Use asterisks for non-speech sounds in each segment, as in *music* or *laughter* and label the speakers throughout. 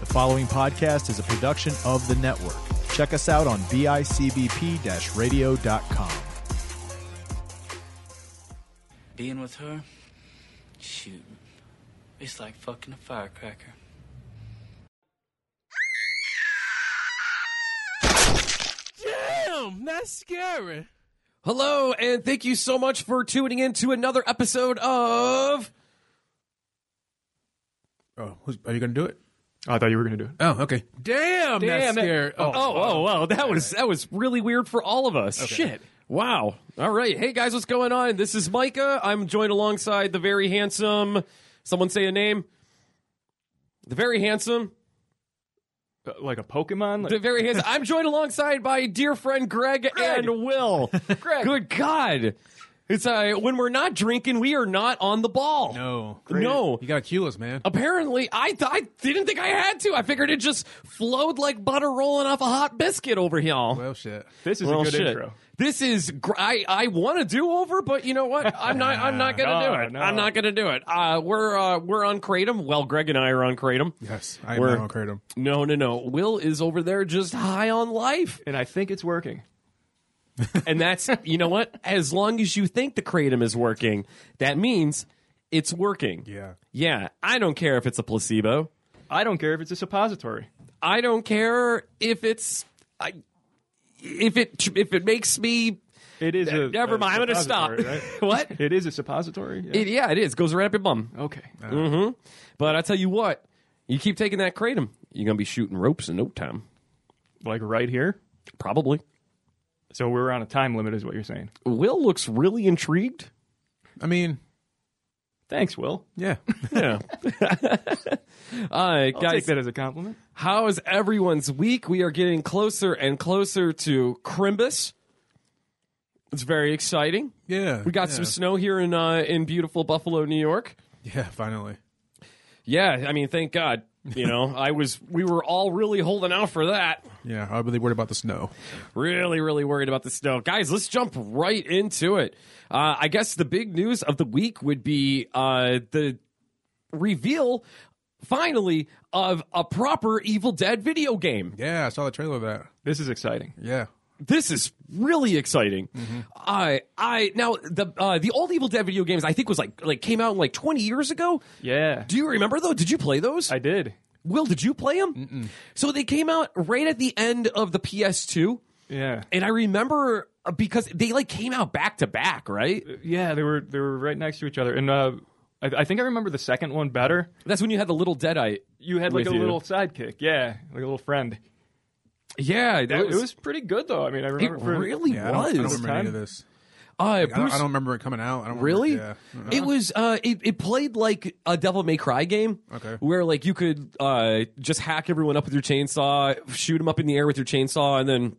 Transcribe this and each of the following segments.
Speaker 1: The following podcast is a production of the network. Check us out on bicbp radio.com.
Speaker 2: Being with her, shoot, it's like fucking a firecracker.
Speaker 3: Damn, that's scary.
Speaker 4: Hello, and thank you so much for tuning in to another episode of.
Speaker 5: Oh, who's, are you going to do it?
Speaker 6: I thought you were going to do it.
Speaker 5: Oh, okay.
Speaker 3: Damn, that's
Speaker 4: Damn it.
Speaker 3: scary.
Speaker 4: Oh, oh, oh, wow, that was that was really weird for all of us. Shit. Wow. All right. Hey guys, what's going on? This is Micah. I'm joined alongside the very handsome. Someone say a name. The very handsome.
Speaker 6: Uh, Like a Pokemon? Like,
Speaker 4: The very handsome. I'm joined alongside by dear friend Greg, and Will. Greg. Good God. It's uh, when we're not drinking, we are not on the ball.
Speaker 5: No.
Speaker 4: No. Oh.
Speaker 5: You got to cue us, man.
Speaker 4: Apparently, I th- I didn't think I had to. I figured it just flowed like butter rolling off a hot biscuit over here.
Speaker 5: Well, shit.
Speaker 6: this is
Speaker 4: Well,
Speaker 6: a good
Speaker 4: shit.
Speaker 6: intro.
Speaker 4: This is gr- I, I want to do over, but you know what? I'm not I'm not gonna do
Speaker 6: *laughs* No,
Speaker 4: it.
Speaker 6: no.
Speaker 4: I'm not gonna do it. Uh, we're uh, we're on kratom. Well, Greg and I are on kratom.
Speaker 5: Yes, I am
Speaker 4: We're-
Speaker 5: not on Kratom.
Speaker 4: No, no, no. Will is over there just high on life,
Speaker 6: And I think it's working.
Speaker 4: and that's you know what? As long as you think the kratom is working, that means it's working.
Speaker 5: Yeah.
Speaker 4: yeah. I don't care if it's a placebo.
Speaker 6: I don't care if it's a suppository.
Speaker 4: I don't care if it's I if it if it makes me
Speaker 6: It is a.
Speaker 4: never
Speaker 6: a
Speaker 4: mind. I'm gonna stop.
Speaker 6: suppository, right?
Speaker 4: what?
Speaker 6: It is a suppository. Yeah.
Speaker 4: *laughs* It, yeah, it is. Goes right up your bum.
Speaker 6: okay. Uh,
Speaker 4: But I tell you what, you keep taking that kratom, you're gonna be shooting ropes in no time.
Speaker 6: like right here.
Speaker 4: Probably.
Speaker 6: So we're on a time limit, is what you're saying.
Speaker 4: Will looks really intrigued.
Speaker 5: I mean,
Speaker 6: Thanks, Will.
Speaker 4: *laughs*
Speaker 5: yeah.
Speaker 4: Yeah. uh,
Speaker 6: I'll
Speaker 4: guys,
Speaker 6: take that as a compliment.
Speaker 4: how is everyone's week? We are getting closer and closer to Crimbus. It's very exciting.
Speaker 5: Yeah.
Speaker 4: We got
Speaker 5: yeah.
Speaker 4: some snow here in uh, in beautiful Buffalo, New York.
Speaker 5: Yeah, finally.
Speaker 4: Yeah, I mean, thank God. You know, I was we were all really holding out for that.
Speaker 5: Yeah, I'm really worried about the snow.
Speaker 4: Really, really worried about the snow. Guys, let's jump right into it. Uh, I guess the big news of the week would be uh, the reveal, finally, of a proper Evil Dead video game.
Speaker 5: Yeah, I saw the trailer of that.
Speaker 6: This is exciting.
Speaker 5: Yeah.
Speaker 4: This is really exciting. I, I now the uh, the old Evil Dead video games I think was like like came out like twenty years ago.
Speaker 6: Yeah.
Speaker 4: Do you remember though? Did you play those?
Speaker 6: I did.
Speaker 4: Will, did you play them? So they came out right at the end of the PS2,
Speaker 6: Yeah.
Speaker 4: and I remember uh, because they like came out back to back, right?
Speaker 6: Yeah, they were they were right next to each other, and uh, I, I think I remember the second one better.
Speaker 4: That's when you had the little deadite.
Speaker 6: You had like
Speaker 4: With
Speaker 6: a
Speaker 4: you.
Speaker 6: little sidekick, yeah, like a little friend.
Speaker 4: Yeah, that
Speaker 6: it was pretty good though. I mean, I
Speaker 4: It
Speaker 6: remember for-
Speaker 4: really
Speaker 5: Yeah, I don't, I
Speaker 4: was.
Speaker 5: don't remember any
Speaker 6: Time?
Speaker 5: of this.
Speaker 4: Uh,
Speaker 5: I don't,
Speaker 4: Bruce-
Speaker 5: I don't remember it coming out. I don't
Speaker 4: Really?
Speaker 5: Remember, yeah. Uh-huh.
Speaker 4: It was. Uh, it, it played like a Devil May Cry game.
Speaker 5: Okay.
Speaker 4: Where like you could uh, just hack everyone up with your chainsaw, shoot them up in the air with your chainsaw, and then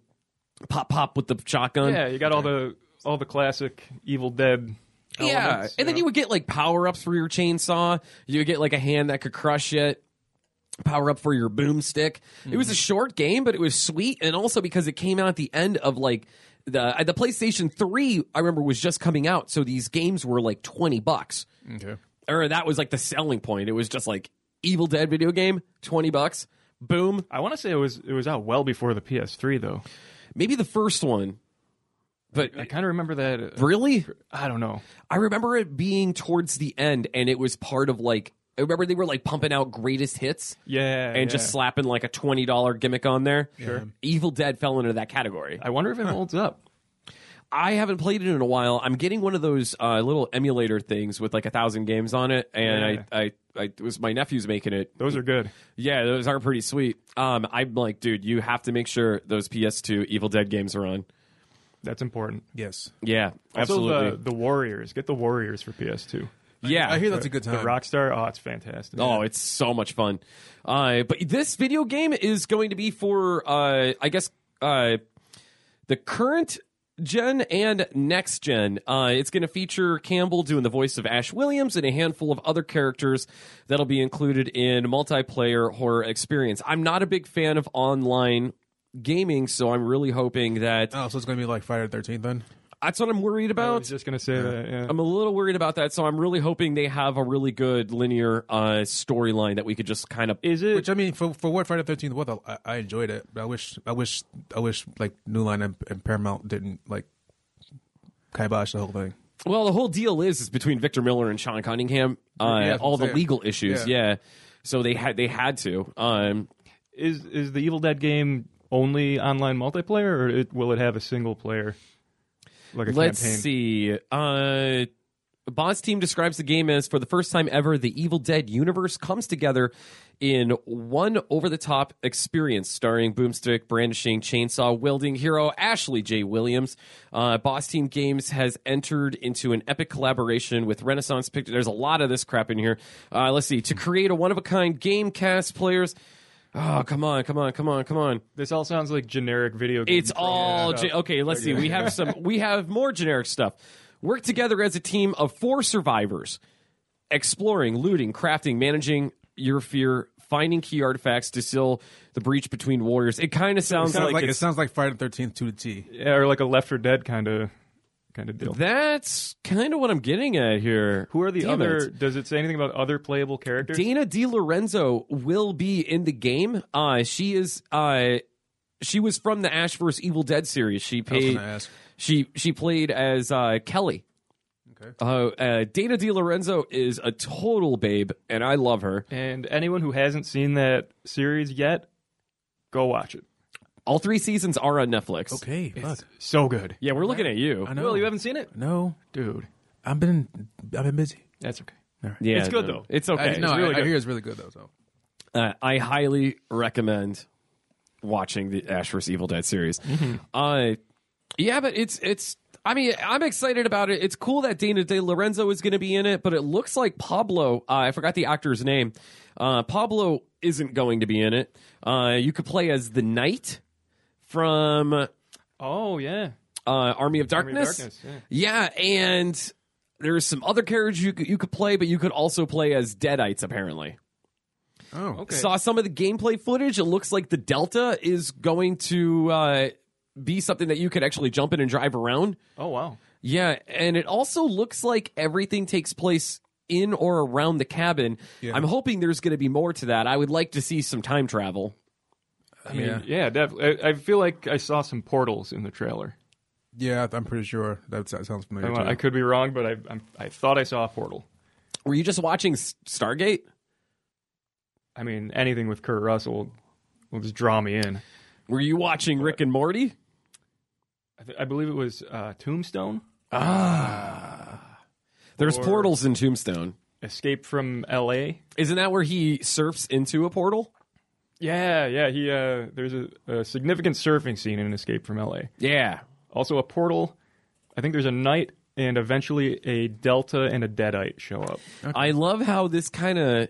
Speaker 4: pop pop with the shotgun.
Speaker 6: Yeah, you got all the all the classic Evil Dead.
Speaker 4: Yeah,
Speaker 6: elements,
Speaker 4: and then you would get like power ups for your chainsaw. You would get like a hand that could crush it. Power up for your boomstick. It was a short game, but it was sweet, and also because it came out at the end of like the uh, the PlayStation Three. I remember was just coming out, so these games were like twenty bucks,
Speaker 5: Mm, Okay.
Speaker 4: or that was like the selling point. It was just like Evil Dead video game, twenty bucks. Boom.
Speaker 6: I want to say it was it was out well before the PS3 though.
Speaker 4: Maybe the first one, but
Speaker 6: I kind of remember that. uh,
Speaker 4: really,
Speaker 6: I don't know.
Speaker 4: I remember it being towards the end, and it was part of like I remember they were like pumping out greatest hits
Speaker 6: Yeah,
Speaker 4: and just
Speaker 6: yeah.
Speaker 4: slapping like a twenty dollar gimmick on there.
Speaker 5: Sure.
Speaker 4: Evil Dead fell into that category.
Speaker 6: I wonder if it holds up.
Speaker 4: I haven't played it in a while. I'm getting one of those uh, little emulator things with like a thousand games on it, and
Speaker 6: Yeah.
Speaker 4: I, I, I it was my nephew's making it.
Speaker 6: Those are good.
Speaker 4: Yeah, those are pretty sweet. Um, I'm like, dude, you have to make sure those PS2 Evil Dead games are on.
Speaker 6: That's important.
Speaker 5: Yes.
Speaker 4: Yeah, absolutely.
Speaker 6: Also the, the Warriors. Get the Warriors for PS2.
Speaker 4: yeah,
Speaker 5: I hear that's a good
Speaker 6: The
Speaker 5: time.
Speaker 6: Rockstar. Oh, it's fantastic.
Speaker 4: Oh, it's so much fun. Uh, but this video game is going to be for, uh, I guess, uh, the current gen and next gen. Uh, it's going to feature Campbell doing the voice of Ash Williams and a handful of other characters that'll be included in multiplayer horror experience. I'm not a big fan of online gaming, so I'm really hoping that
Speaker 5: Oh, so it's going to be like Friday the 13th then?
Speaker 4: That's what I'm worried
Speaker 6: Uh, I
Speaker 4: about.
Speaker 6: was just gonna say that. Yeah.
Speaker 4: I'm a little worried about that, so I'm really hoping they have a really good linear uh, storyline that we could just kind of.
Speaker 6: Is it?
Speaker 5: Which I mean, for for what Friday the Thirteenth was, I, I enjoyed it. But I wish, I wish, I wish like New Line and, and Paramount didn't like kibosh the whole thing.
Speaker 4: Well, the whole deal is is between Victor Miller and Sean Cunningham, uh,
Speaker 5: Yeah,
Speaker 4: all the
Speaker 5: yeah.
Speaker 4: legal issues. Yeah.
Speaker 5: Yeah.
Speaker 4: so they had they had to. Um,
Speaker 6: is is the Evil Dead game only online multiplayer, or it, will it have a single player? Like a
Speaker 4: let's
Speaker 6: campaign.
Speaker 4: see. Uh, Boss Team describes the game as for the first time ever, the Evil Dead universe comes together in one over the top experience starring boomstick brandishing chainsaw wielding hero Ashley J. Williams. Uh, Boss Team Games has entered into an epic collaboration with Renaissance Pictures. There's a lot of this crap in here. Uh, let's see. To create a one of a kind game cast players. Oh, come on, come on, come on, come on.
Speaker 6: This all sounds like generic video game.
Speaker 4: It's all ge- okay. Let's see. We *laughs* have some. We have more generic stuff. Work together as a team of four survivors, exploring, looting, crafting, managing your fear, finding key artifacts to seal the breach between warriors. It kind of sounds,
Speaker 5: It sounds like,
Speaker 4: like,
Speaker 5: it
Speaker 4: it's,
Speaker 5: sounds like Friday the Thirteenth to the T.
Speaker 6: Yeah, or like a Left for Dead kind of kind of deal.
Speaker 4: that's kind of what I'm getting at here.
Speaker 6: Who are the
Speaker 4: Damn
Speaker 6: other?
Speaker 4: it.
Speaker 6: Does it say anything about other playable characters?
Speaker 4: Dana Di Lorenzo will be in the game. Uh, she is. Uh, she was from the Ash vs. Evil Dead series. She
Speaker 5: I was
Speaker 4: paid.
Speaker 5: gonna ask.
Speaker 4: She she played as uh, Kelly.
Speaker 5: Okay.
Speaker 4: Uh, uh, Dana Di Lorenzo is a total babe, and I love her.
Speaker 6: And anyone who hasn't seen that series yet, go watch it.
Speaker 4: All three seasons are on Netflix.
Speaker 5: Okay, fuck.
Speaker 6: So good.
Speaker 4: Yeah, we're looking at you.
Speaker 5: I know.
Speaker 6: Will, you haven't seen it?
Speaker 5: No,
Speaker 6: Dude,
Speaker 5: I've been, I've been busy.
Speaker 6: that's okay.
Speaker 4: Yeah,
Speaker 6: It's good,
Speaker 4: no,
Speaker 6: though.
Speaker 4: It's okay.
Speaker 5: I, no,
Speaker 4: It's really
Speaker 5: I, I
Speaker 4: good.
Speaker 5: hear it's really good though. So
Speaker 4: uh, I highly recommend watching the Ash vs. Evil Dead series. Uh, yeah, but it's it's. I mean, I'm excited about it. It's cool that Dana De Lorenzo is going to be in it, but it looks like Pablo. Uh, I forgot the actor's name. Uh, Pablo isn't going to be in it. Uh, you could play as the knight from uh,
Speaker 6: Oh yeah.
Speaker 4: Army of
Speaker 6: Army of
Speaker 4: Darkness.
Speaker 6: Darkness, yeah.
Speaker 4: yeah. and there's some other characters you could, you could play, but you could also play as Deadites apparently
Speaker 5: oh,
Speaker 6: Okay.
Speaker 4: saw some of the gameplay footage. It looks like the Delta is going to uh, be something that you could actually jump in and drive around.
Speaker 6: oh wow.
Speaker 4: Yeah, and it also looks like everything takes place in or around the cabin. I'm hoping there's going to be more to that. I would like to see some time travel.
Speaker 5: I mean, yeah,
Speaker 6: Yeah, definitely. I, I feel like I saw some portals in the trailer.
Speaker 5: yeah, I'm pretty sure that, that sounds familiar.
Speaker 6: I,
Speaker 5: too.
Speaker 6: I could be wrong, but I I'm, I thought I saw a portal.
Speaker 4: Were you just watching S- Stargate?
Speaker 6: I mean, anything with Kurt Russell will, will just draw me in.
Speaker 4: Were you watching Rick and Morty?
Speaker 6: I, th- I believe it was uh, Tombstone,
Speaker 4: There's
Speaker 6: Or-
Speaker 4: portals in Tombstone.
Speaker 6: Escape from L.A.
Speaker 4: Isn't that where he surfs into a portal?
Speaker 6: Yeah, yeah. He uh, there's a, a significant surfing scene in Escape from L.A.
Speaker 4: Yeah.
Speaker 6: Also a portal. I think there's a knight and eventually a Delta and a Deadite show up.
Speaker 4: I love how this kind of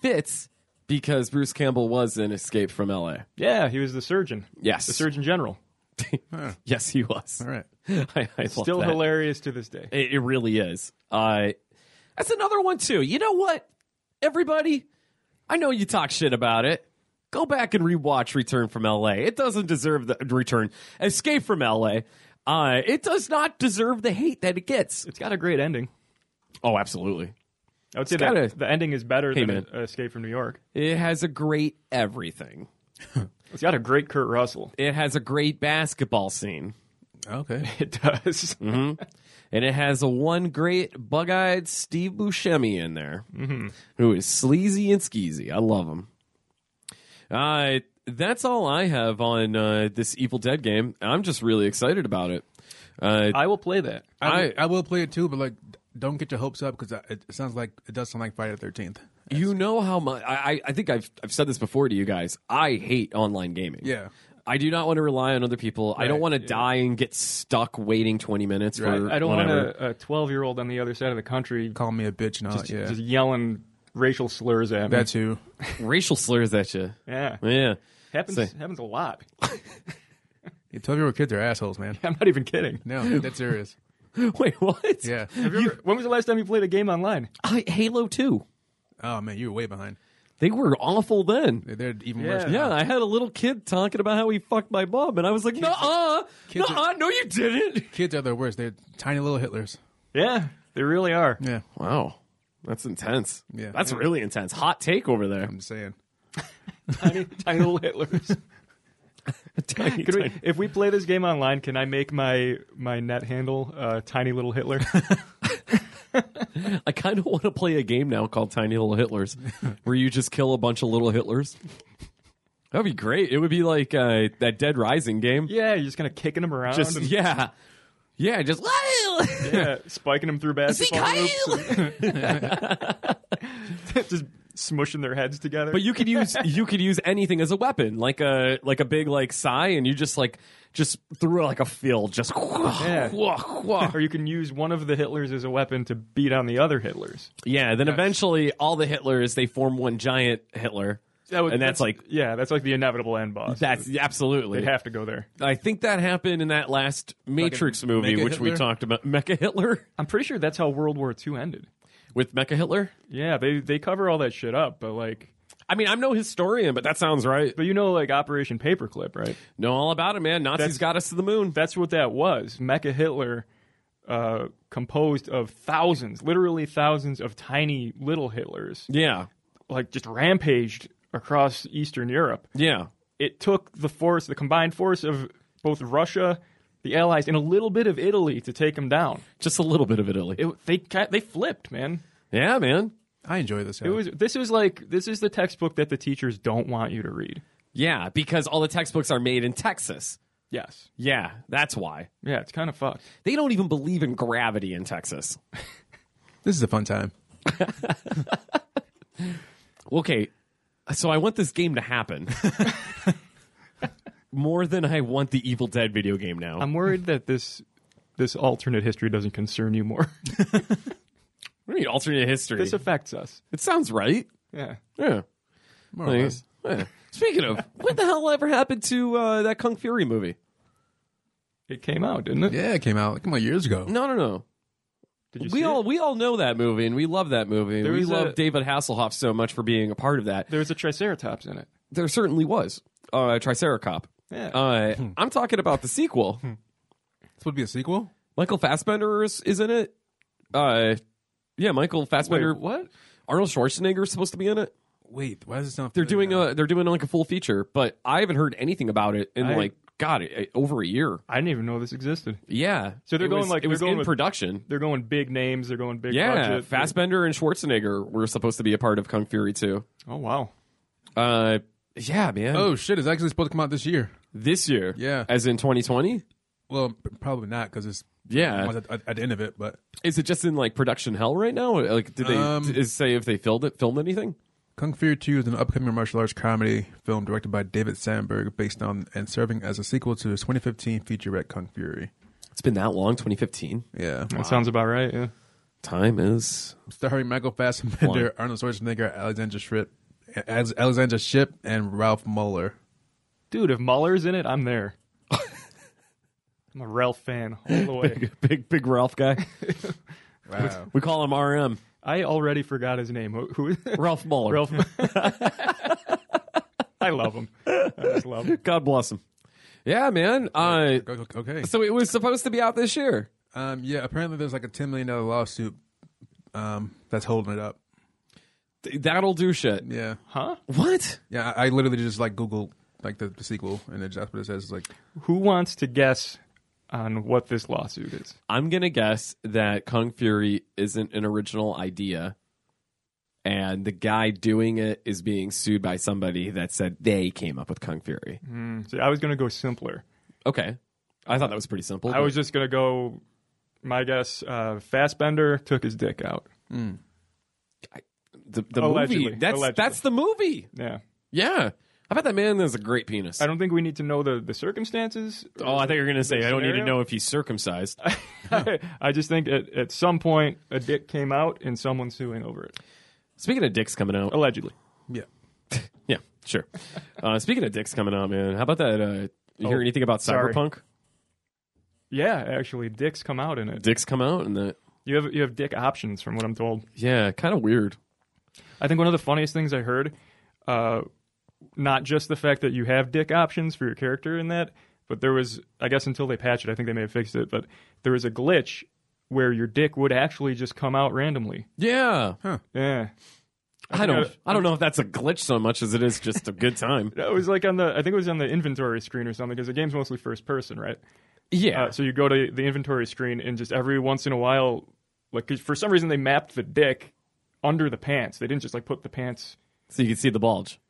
Speaker 4: fits because Bruce Campbell was in Escape from LA.
Speaker 6: Yeah, he was the surgeon,
Speaker 4: Yes. *laughs*
Speaker 6: the Surgeon General.
Speaker 4: Yes, he was.
Speaker 5: All right.
Speaker 4: *laughs* I, I love
Speaker 6: Still
Speaker 4: that.
Speaker 6: hilarious to this day.
Speaker 4: It, it really is. Uh, that's another one, too. You know what, everybody? I know you talk shit about it. Go back and rewatch Return from LA. It doesn't deserve the return. Escape from LA. Uh, it does not deserve the hate that it gets.
Speaker 6: It's got a great ending.
Speaker 4: Oh, absolutely.
Speaker 6: I would say
Speaker 4: got
Speaker 6: that
Speaker 4: a-
Speaker 6: the ending is better
Speaker 4: Hey,
Speaker 6: than
Speaker 4: man.
Speaker 6: Escape from New York.
Speaker 4: It has a great everything.
Speaker 6: It's got a great Kurt Russell.
Speaker 4: *laughs* It has a great basketball scene.
Speaker 5: Okay.
Speaker 6: It does.
Speaker 4: and it has a one great bug-eyed Steve Buscemi in there,
Speaker 6: Mm-hmm.
Speaker 4: who is sleazy and skeezy. I love him. Uh, that's all I have on uh, this Evil Dead game. I'm just really excited about it. Uh,
Speaker 6: *laughs* I will play that.
Speaker 5: I,
Speaker 4: I-
Speaker 5: I will play it too, but like, don't get your hopes up because it, it sounds like it does sound like Friday the Thirteenth.
Speaker 4: you know how much I, I- I think I've I've said this before to you guys. I hate online gaming.
Speaker 5: Yeah.
Speaker 4: I do not want to rely on other people. I don't want to die and get stuck waiting 20 minutes for
Speaker 6: I don't want
Speaker 4: whatever. Oh,
Speaker 6: a, a 12 year old on the other side of the country
Speaker 5: Call me a bitch and all that.
Speaker 6: just,
Speaker 5: Yeah,
Speaker 6: just yelling racial slurs at me.
Speaker 5: that too.
Speaker 4: racial slurs at you.
Speaker 6: yeah.
Speaker 4: Yeah. *laughs*
Speaker 6: Happens,
Speaker 4: Say-
Speaker 6: happens a lot. *laughs*
Speaker 5: Yeah, Twelve-year-old kids are assholes, man.
Speaker 6: I'm not even kidding.
Speaker 5: No, that's serious.
Speaker 4: Wait, what?
Speaker 5: Yeah.
Speaker 6: Have you ever- when was the last time you played a game online?
Speaker 4: I, Halo 2.
Speaker 5: Oh man, you were way behind.
Speaker 4: They were awful then.
Speaker 5: They're, they're even
Speaker 6: Yeah.
Speaker 5: worse.
Speaker 4: Yeah, I had a little kid talking about how he fucked my mom, and I was like, "Nuh-uh,
Speaker 5: kids are-
Speaker 4: nuh-uh, no, you didn't."
Speaker 5: Kids are the worst. They're tiny little Hitlers.
Speaker 6: Yeah, they really are.
Speaker 5: Yeah,
Speaker 4: Wow, that's intense.
Speaker 5: Yeah.
Speaker 4: that's really intense. Hot take over *laughs* there.
Speaker 5: I'm saying.
Speaker 6: *laughs* Tiny, tiny
Speaker 4: *laughs*
Speaker 6: little Hitlers.
Speaker 4: Tiny,
Speaker 6: Could we,
Speaker 4: tiny-
Speaker 6: if we play this game online, can I make my my net handle uh, Tiny
Speaker 4: *laughs*
Speaker 6: Little Hitler?
Speaker 4: I kind of want to play a game now called Tiny Little *laughs* Hitlers, where you just kill a bunch of little Hitlers. That'd be great. It would be like uh, that Dead Rising game.
Speaker 6: yeah, you're just gonna kicking him around,
Speaker 4: just
Speaker 6: and,
Speaker 4: yeah, yeah, just
Speaker 6: *laughs*
Speaker 4: *laughs*
Speaker 6: yeah, spiking him through basketball hoops, and *laughs* just smushing their heads together.
Speaker 4: But you could use you could use anything as a weapon, like a like a big like sigh, and you just like just threw like a field, just *laughs* yeah.
Speaker 6: *laughs* or you can use one of the Hitlers as a weapon to beat on the other Hitlers.
Speaker 4: Yeah. Then eventually, all the Hitlers they form one giant Hitler, and that's, like
Speaker 6: yeah, that's like the inevitable end boss.
Speaker 4: that's absolutely.
Speaker 6: They'd have to go there.
Speaker 4: I think that happened in that last Matrix movie,
Speaker 5: Mecha
Speaker 4: which we
Speaker 5: Hitler?
Speaker 4: talked about, Mecha Hitler
Speaker 6: I'm pretty sure that's how World War II ended.
Speaker 4: with Mecha Hitler.
Speaker 6: Yeah, they they cover all that shit up, but like,
Speaker 4: I mean, I'm no historian, but that sounds right.
Speaker 6: but you know, like Operation Paperclip, right?
Speaker 4: Know all about it, man. Nazis
Speaker 6: That's-
Speaker 4: got us to the moon.
Speaker 6: That's what that was. Mecha Hitler, uh, composed of thousands, literally thousands of tiny little Hitlers,
Speaker 4: Yeah,
Speaker 6: like just rampaged across Eastern Europe.
Speaker 4: yeah.
Speaker 6: It took the force, the combined force of both Russia, the Allies, and a little bit of Italy to take them down.
Speaker 4: Just a little bit of Italy.
Speaker 6: It, they ca- they flipped, man.
Speaker 4: yeah, man.
Speaker 5: I enjoy this.
Speaker 6: It was this was like this is the textbook that the teachers don't want you to read.
Speaker 4: Yeah, because all the textbooks are made in Texas.
Speaker 6: Yes.
Speaker 4: Yeah, that's why.
Speaker 6: Yeah, it's kind of fucked.
Speaker 4: They don't even believe in gravity in Texas.
Speaker 5: This is a fun time.
Speaker 4: Okay, so I want this game to
Speaker 6: *laughs*
Speaker 4: happen. More than I want the Evil Dead video game now.
Speaker 6: I'm worried that this this alternate history doesn't concern you more. *laughs*
Speaker 4: we need alternate history.
Speaker 6: this affects us.
Speaker 4: it sounds right.
Speaker 6: Yeah.
Speaker 4: Yeah.
Speaker 5: More or
Speaker 4: Like,
Speaker 5: less.
Speaker 4: yeah. Speaking of, what the hell ever happened to uh, that Kung Fury movie?
Speaker 6: It came out, didn't it?
Speaker 5: Yeah, it came out. Come on, years ago.
Speaker 4: No, no, no.
Speaker 6: Did you
Speaker 4: We
Speaker 6: see
Speaker 4: all
Speaker 6: it?
Speaker 4: we all know that movie and we love that movie.
Speaker 6: There
Speaker 4: we
Speaker 6: was a-
Speaker 4: love David Hasselhoff so much for being a part of that.
Speaker 6: there was a triceratops in it. Um,
Speaker 4: There certainly was. Uh Triceracop.
Speaker 6: Yeah. Hmm.
Speaker 4: Uh, I'm talking about the sequel.
Speaker 5: This would be a sequel.
Speaker 4: Michael Fassbender is, is in it. Uh, yeah, Michael Fassbender.
Speaker 6: Wait, what?
Speaker 4: Arnold Schwarzenegger is supposed to be in it.
Speaker 5: Wait, why does it sound?
Speaker 4: They're doing a they're doing like a full feature, but I haven't heard anything about it in
Speaker 6: I-
Speaker 4: like God it, over a year.
Speaker 6: I didn't even know this existed.
Speaker 4: Yeah,
Speaker 6: So they're
Speaker 4: It
Speaker 6: going,
Speaker 4: was-
Speaker 6: like,
Speaker 4: it
Speaker 6: they're
Speaker 4: was
Speaker 6: going
Speaker 4: in
Speaker 6: with-
Speaker 4: production.
Speaker 6: They're going big names. They're going big.
Speaker 4: Yeah,
Speaker 6: budget.
Speaker 4: Fassbender and Schwarzenegger were supposed to be a part of Kung Fury too.
Speaker 6: Oh wow.
Speaker 4: Uh, yeah, man.
Speaker 5: Oh shit! It's actually supposed to come out this year.
Speaker 4: this year.
Speaker 5: Yeah.
Speaker 4: as in 2020.
Speaker 5: Well, p- probably not because it's
Speaker 4: Yeah,
Speaker 5: almost at, at- at the end of it. But
Speaker 4: is it just in like production hell right now? Like, did they
Speaker 5: Um,
Speaker 4: is say if they filmed it, filmed anything?
Speaker 5: Kung Fury Two is an upcoming martial arts comedy film directed by David Sandberg, based on and serving as a sequel to his 2015 featurette Kung Fury.
Speaker 4: It's been that long, 2015.
Speaker 5: Yeah,
Speaker 6: That sounds about right. Yeah.
Speaker 4: Time is
Speaker 5: starring Michael Fassbender, Arnold Schwarzenegger, Alexandra Ship, Alexandra Ship, and Ralph Muller.
Speaker 6: Dude, if Muller's in it, I'm there. I'm a Ralph fan all the way.
Speaker 4: *laughs* big, big Ralph guy.
Speaker 5: Wow.
Speaker 4: We call him RM,
Speaker 6: I already forgot his name. Who? who
Speaker 4: Ralph Muller.
Speaker 6: *laughs* Ralph. I love him. I just love him.
Speaker 4: God bless him. Yeah, man. Uh,
Speaker 5: okay.
Speaker 4: so it was supposed to be out this year.
Speaker 5: Um, yeah, apparently there's like a $10 million lawsuit um, that's holding it up.
Speaker 4: Th- That'll do shit.
Speaker 5: Yeah.
Speaker 6: Huh?
Speaker 4: What?
Speaker 5: Yeah, I, I literally just like Googled like the, the sequel and it, that's what it says. It's like,
Speaker 6: Who wants to guess on what this lawsuit is?
Speaker 4: I'm gonna guess that Kung Fury isn't an original idea, and the guy doing it is being sued by somebody that said they came up with Kung Fury.
Speaker 6: See, I was going to go simpler.
Speaker 4: Okay, I thought that was pretty simple.
Speaker 6: I was just going to go, my guess, uh, Fassbender took his dick out.
Speaker 4: the, the
Speaker 6: Allegedly.
Speaker 4: movie. That's
Speaker 6: Allegedly.
Speaker 4: that's the movie.
Speaker 6: Yeah.
Speaker 4: Yeah, I bet that man has a great penis.
Speaker 6: I don't think we need to know the, the circumstances.
Speaker 4: oh, I thought you were gonna say I don't need to
Speaker 6: scenario?
Speaker 4: know if he's circumcised.
Speaker 6: *laughs* I just think at, at some point a dick came out and someone's suing over it.
Speaker 4: Speaking of dicks coming out,
Speaker 6: Allegedly.
Speaker 5: yeah.
Speaker 4: yeah, *laughs* sure. Uh, speaking of dicks coming out, man, how about that? Uh, you hear anything about
Speaker 6: sorry.
Speaker 4: cyberpunk?
Speaker 6: Yeah, actually, dicks come out in it.
Speaker 4: Dicks come out and that.
Speaker 6: You have you have dick options, from what I'm told.
Speaker 4: Yeah, kind of weird.
Speaker 6: I think one of the funniest things I heard, uh, not just the fact that you have dick options for your character in that, but there was, I guess, until they patch it, I think they may have fixed it, but there was a glitch where your dick would actually just come out randomly.
Speaker 4: Yeah.
Speaker 6: Yeah,
Speaker 4: I don't.
Speaker 6: forgot-
Speaker 4: I don't know if that's a glitch so much as it is just a good time.
Speaker 6: it was like on the, I think it was on the inventory screen or something because the game's mostly first person, right?
Speaker 4: *laughs* Yeah.
Speaker 6: Uh, so you go to the inventory screen, and just every once in a while, like 'cause for some reason they mapped the dick under the pants. They didn't just like put the pants.
Speaker 4: so you can see the bulge.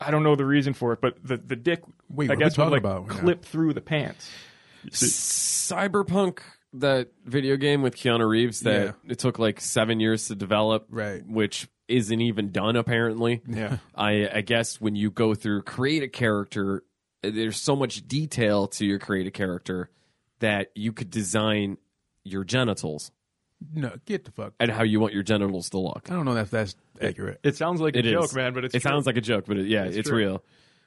Speaker 6: I don't know the reason for it, but the the dick
Speaker 5: Wait, what
Speaker 6: I
Speaker 5: are we
Speaker 6: guess
Speaker 5: talking
Speaker 6: would like
Speaker 5: about?
Speaker 6: clip through the pants.
Speaker 4: Cyberpunk, that video game with Keanu Reeves that
Speaker 5: Yeah.
Speaker 4: it took like seven years to develop,
Speaker 5: Right.
Speaker 4: Which isn't even done apparently.
Speaker 5: Yeah.
Speaker 4: I, I guess when you go through create a character, there's so much detail to your create a character that you could design your genitals
Speaker 5: *laughs* No, get the fuck.
Speaker 4: and how you want your genitals to look.
Speaker 5: I don't know if that's accurate.
Speaker 6: It sounds like
Speaker 4: It
Speaker 6: a
Speaker 4: is.
Speaker 6: joke, man, but it's
Speaker 4: it sounds like a joke, but it, yeah, it's,
Speaker 6: It's true.
Speaker 4: real.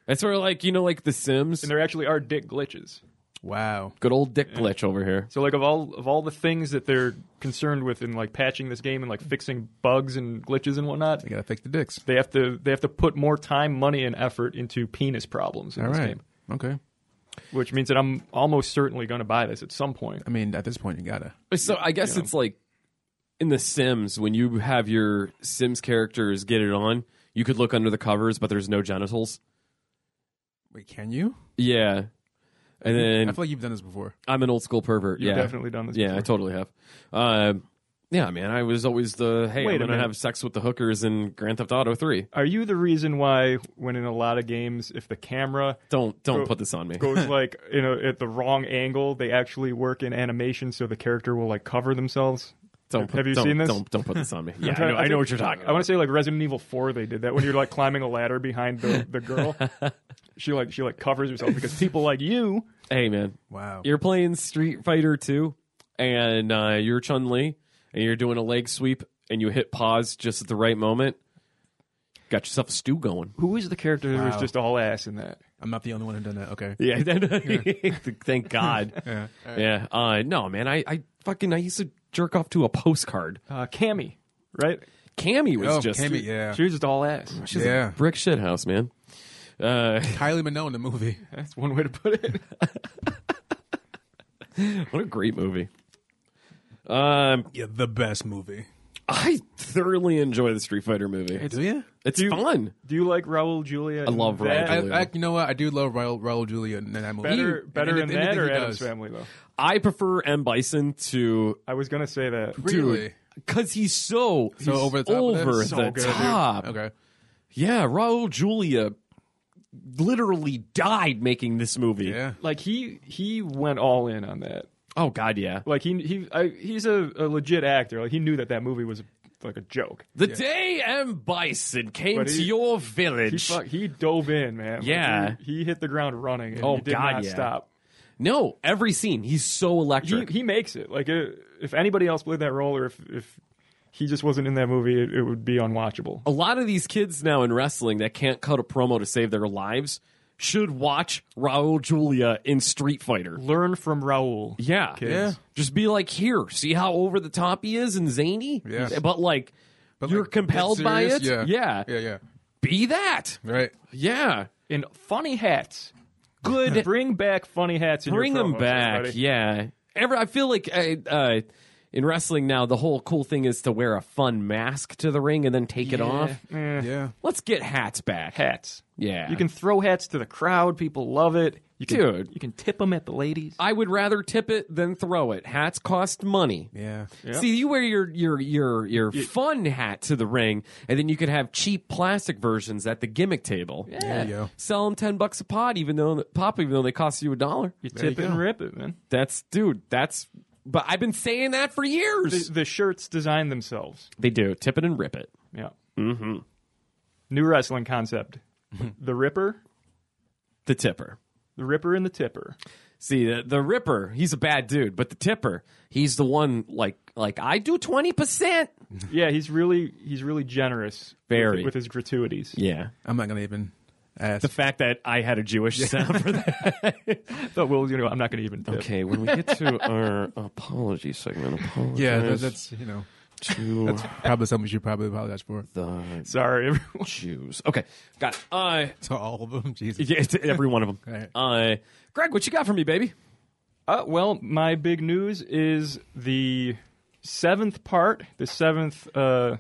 Speaker 4: It's sort of like you know, like The Sims,
Speaker 6: and there actually are dick glitches.
Speaker 5: Wow.
Speaker 4: good old dick glitch over here.
Speaker 6: So like of all of all the things that they're concerned with in like patching this game and like fixing bugs and glitches and whatnot,
Speaker 5: They gotta fix the dicks.
Speaker 6: they have to they have to put more time, money, and effort into penis problems in
Speaker 5: All
Speaker 6: this
Speaker 5: right.
Speaker 6: game.
Speaker 5: Okay.
Speaker 6: Which means that I'm almost certainly going to buy this at some point.
Speaker 5: I mean, at this point, you gotta.
Speaker 4: So I guess it's like in The Sims when you have your Sims characters get it on, you could look under the covers, but there's no genitals.
Speaker 5: Wait, can you?
Speaker 4: Yeah,
Speaker 6: Mm-hmm.
Speaker 4: and then
Speaker 5: I feel like you've done this before.
Speaker 4: I'm an old school pervert. yeah,
Speaker 6: You've definitely done this.
Speaker 4: Yeah, I
Speaker 6: before.
Speaker 4: totally have. Um, yeah, man, I was always the hey,
Speaker 6: Wait a
Speaker 4: I'm gonna
Speaker 6: minute.
Speaker 4: have sex with the hookers in Grand Theft Auto Three.
Speaker 6: Are you the reason why, when in a lot of games, if
Speaker 4: *laughs*
Speaker 6: the camera
Speaker 4: Don't don't
Speaker 6: Go-
Speaker 4: put this on me.
Speaker 6: goes *laughs* like you know at the wrong angle, they actually work in animation so the character will like cover themselves?
Speaker 4: Don't put,
Speaker 6: have you
Speaker 4: don't-
Speaker 6: seen this?
Speaker 4: Don't don't put this on
Speaker 6: *laughs*
Speaker 4: me. Yeah, I
Speaker 6: trying-
Speaker 4: know, I
Speaker 6: I
Speaker 4: know
Speaker 6: think-
Speaker 4: what you're talking.
Speaker 6: I want to say like Resident Evil Four, they did that when you're like climbing a ladder behind the,
Speaker 4: *laughs*
Speaker 6: the girl. she like she like covers herself because people like you.
Speaker 4: Hey, man,
Speaker 5: Wow.
Speaker 4: you're playing Street Fighter 2 and uh, you're Chun Li and you're doing a leg sweep and you hit pause just at the right moment. Got yourself a stew
Speaker 6: *laughs*
Speaker 4: going.
Speaker 6: Who is the character who was
Speaker 5: Wow.
Speaker 6: just all ass in that?
Speaker 5: I'm not the only one who've done that. Okay.
Speaker 4: Yeah, *laughs* thank
Speaker 6: *laughs*
Speaker 4: God. Yeah, Uh, no, man, I, I fucking I used to jerk off to a postcard.
Speaker 6: Uh, Cammy, right?
Speaker 4: Cammy was
Speaker 5: oh,
Speaker 4: just
Speaker 5: can be, yeah.
Speaker 6: She was just all ass.
Speaker 4: she's
Speaker 5: Yeah.
Speaker 4: a brick shit house, man. Uh,
Speaker 5: *laughs* Kylie Minogue in the movie.
Speaker 6: That's one way to put it.
Speaker 4: *laughs* what a great movie. Um,
Speaker 5: Yeah, the best movie.
Speaker 4: I thoroughly enjoy the Street Fighter movie. It's,
Speaker 5: Do you?
Speaker 4: fun.
Speaker 6: Do you like Raul Julia?
Speaker 4: I love
Speaker 6: in
Speaker 4: Raul
Speaker 6: that?
Speaker 4: Julia.
Speaker 5: I, I, you know what? I do love Raul, Raul Julia in that movie.
Speaker 6: Better,
Speaker 5: And
Speaker 6: better
Speaker 5: any-
Speaker 6: in that
Speaker 5: anything
Speaker 6: or
Speaker 5: he
Speaker 6: Adam's
Speaker 5: does.
Speaker 6: Family though.
Speaker 4: I prefer M Bison to
Speaker 6: I was gonna say that.
Speaker 5: Really?
Speaker 4: because he's so
Speaker 5: So over the top.
Speaker 4: over
Speaker 5: That's so
Speaker 4: the
Speaker 5: good, dude.
Speaker 4: top.
Speaker 5: Okay.
Speaker 4: Yeah, Raul Julia literally died making this movie.
Speaker 5: Yeah.
Speaker 6: Like he he went all in on that.
Speaker 4: Oh God, yeah.
Speaker 6: Like he he I, he's a, a legit actor. Like he knew that that movie was like a joke.
Speaker 4: The day M Bison came
Speaker 6: But
Speaker 4: to
Speaker 6: he-
Speaker 4: your
Speaker 6: He
Speaker 4: village.
Speaker 6: fuck, he dove in, man. Like,
Speaker 4: Yeah.
Speaker 6: he, he hit the ground running. And
Speaker 4: Oh,
Speaker 6: he did
Speaker 4: God,
Speaker 6: not
Speaker 4: yeah.
Speaker 6: stop.
Speaker 4: no, every scene he's so
Speaker 6: He
Speaker 4: electric.
Speaker 6: he makes it. Like uh, if anybody else played that role, or if if he just wasn't in that movie, it, it would be unwatchable.
Speaker 4: a lot of these kids now in wrestling that can't cut a promo to save their lives should watch Raul Julia in Street Fighter.
Speaker 6: Learn from Raul.
Speaker 4: Yeah.
Speaker 6: Yeah.
Speaker 4: Just be like, here, see how over the top he is and zany?
Speaker 5: Yeah.
Speaker 4: But like, you're
Speaker 5: like,
Speaker 4: compelled
Speaker 5: dead
Speaker 4: by it?
Speaker 5: serious?
Speaker 4: yeah.
Speaker 5: Yeah. Yeah. Yeah.
Speaker 4: Be that.
Speaker 5: Right.
Speaker 4: Yeah.
Speaker 6: And funny hats.
Speaker 5: *laughs*
Speaker 6: Good. Bring back funny hats. In your
Speaker 4: Bring them
Speaker 6: promos,
Speaker 4: back.
Speaker 6: everybody.
Speaker 4: Yeah. Ever, I feel like uh, uh, in wrestling now, the whole cool thing is to wear a fun mask to the ring and then take it off.
Speaker 6: Eh,
Speaker 5: Yeah.
Speaker 4: Let's get hats back.
Speaker 6: Hats.
Speaker 4: Yeah.
Speaker 6: You can throw hats to the crowd. People love it. You can,
Speaker 4: Dude.
Speaker 6: You can tip them at the ladies.
Speaker 4: I would rather tip it than throw it. Hats cost money.
Speaker 5: Yeah.
Speaker 4: See, you wear your your your your fun hat to the ring, and then you could have cheap plastic versions at the gimmick table.
Speaker 5: There you go.
Speaker 4: Sell them ten bucks a pot, even though pop, even though they cost you a dollar.
Speaker 6: You
Speaker 5: There you
Speaker 6: tip it
Speaker 5: go.
Speaker 6: and rip it, man.
Speaker 4: That's dude. That's but I've been saying that for years.
Speaker 6: The, the shirts design themselves.
Speaker 4: They do tip it and rip it.
Speaker 6: Yeah. Mm-hmm. New wrestling *laughs* concept. the Ripper,
Speaker 4: The tipper.
Speaker 6: the Ripper and the Tipper.
Speaker 4: See the, the ripper. He's a bad dude, but the tipper. He's the one like like I do twenty percent.
Speaker 6: Yeah, he's really he's really generous.
Speaker 4: Very.
Speaker 6: with, with his gratuities.
Speaker 4: Yeah.
Speaker 5: I'm not gonna even ask.
Speaker 4: The fact that I had a Jewish sound
Speaker 5: *laughs*
Speaker 4: for that.
Speaker 6: I thought Will was gonna. go, I'm not gonna even. Tip.
Speaker 4: okay, when we get to our *laughs* apology segment, apologize.
Speaker 5: yeah. That, that's you know.
Speaker 4: to
Speaker 5: Probably something you should probably apologize for.
Speaker 4: the
Speaker 6: Sorry, everyone.
Speaker 4: Jews. Okay, got it. Uh,
Speaker 5: To all of them, *laughs* Jesus.
Speaker 4: yeah, it's every one of them.
Speaker 5: Right.
Speaker 4: Uh, Greg, what you got for me, baby?
Speaker 6: Uh, well, my big news is the seventh part, the seventh uh,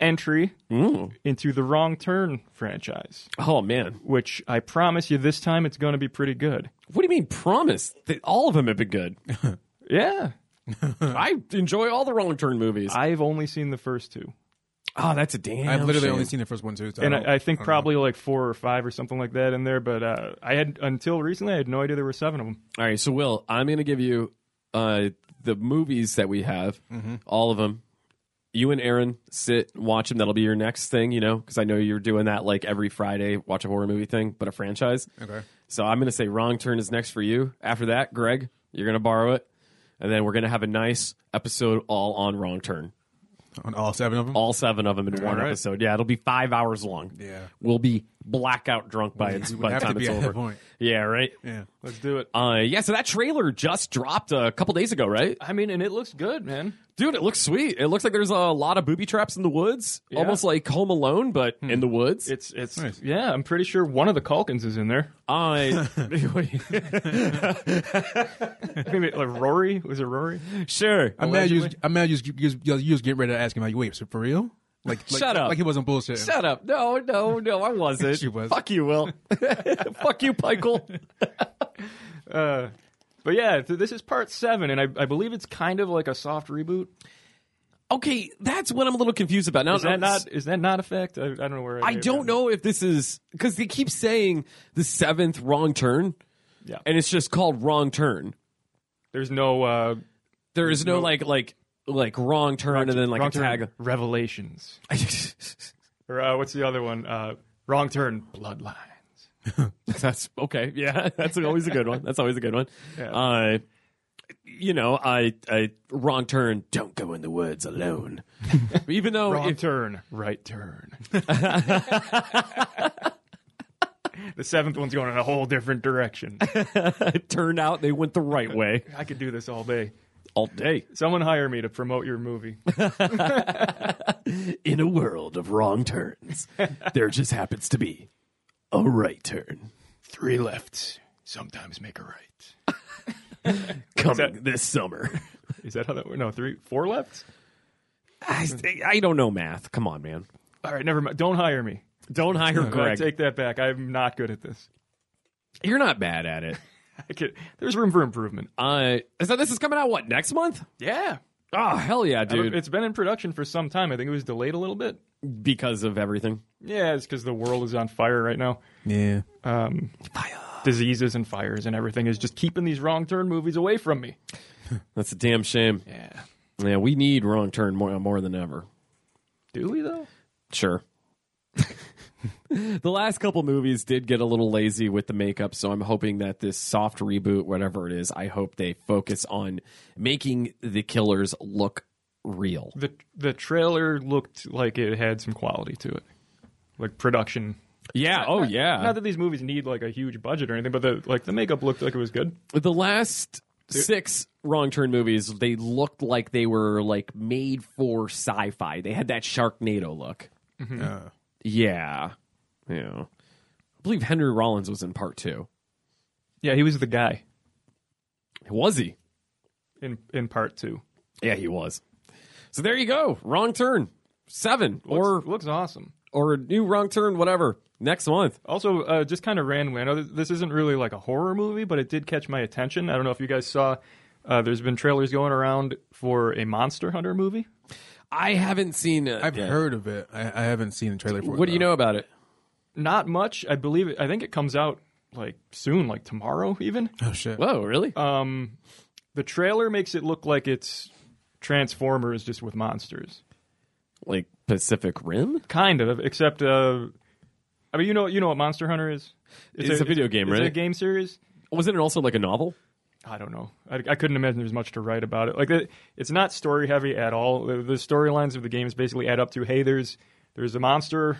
Speaker 6: entry into the Wrong Turn franchise,
Speaker 4: Oh man,
Speaker 6: which I promise you this time it's going to be pretty good.
Speaker 4: what do you mean? Promise that all of them have been *laughs* good.
Speaker 6: Yeah,
Speaker 4: I enjoy all the wrong turn movies.
Speaker 6: I've only seen the first two,
Speaker 4: oh, that's a damn.
Speaker 5: I've literally
Speaker 4: shame.
Speaker 5: only seen the first one too. So
Speaker 6: and
Speaker 5: don't-
Speaker 6: I, I think
Speaker 5: don't know.
Speaker 6: probably like four or five or something like that in there. But uh, I had until recently, I had no idea there were seven of them.
Speaker 4: All right, so Will, I'm going to give you uh, the movies that we have,
Speaker 5: Mm-hmm.
Speaker 4: all of them. You and Aaron sit and watch them. That'll be your next thing, you know, because I know you're doing that like every Friday, watch a horror movie thing, but a franchise.
Speaker 5: Okay.
Speaker 4: So I'm going to say Wrong Turn is next for you. After that, Greg, you're going to borrow it. And then we're going to have a nice episode all on Wrong Turn.
Speaker 5: on all seven of them.
Speaker 4: All seven of them in one
Speaker 5: right.
Speaker 4: episode. Yeah, it'll be five hours long.
Speaker 5: Yeah.
Speaker 4: We'll be blackout drunk by, it's,
Speaker 5: we would
Speaker 4: by the
Speaker 5: have to
Speaker 4: time
Speaker 5: be
Speaker 4: it's
Speaker 5: at
Speaker 4: over.
Speaker 5: that point.
Speaker 4: Yeah, right?
Speaker 5: yeah,
Speaker 6: Let's do it.
Speaker 4: Uh, yeah, so that trailer just dropped a couple days ago, right?
Speaker 6: I mean, and it looks good, man.
Speaker 4: Dude, it looks sweet. It looks like there's a lot of booby traps in the woods,
Speaker 6: Yeah.
Speaker 4: almost like Home Alone, but in the woods.
Speaker 6: It's it's
Speaker 5: Nice.
Speaker 6: yeah. I'm pretty sure one of the Calkins is in there.
Speaker 4: I
Speaker 6: *laughs* I think it- like Rory was it Rory?
Speaker 4: *laughs* sure.
Speaker 5: I'm mad. You, was- I'm mad. You, was- you, was- you, was- you was getting ready to ask him like, wait, so for real? Like, like
Speaker 4: Shut up.
Speaker 5: Like he wasn't bullshit.
Speaker 4: Shut up! No, no, no. I wasn't.
Speaker 5: She was.
Speaker 4: Fuck *laughs* you, Will. Fuck you, Michael.
Speaker 6: Uh, but yeah, th- this is part seven, and I, I believe it's kind of like a soft reboot.
Speaker 4: Okay, that's what I'm a little confused about. Now,
Speaker 6: Is that not is that not a fact? I, I don't know where
Speaker 4: I
Speaker 6: may have
Speaker 4: don't
Speaker 6: gotten-
Speaker 4: know if this is because they keep saying the seventh wrong turn,
Speaker 6: Yeah,
Speaker 4: and it's just called wrong turn.
Speaker 6: there's no uh,
Speaker 4: There is no, like like like wrong turn and then like
Speaker 6: wrong
Speaker 4: a tag.
Speaker 6: turn revelations
Speaker 4: *laughs*
Speaker 6: or uh, what's the other one? Uh, wrong turn bloodlines.
Speaker 4: *laughs* That's okay. Yeah, *laughs* that's always a good one. That's always a good one.
Speaker 6: Yeah.
Speaker 4: Uh, you know, I, I wrong turn. Don't go in the woods
Speaker 6: *laughs*
Speaker 4: alone. Even though
Speaker 6: Wrong
Speaker 4: if,
Speaker 6: turn, Oh, right turn. *laughs* the seventh one's going in a whole different direction.
Speaker 4: it turned out they went the right way
Speaker 6: I could do this all day.
Speaker 4: all day
Speaker 6: Someone hire me to promote your movie.
Speaker 4: in a world of wrong
Speaker 6: *laughs*
Speaker 4: turns, there just happens to be a right turn
Speaker 6: Three lefts sometimes make a right.
Speaker 4: *laughs* coming
Speaker 6: that-
Speaker 4: this
Speaker 6: *laughs*
Speaker 4: summer.
Speaker 6: Is that how that works? No, three, four left.
Speaker 4: I, I don't know math. Come on, man.
Speaker 6: All right, never mind. Don't hire me.
Speaker 4: Don't hire
Speaker 6: I
Speaker 4: Greg.
Speaker 6: take that back. I'm not good at this.
Speaker 4: You're not bad at it.
Speaker 6: I could, there's room for improvement.
Speaker 4: Uh, so this is coming out what next month?
Speaker 6: Yeah,
Speaker 4: Oh hell yeah, dude!
Speaker 6: It's been in production for some time. I think it was delayed a little bit.
Speaker 4: because of everything.
Speaker 6: Yeah, it's because the world is on fire right now.
Speaker 5: Yeah.
Speaker 6: Um, diseases and fires and everything is just keeping these wrong turn movies away from me.
Speaker 4: That's a damn shame.
Speaker 6: Yeah.
Speaker 4: Yeah, we need wrong turn more more than ever.
Speaker 6: Do we though?
Speaker 4: Sure. the last couple movies did get a little lazy with the makeup, so I'm hoping that this soft reboot, whatever it is, I hope they focus on making the killers look real.
Speaker 6: The the trailer looked like it had some quality to it, like production.
Speaker 4: Yeah, oh yeah.
Speaker 6: Not that these movies need like a huge budget or anything, but the like the makeup looked like it was good.
Speaker 4: the last six wrong turn movies they looked like they were like made for sci-fi they had that sharknado look
Speaker 5: Uh,
Speaker 4: yeah yeah i believe henry rollins was in part two
Speaker 6: Yeah, he was the guy
Speaker 4: was he
Speaker 6: in in part two.
Speaker 4: yeah he was so there you go wrong turn seven or
Speaker 6: looks, looks awesome.
Speaker 4: or new wrong turn whatever next month
Speaker 6: Also, uh, just kind of randomly, I know th- this isn't really like a horror movie, but it did catch my attention. I don't know if you guys saw. Uh, there's been trailers going around for a Monster Hunter movie.
Speaker 4: i haven't seen it
Speaker 5: I've
Speaker 4: yet.
Speaker 5: heard of it. I, I haven't seen a trailer for it.
Speaker 4: what do you
Speaker 5: though.
Speaker 4: know about it
Speaker 6: Not much, I believe. It, I think it comes out like soon, like tomorrow, even.
Speaker 5: Oh shit.
Speaker 4: whoa really
Speaker 6: Um, the trailer makes it look like it's Transformers just with monsters,
Speaker 4: like pacific rim
Speaker 6: kind of. Except, uh, I mean, you know, you know what Monster Hunter is?
Speaker 4: It's a video game,
Speaker 6: it's a
Speaker 4: right?
Speaker 6: game series.
Speaker 4: wasn't it also like a novel
Speaker 6: I don't know. I, I couldn't imagine there's much to write about it. Like it, it's not story heavy at all. The, the storylines of the games basically add up to hey, there's there's a monster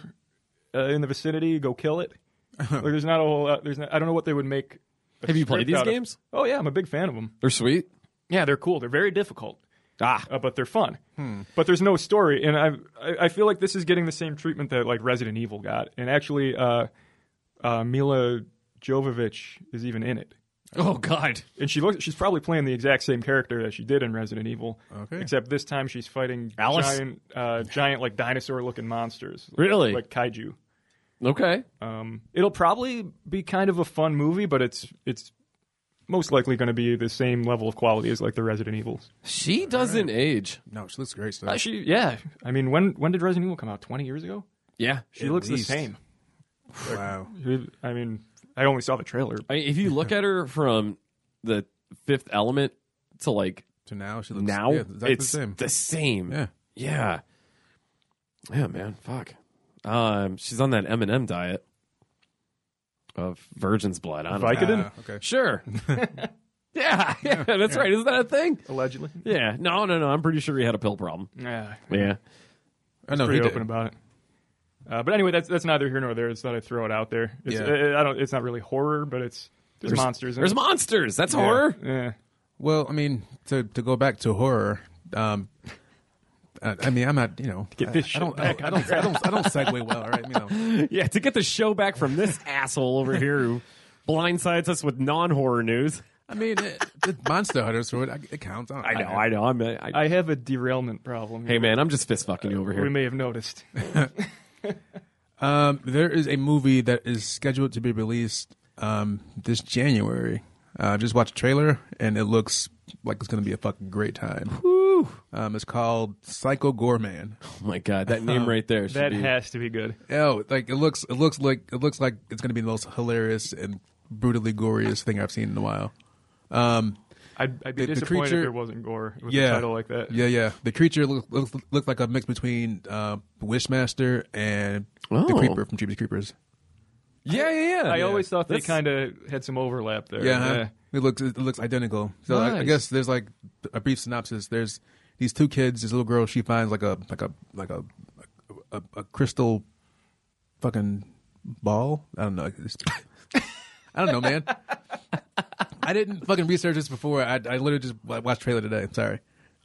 Speaker 6: uh, in the vicinity, go
Speaker 4: *laughs*
Speaker 6: kill it. like there's not a whole. lot there's not, I don't know what they would make. a
Speaker 4: Have you played
Speaker 6: script
Speaker 4: these
Speaker 6: out of-
Speaker 4: games?
Speaker 6: Oh yeah, I'm a big fan of them.
Speaker 4: they're sweet
Speaker 6: Yeah, they're cool. They're very difficult.
Speaker 4: Ah.
Speaker 6: uh, but they're fun.
Speaker 4: Hmm.
Speaker 6: But there's no story, and I, I I feel like this is getting the same treatment that like Resident Evil got, and actually, uh, uh, Mila Jovovich is even in it,
Speaker 4: Oh God.
Speaker 6: and she looks she's probably playing the exact same character that she did in Resident Evil,
Speaker 5: Okay.
Speaker 6: except this time she's fighting
Speaker 4: Alice?
Speaker 6: giant uh, giant like dinosaur looking monsters,
Speaker 4: Really?
Speaker 6: like kaiju.
Speaker 4: Okay.
Speaker 6: Um, it'll probably be kind of a fun movie, but it's it's most likely going to be the same level of quality as like the Resident Evils.
Speaker 4: She doesn't age.
Speaker 5: No, she looks great. So
Speaker 6: Uh, she, yeah. I mean, when when did Resident Evil come out? Twenty years ago.
Speaker 4: Yeah.
Speaker 6: She looks
Speaker 5: least.
Speaker 6: the same.
Speaker 5: wow.
Speaker 6: She- I mean, I only saw the trailer.
Speaker 4: I mean, if you look at her from the Fifth Element to like
Speaker 5: So now she looks
Speaker 4: now,
Speaker 5: yeah, exactly
Speaker 4: it's
Speaker 5: the same.
Speaker 4: same.
Speaker 5: yeah.
Speaker 4: Yeah. Yeah, man. Fuck. Um, she's on that M and m diet of virgin's blood. I don't know.
Speaker 6: Vicodin,
Speaker 5: Ah, okay.
Speaker 4: Sure. *laughs* yeah, yeah, that's right. Isn't that a thing?
Speaker 6: allegedly.
Speaker 4: Yeah. No, no, no. I'm pretty sure he had a pill problem.
Speaker 6: Yeah,
Speaker 4: Yeah.
Speaker 5: I know Oh, he
Speaker 6: pretty
Speaker 5: did.
Speaker 6: open about it. Uh, but anyway, that's that's neither here nor there. It's thought I'd throw it out there. It's,
Speaker 5: Yeah.
Speaker 6: uh, I don't. It's not really horror, but it's there's, monsters. in
Speaker 4: There's
Speaker 6: it.
Speaker 4: monsters. That's horror.
Speaker 6: Yeah.
Speaker 5: Well, I mean, to to go back to horror, um, I, I mean, I'm not, you know,
Speaker 6: Get
Speaker 5: I-
Speaker 6: this
Speaker 5: I, don't, I don't, I don't, I don't, I don't segue well, all right? You know,
Speaker 4: *laughs* Yeah, to get the show back from
Speaker 6: *laughs*
Speaker 4: this asshole over here who blindsides us with non horror news.
Speaker 5: I mean, it, the Monster Hunters, so it, it counts.
Speaker 4: I know, I know. I'm, I,
Speaker 6: I have a derailment problem.
Speaker 4: hey, man, I'm just fist fucking you over
Speaker 6: we
Speaker 4: here.
Speaker 6: may
Speaker 5: *laughs*
Speaker 6: have noticed.
Speaker 5: Um, there is a movie that is scheduled to be released um, this January. Uh, just watched a trailer, and it looks like it's going to be a fucking great time.
Speaker 4: Woo.
Speaker 5: Um, it's called Psycho Gorman.
Speaker 4: Oh my god, that
Speaker 6: *laughs*
Speaker 4: name right there. should
Speaker 6: That
Speaker 4: be-
Speaker 6: has to be good.
Speaker 5: Oh, like it looks, it looks like it looks like it's going to be the most hilarious and brutally goriest thing I've seen in a while. Um,
Speaker 6: I'd, I'd be
Speaker 5: The- the
Speaker 6: disappointed
Speaker 5: creature-
Speaker 6: if there wasn't gore with
Speaker 5: Yeah.
Speaker 6: a title like that.
Speaker 5: yeah, yeah. The creature looks looks looked like a mix between uh, Wishmaster and the
Speaker 4: Oh.
Speaker 5: Creeper from Jeepers Creepers.
Speaker 4: Yeah, yeah, yeah.
Speaker 6: I
Speaker 4: Yeah.
Speaker 6: always thought they
Speaker 4: That's-
Speaker 6: kind of had some overlap there.
Speaker 5: Yeah, huh? it looks it looks identical. So I, I
Speaker 4: Nice.
Speaker 5: guess there's like a brief synopsis. There's these two kids. This little girl she finds like a like a like a a, a crystal fucking ball. I don't know. It's- I don't know, man. I didn't fucking research this before. I, I literally just wa- watched trailer today. Sorry.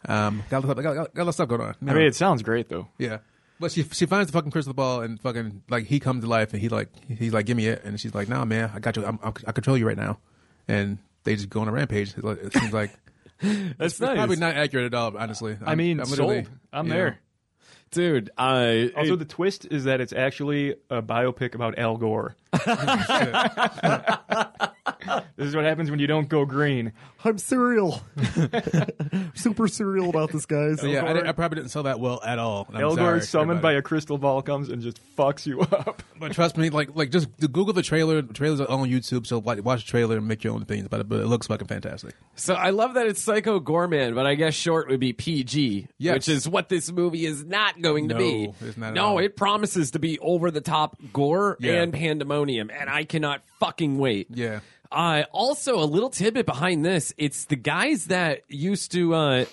Speaker 5: Um, got a lot, got, got a lot of stuff going on.
Speaker 6: I mean, it sounds great though.
Speaker 5: Yeah. But she she finds the fucking crystal ball and fucking like he comes to life and he like he's like give me it and she's like nah man I got you I'm, I'm I control you right now and they just go on a rampage it, *laughs* it seems like
Speaker 4: That's
Speaker 5: it's
Speaker 4: nice.
Speaker 5: probably not accurate at all honestly
Speaker 6: I mean,
Speaker 5: I'm literally-
Speaker 6: sold. I'm
Speaker 5: yeah.
Speaker 6: there.
Speaker 4: Dude, I
Speaker 6: Also, the twist is that it's actually a biopic about
Speaker 5: *laughs*
Speaker 6: Al Gore. this is what happens when you don't go green.
Speaker 4: I'm serial. *laughs* Super serial about this guys.
Speaker 5: so yeah I, di- I probably didn't sell that well at all and I'm
Speaker 6: Al Gore
Speaker 5: sorry,
Speaker 6: is summoned by
Speaker 5: everybody.
Speaker 6: a crystal ball, comes and just fucks you up.
Speaker 5: but trust me like like just Google the trailer the trailers are all on YouTube so like, watch the trailer and make your own opinions about it but it looks fucking fantastic
Speaker 4: So I love that it's Psycho Gorman, but I guess short would be PG,
Speaker 5: Yes.
Speaker 4: which is what this movie is not going to
Speaker 5: No,
Speaker 4: be.
Speaker 5: it's not at
Speaker 4: no,
Speaker 5: all.
Speaker 4: it promises to be over the top gore
Speaker 5: Yeah.
Speaker 4: and pandemonium, and I cannot fucking wait.
Speaker 5: Yeah.
Speaker 4: Uh, also, a little tidbit behind this: it's the guys that used to. Uh,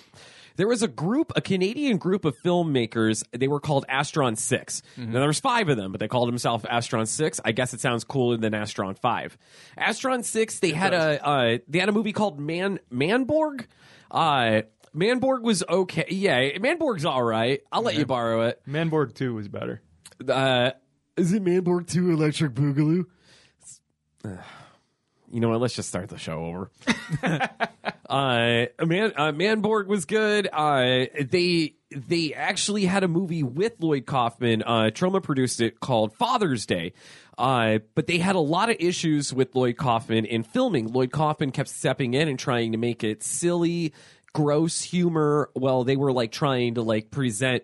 Speaker 4: there was a group, a Canadian group of filmmakers. They were called Astron 6 Now there was five of them, but they called themselves Astron Six. I guess it sounds cooler than Astron Five. Astron Six. They had a uh, they had a movie called Man Manborg. Uh, Manborg was okay. Yeah, Manborg's all right. I'll let you borrow it.
Speaker 6: Manborg 2 was better.
Speaker 4: Uh, is it Manborg Two Electric Boogaloo? *sighs* you know what? Let's just start the show over. *laughs* uh, Man, uh, Manborg was good. Uh, they they actually had a movie with Lloyd Kaufman. Uh, Troma produced it called Father's Day. Uh, but they had a lot of issues with Lloyd Kaufman in filming. Lloyd Kaufman kept stepping in and trying to make it silly, gross humor. Well, they were like trying to like present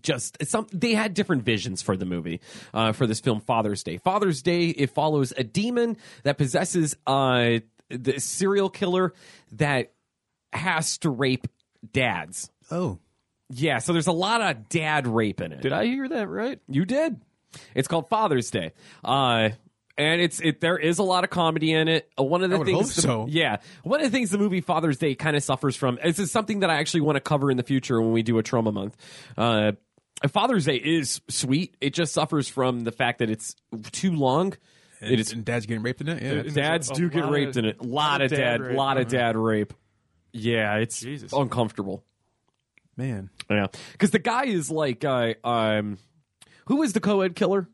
Speaker 4: just some they had different visions for the movie uh, for this film father's day father's day it follows a demon that possesses uh, the serial killer that has to rape dads
Speaker 5: oh
Speaker 4: yeah so there's a lot of dad rape in it
Speaker 6: Did I hear that right? *laughs*
Speaker 4: you did. It's called Father's Day. Uh and it's it there is a lot of comedy in it. Uh, One of the
Speaker 5: I would
Speaker 4: things
Speaker 5: hope
Speaker 4: the-
Speaker 5: so.
Speaker 4: Yeah. One of the things the movie Father's Day kind of suffers from this is something that I actually want to cover in the future when we do a trauma month. Uh Father's Day is sweet. It just suffers from the fact that it's too long. It is
Speaker 5: and Dad's getting raped in it yeah
Speaker 6: Dude,
Speaker 4: dads
Speaker 6: a
Speaker 4: do get
Speaker 6: lot
Speaker 4: raped
Speaker 6: of-
Speaker 4: in it. Lot of
Speaker 6: dad
Speaker 4: dad,
Speaker 6: rape.
Speaker 4: lot of dad rape. Yeah, it's
Speaker 6: Jesus.
Speaker 4: uncomfortable.
Speaker 5: Man,
Speaker 4: Yeah, because the guy is like, uh, um, who is the co-ed killer?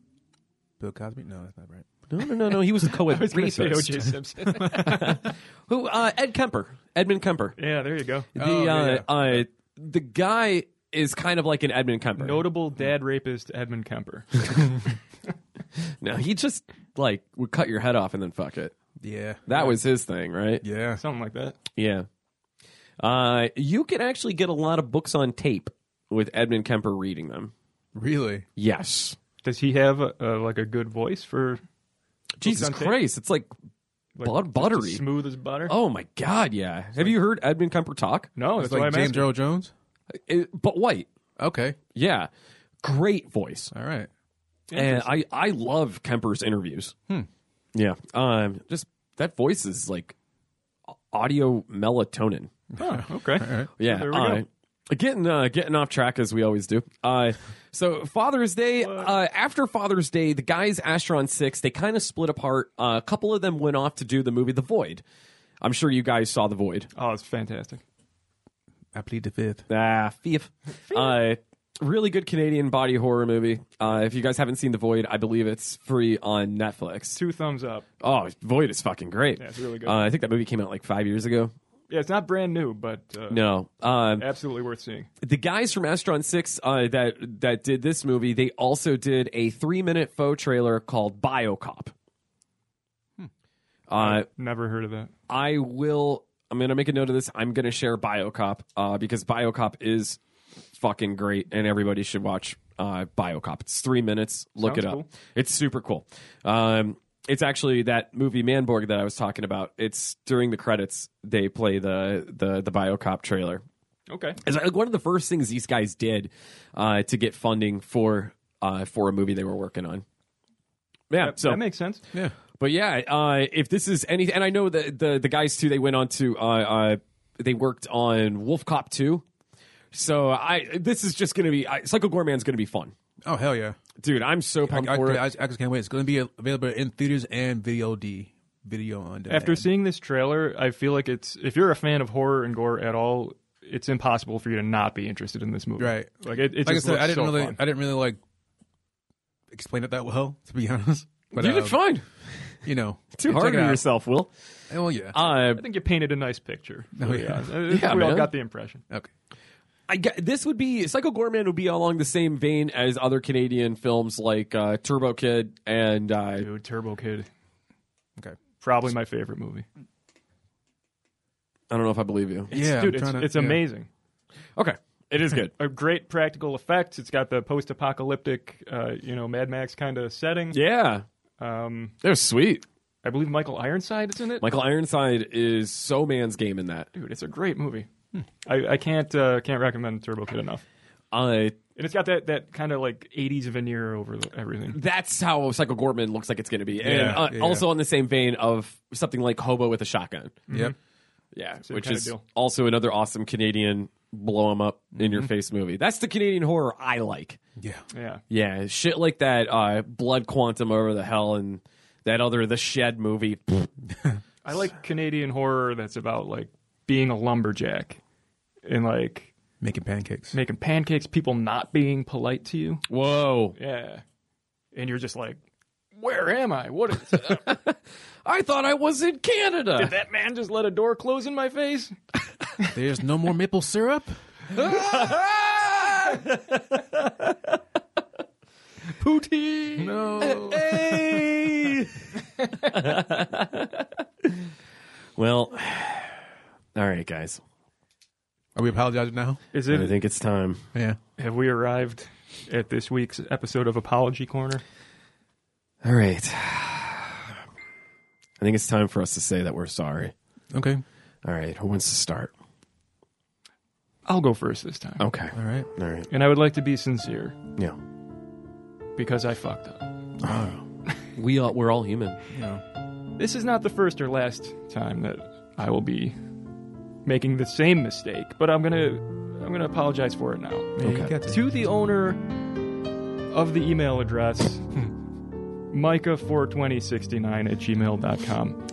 Speaker 5: Bill Cosby? No, that's not right.
Speaker 4: No, no, no, no. He was the co-ed
Speaker 6: *laughs* I was going to say
Speaker 4: rapist.
Speaker 6: O.J. Simpson.
Speaker 4: Who? Uh, Ed Kemper. Edmund Kemper.
Speaker 6: yeah, there you go.
Speaker 4: The
Speaker 5: Oh, yeah,
Speaker 4: uh, uh, the guy is kind of like an Edmund Kemper.
Speaker 6: Notable dad rapist Edmund Kemper.
Speaker 4: No, he just like would cut your head off and then fuck it.
Speaker 5: Yeah,
Speaker 4: That was his thing, right?
Speaker 5: yeah.
Speaker 6: Something like that.
Speaker 4: Yeah. Uh, you can actually get a lot of books on tape with Edmund Kemper reading them.
Speaker 5: Really?
Speaker 4: Yes.
Speaker 6: Does he have a, uh, like a good voice for
Speaker 4: Jesus
Speaker 6: on tape?
Speaker 4: Christ, it's like
Speaker 6: like,
Speaker 4: Bud-
Speaker 6: just
Speaker 4: buttery.
Speaker 6: as smooth as butter?
Speaker 4: oh my god, yeah. Have you heard Edmund Kemper talk?
Speaker 6: no,
Speaker 5: It's
Speaker 6: that's why
Speaker 5: like
Speaker 6: I'm
Speaker 5: James
Speaker 6: asking.
Speaker 5: Earl Jones.
Speaker 4: It- but white.
Speaker 5: Okay,
Speaker 4: Yeah. Great voice.
Speaker 5: all right.
Speaker 4: And I I love Kemper's interviews. Hmm. Yeah. Um just that voice is like audio melatonin.
Speaker 6: Oh, okay.
Speaker 4: Yeah.
Speaker 6: There we
Speaker 4: uh,
Speaker 6: go.
Speaker 4: Getting uh, getting off track as we always do. Uh, so Father's Day, uh, after Father's Day, the guys Astron Six they kind of split apart. Uh, a couple of them went off to do the movie The Void. I'm sure you guys saw The Void.
Speaker 6: Oh, it's fantastic.
Speaker 5: I plead the fifth.
Speaker 4: Ah, thief. Uh, really good Canadian body horror movie. Uh, if you guys haven't seen The Void, I believe it's free on Netflix.
Speaker 6: Two thumbs up.
Speaker 4: Oh, Void is fucking great.
Speaker 6: Yeah, it's really good.
Speaker 4: Uh, I think that movie came out like five years ago.
Speaker 6: Yeah, it's not brand new, but uh,
Speaker 4: No, um,
Speaker 6: absolutely worth seeing.
Speaker 4: the guys from Astron Six uh, that that did this movie, they also did a three minute faux trailer called BioCop.
Speaker 6: Hmm.
Speaker 4: Uh,
Speaker 6: Never heard of that.
Speaker 4: I will. I'm gonna make a note of this. I'm gonna share BioCop uh, because BioCop is fucking great, and everybody should watch uh, BioCop. It's three minutes. Look
Speaker 6: Sounds
Speaker 4: it up.
Speaker 6: cool.
Speaker 4: It's super cool. Um, it's actually that movie Manborg that I was talking about. It's during the credits they play the the the BioCop trailer.
Speaker 6: Okay.
Speaker 4: It's like one of the first things these guys did uh, to get funding for uh, for a movie they were working on. Yeah,
Speaker 6: That,
Speaker 4: so
Speaker 6: that makes sense.
Speaker 5: Yeah,
Speaker 4: but yeah, uh, if this is any, and I know the the, the guys too, they went on to uh, uh, they worked on Wolf Cop two. So I this is just gonna be I, Psycho Goreman's gonna be fun,
Speaker 5: Oh hell yeah!
Speaker 4: dude. I'm so
Speaker 5: I,
Speaker 4: pumped
Speaker 5: I,
Speaker 4: for
Speaker 5: I,
Speaker 4: it.
Speaker 5: I just can't wait. It's going to be available in theaters and video D, video on demand.
Speaker 6: After seeing this trailer, I feel like it's if you're a fan of horror and gore at all, it's impossible for you to not be interested in this movie.
Speaker 5: right?
Speaker 6: Like it,
Speaker 5: like
Speaker 6: it
Speaker 5: I
Speaker 6: just
Speaker 5: said,
Speaker 6: looks
Speaker 5: I didn't
Speaker 6: so
Speaker 5: really,
Speaker 6: fun.
Speaker 5: I didn't really like explain it that well, to be *laughs* honest. But
Speaker 4: you did
Speaker 5: um,
Speaker 4: fine.
Speaker 5: you know,
Speaker 4: Too
Speaker 5: check
Speaker 4: hard
Speaker 5: it
Speaker 4: on
Speaker 5: out.
Speaker 4: yourself, Will.
Speaker 5: Oh yeah,
Speaker 4: Uh,
Speaker 6: I think you painted a nice picture.
Speaker 5: Oh, yeah.
Speaker 6: I think
Speaker 4: Yeah,
Speaker 6: we all
Speaker 4: man.
Speaker 6: got the impression.
Speaker 5: okay.
Speaker 4: I gue- this would be Psycho Gorman would be along the same vein as other Canadian films like uh, Turbo Kid and uh,
Speaker 6: Dude, Turbo Kid,
Speaker 5: Okay.
Speaker 6: probably my favorite movie.
Speaker 4: I don't know if I believe you.
Speaker 5: yeah, I'm
Speaker 6: Dude, it's,
Speaker 5: trying to-
Speaker 6: it's
Speaker 5: yeah.
Speaker 6: amazing.
Speaker 4: Okay, it is
Speaker 5: *laughs*
Speaker 4: good.
Speaker 6: A great practical effects. It's got the post-apocalyptic, uh, you know, Mad Max kind of setting.
Speaker 4: yeah,
Speaker 6: Um,
Speaker 4: they're sweet.
Speaker 6: I believe Michael Ironside is in it.
Speaker 4: Michael Ironside is so man's game in that.
Speaker 6: Dude, it's a great movie. Hmm. I, I can't uh, can't recommend Turbo Kid enough.
Speaker 4: Uh,
Speaker 6: And it's got that, that kind of like 80s veneer over the, everything.
Speaker 4: that's how Psycho Gorman looks like it's going to be, and
Speaker 5: Yeah,
Speaker 4: uh,
Speaker 5: yeah.
Speaker 4: also on the same vein of something like Hobo with a Shotgun.
Speaker 5: Yep.
Speaker 4: Yeah,
Speaker 6: Same
Speaker 4: which
Speaker 6: kinda
Speaker 4: is
Speaker 6: deal.
Speaker 4: also another awesome Canadian blow 'em up in your face movie. That's the Canadian horror I like.
Speaker 5: Yeah.
Speaker 6: Yeah.
Speaker 4: Yeah, shit like that. Uh, Blood Quantum over the hell and that other The Shed movie. *laughs* Pfft.
Speaker 6: I like Canadian horror that's about like being a lumberjack and like
Speaker 5: Making pancakes.
Speaker 6: making pancakes, people not being polite to you.
Speaker 4: Whoa!
Speaker 6: Yeah. And you're just like, where am I? What is uh,
Speaker 4: I thought I was in Canada.
Speaker 6: *laughs* that man just let a door close in my face?
Speaker 5: There's no more maple syrup.
Speaker 4: Poutine.
Speaker 5: No.
Speaker 4: *laughs* Hey! well, *sighs* all right, guys.
Speaker 5: Are we apologizing now?
Speaker 6: Is
Speaker 4: I
Speaker 6: it
Speaker 4: think it's time.
Speaker 5: Yeah.
Speaker 6: have we arrived at this week's episode of Apology Corner?
Speaker 4: All right. *sighs* I think it's time for us to say that we're sorry.
Speaker 5: Okay.
Speaker 4: All right. Who wants to start?
Speaker 6: I'll go first this time.
Speaker 4: Okay.
Speaker 5: All right.
Speaker 4: All right.
Speaker 6: And I would like to be sincere
Speaker 4: Yeah.
Speaker 6: because I fucked up.
Speaker 4: We all, we're all human.
Speaker 6: This is not the first or last time that I will be making the same mistake, but I'm gonna I'm gonna apologize for it now.
Speaker 5: Yeah, you got to.
Speaker 6: To the owner of the email address Micah42069 at gmail.com.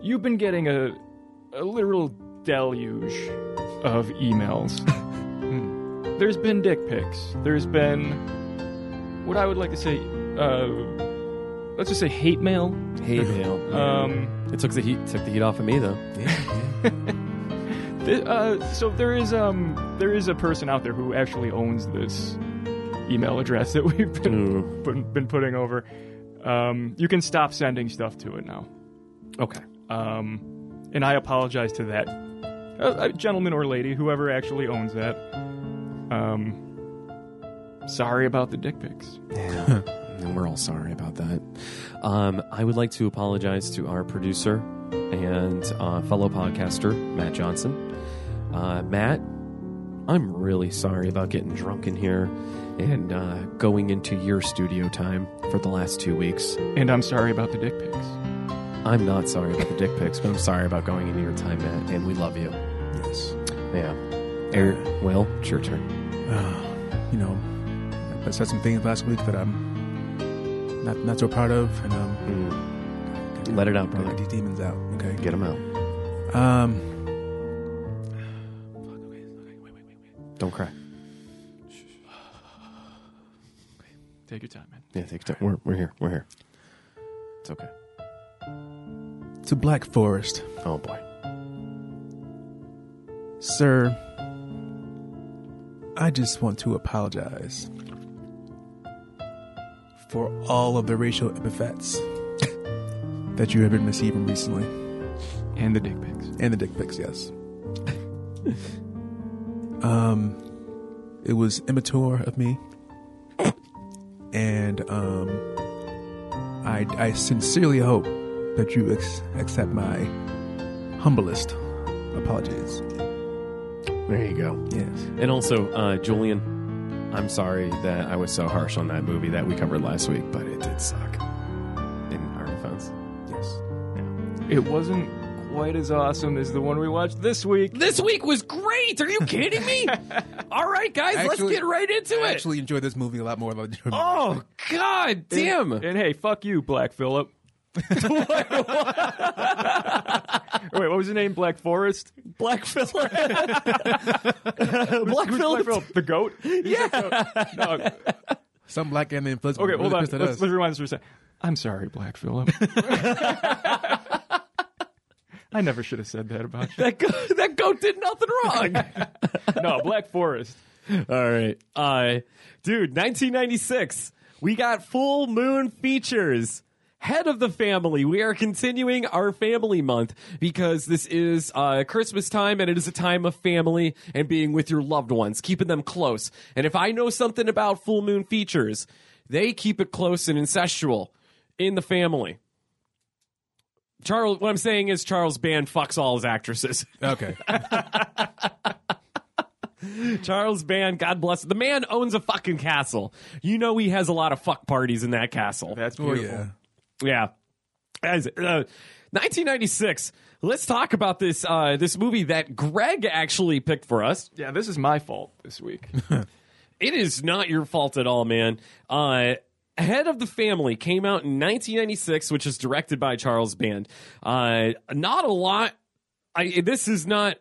Speaker 6: You've been getting a a literal deluge of emails. Hmm. There's been dick pics. There's been what I would like to say, uh, let's just say hate mail.
Speaker 7: *laughs* Hey, Dale.
Speaker 6: Um,
Speaker 7: it took the heat took the heat off of me though.
Speaker 6: th- uh, so there is um there is a person out there who actually owns this email address that we've been put, been putting over. Um, you can stop sending stuff to it now.
Speaker 7: *laughs* Okay.
Speaker 6: Um, and I apologize to that uh, gentleman or lady, whoever actually owns that. Um, sorry about the dick pics.
Speaker 7: And we're all sorry about that. Um, I would like to apologize to our producer and uh, fellow podcaster, Matt Johnson. Uh, Matt, I'm really sorry about getting drunk in here and uh, going into your studio time for the last two weeks.
Speaker 6: And I'm sorry about the dick pics.
Speaker 7: I'm not sorry about the dick pics, but I'm sorry about going into your time, Matt, and we love you.
Speaker 5: Yes.
Speaker 7: Yeah. Eric, Will, it's your turn.
Speaker 5: uh, you know, I said some things last week that I'm not not so proud of, and um,
Speaker 7: Let it out,
Speaker 5: gotta get
Speaker 7: brother.
Speaker 5: these demons out. Okay.
Speaker 7: Mm, Get him out.
Speaker 5: Um.
Speaker 7: Don't cry.
Speaker 6: *sighs* Take your time, man.
Speaker 7: Yeah, take your time. We're, we're here. We're here. It's okay.
Speaker 5: to Black Forest.
Speaker 7: Oh, boy.
Speaker 5: Sir, I just want to apologize for all of the racial epithets *laughs* that you have been receiving recently.
Speaker 6: And the dick pics.
Speaker 5: And the dick pics, yes. um, it was immature of me, and um, I I sincerely hope that you ex- accept my humblest apologies.
Speaker 7: There you go.
Speaker 5: Yes.
Speaker 7: And also, uh, Julian, I'm sorry that I was so harsh on that movie that we covered last week, but it did suck. In our defense.
Speaker 5: Yes.
Speaker 6: It wasn't quite as awesome as the one we watched this week.
Speaker 7: This week was great. Are you kidding me? All right, guys,
Speaker 5: Actually-
Speaker 7: let's get right into
Speaker 5: I
Speaker 7: it.
Speaker 5: actually enjoyed this movie a lot more than I enjoyed
Speaker 7: oh God, damn!
Speaker 6: And hey, fuck you, Black Phillip. *laughs* Wait, what was his name? Black Forest?
Speaker 7: Black Phillip. Black
Speaker 6: Black
Speaker 7: Phillip.
Speaker 6: Phillip, the goat?
Speaker 7: Yeah.
Speaker 6: No,
Speaker 5: some black and in Flintstones.
Speaker 6: Okay, hold on.
Speaker 5: pissed
Speaker 6: Let's,
Speaker 5: at us.
Speaker 6: let's rewind this for a second. I'm sorry, Black Phillip. *laughs* I never should have said that about you.
Speaker 7: That goat, *laughs* that goat did nothing wrong.
Speaker 6: No, Black Forest.
Speaker 7: *laughs* All right. Uh, dude, 1996. We got full moon features. Head of the family. We are continuing our family month because this is uh, Christmas time and it is a time of family and being with your loved ones, keeping them close. And if I know something about full moon features, they keep it close and incestual in the family. Charles, what I'm saying is Charles Band fucks all his actresses. *laughs*
Speaker 5: Okay.
Speaker 7: Charles Band, God bless. The man owns a fucking castle. You know he has a lot of fuck parties in that castle.
Speaker 6: That's
Speaker 5: Oh
Speaker 6: beautiful.
Speaker 5: yeah.
Speaker 7: Yeah. As, uh, 1996. Let's talk about this uh, this movie that Greg actually picked for us.
Speaker 6: Yeah, this is my fault this week.
Speaker 7: It is not your fault at all, man. Uh, Head of the Family came out in 1996, which is directed by Charles Band. Uh, not a lot. I, this is not.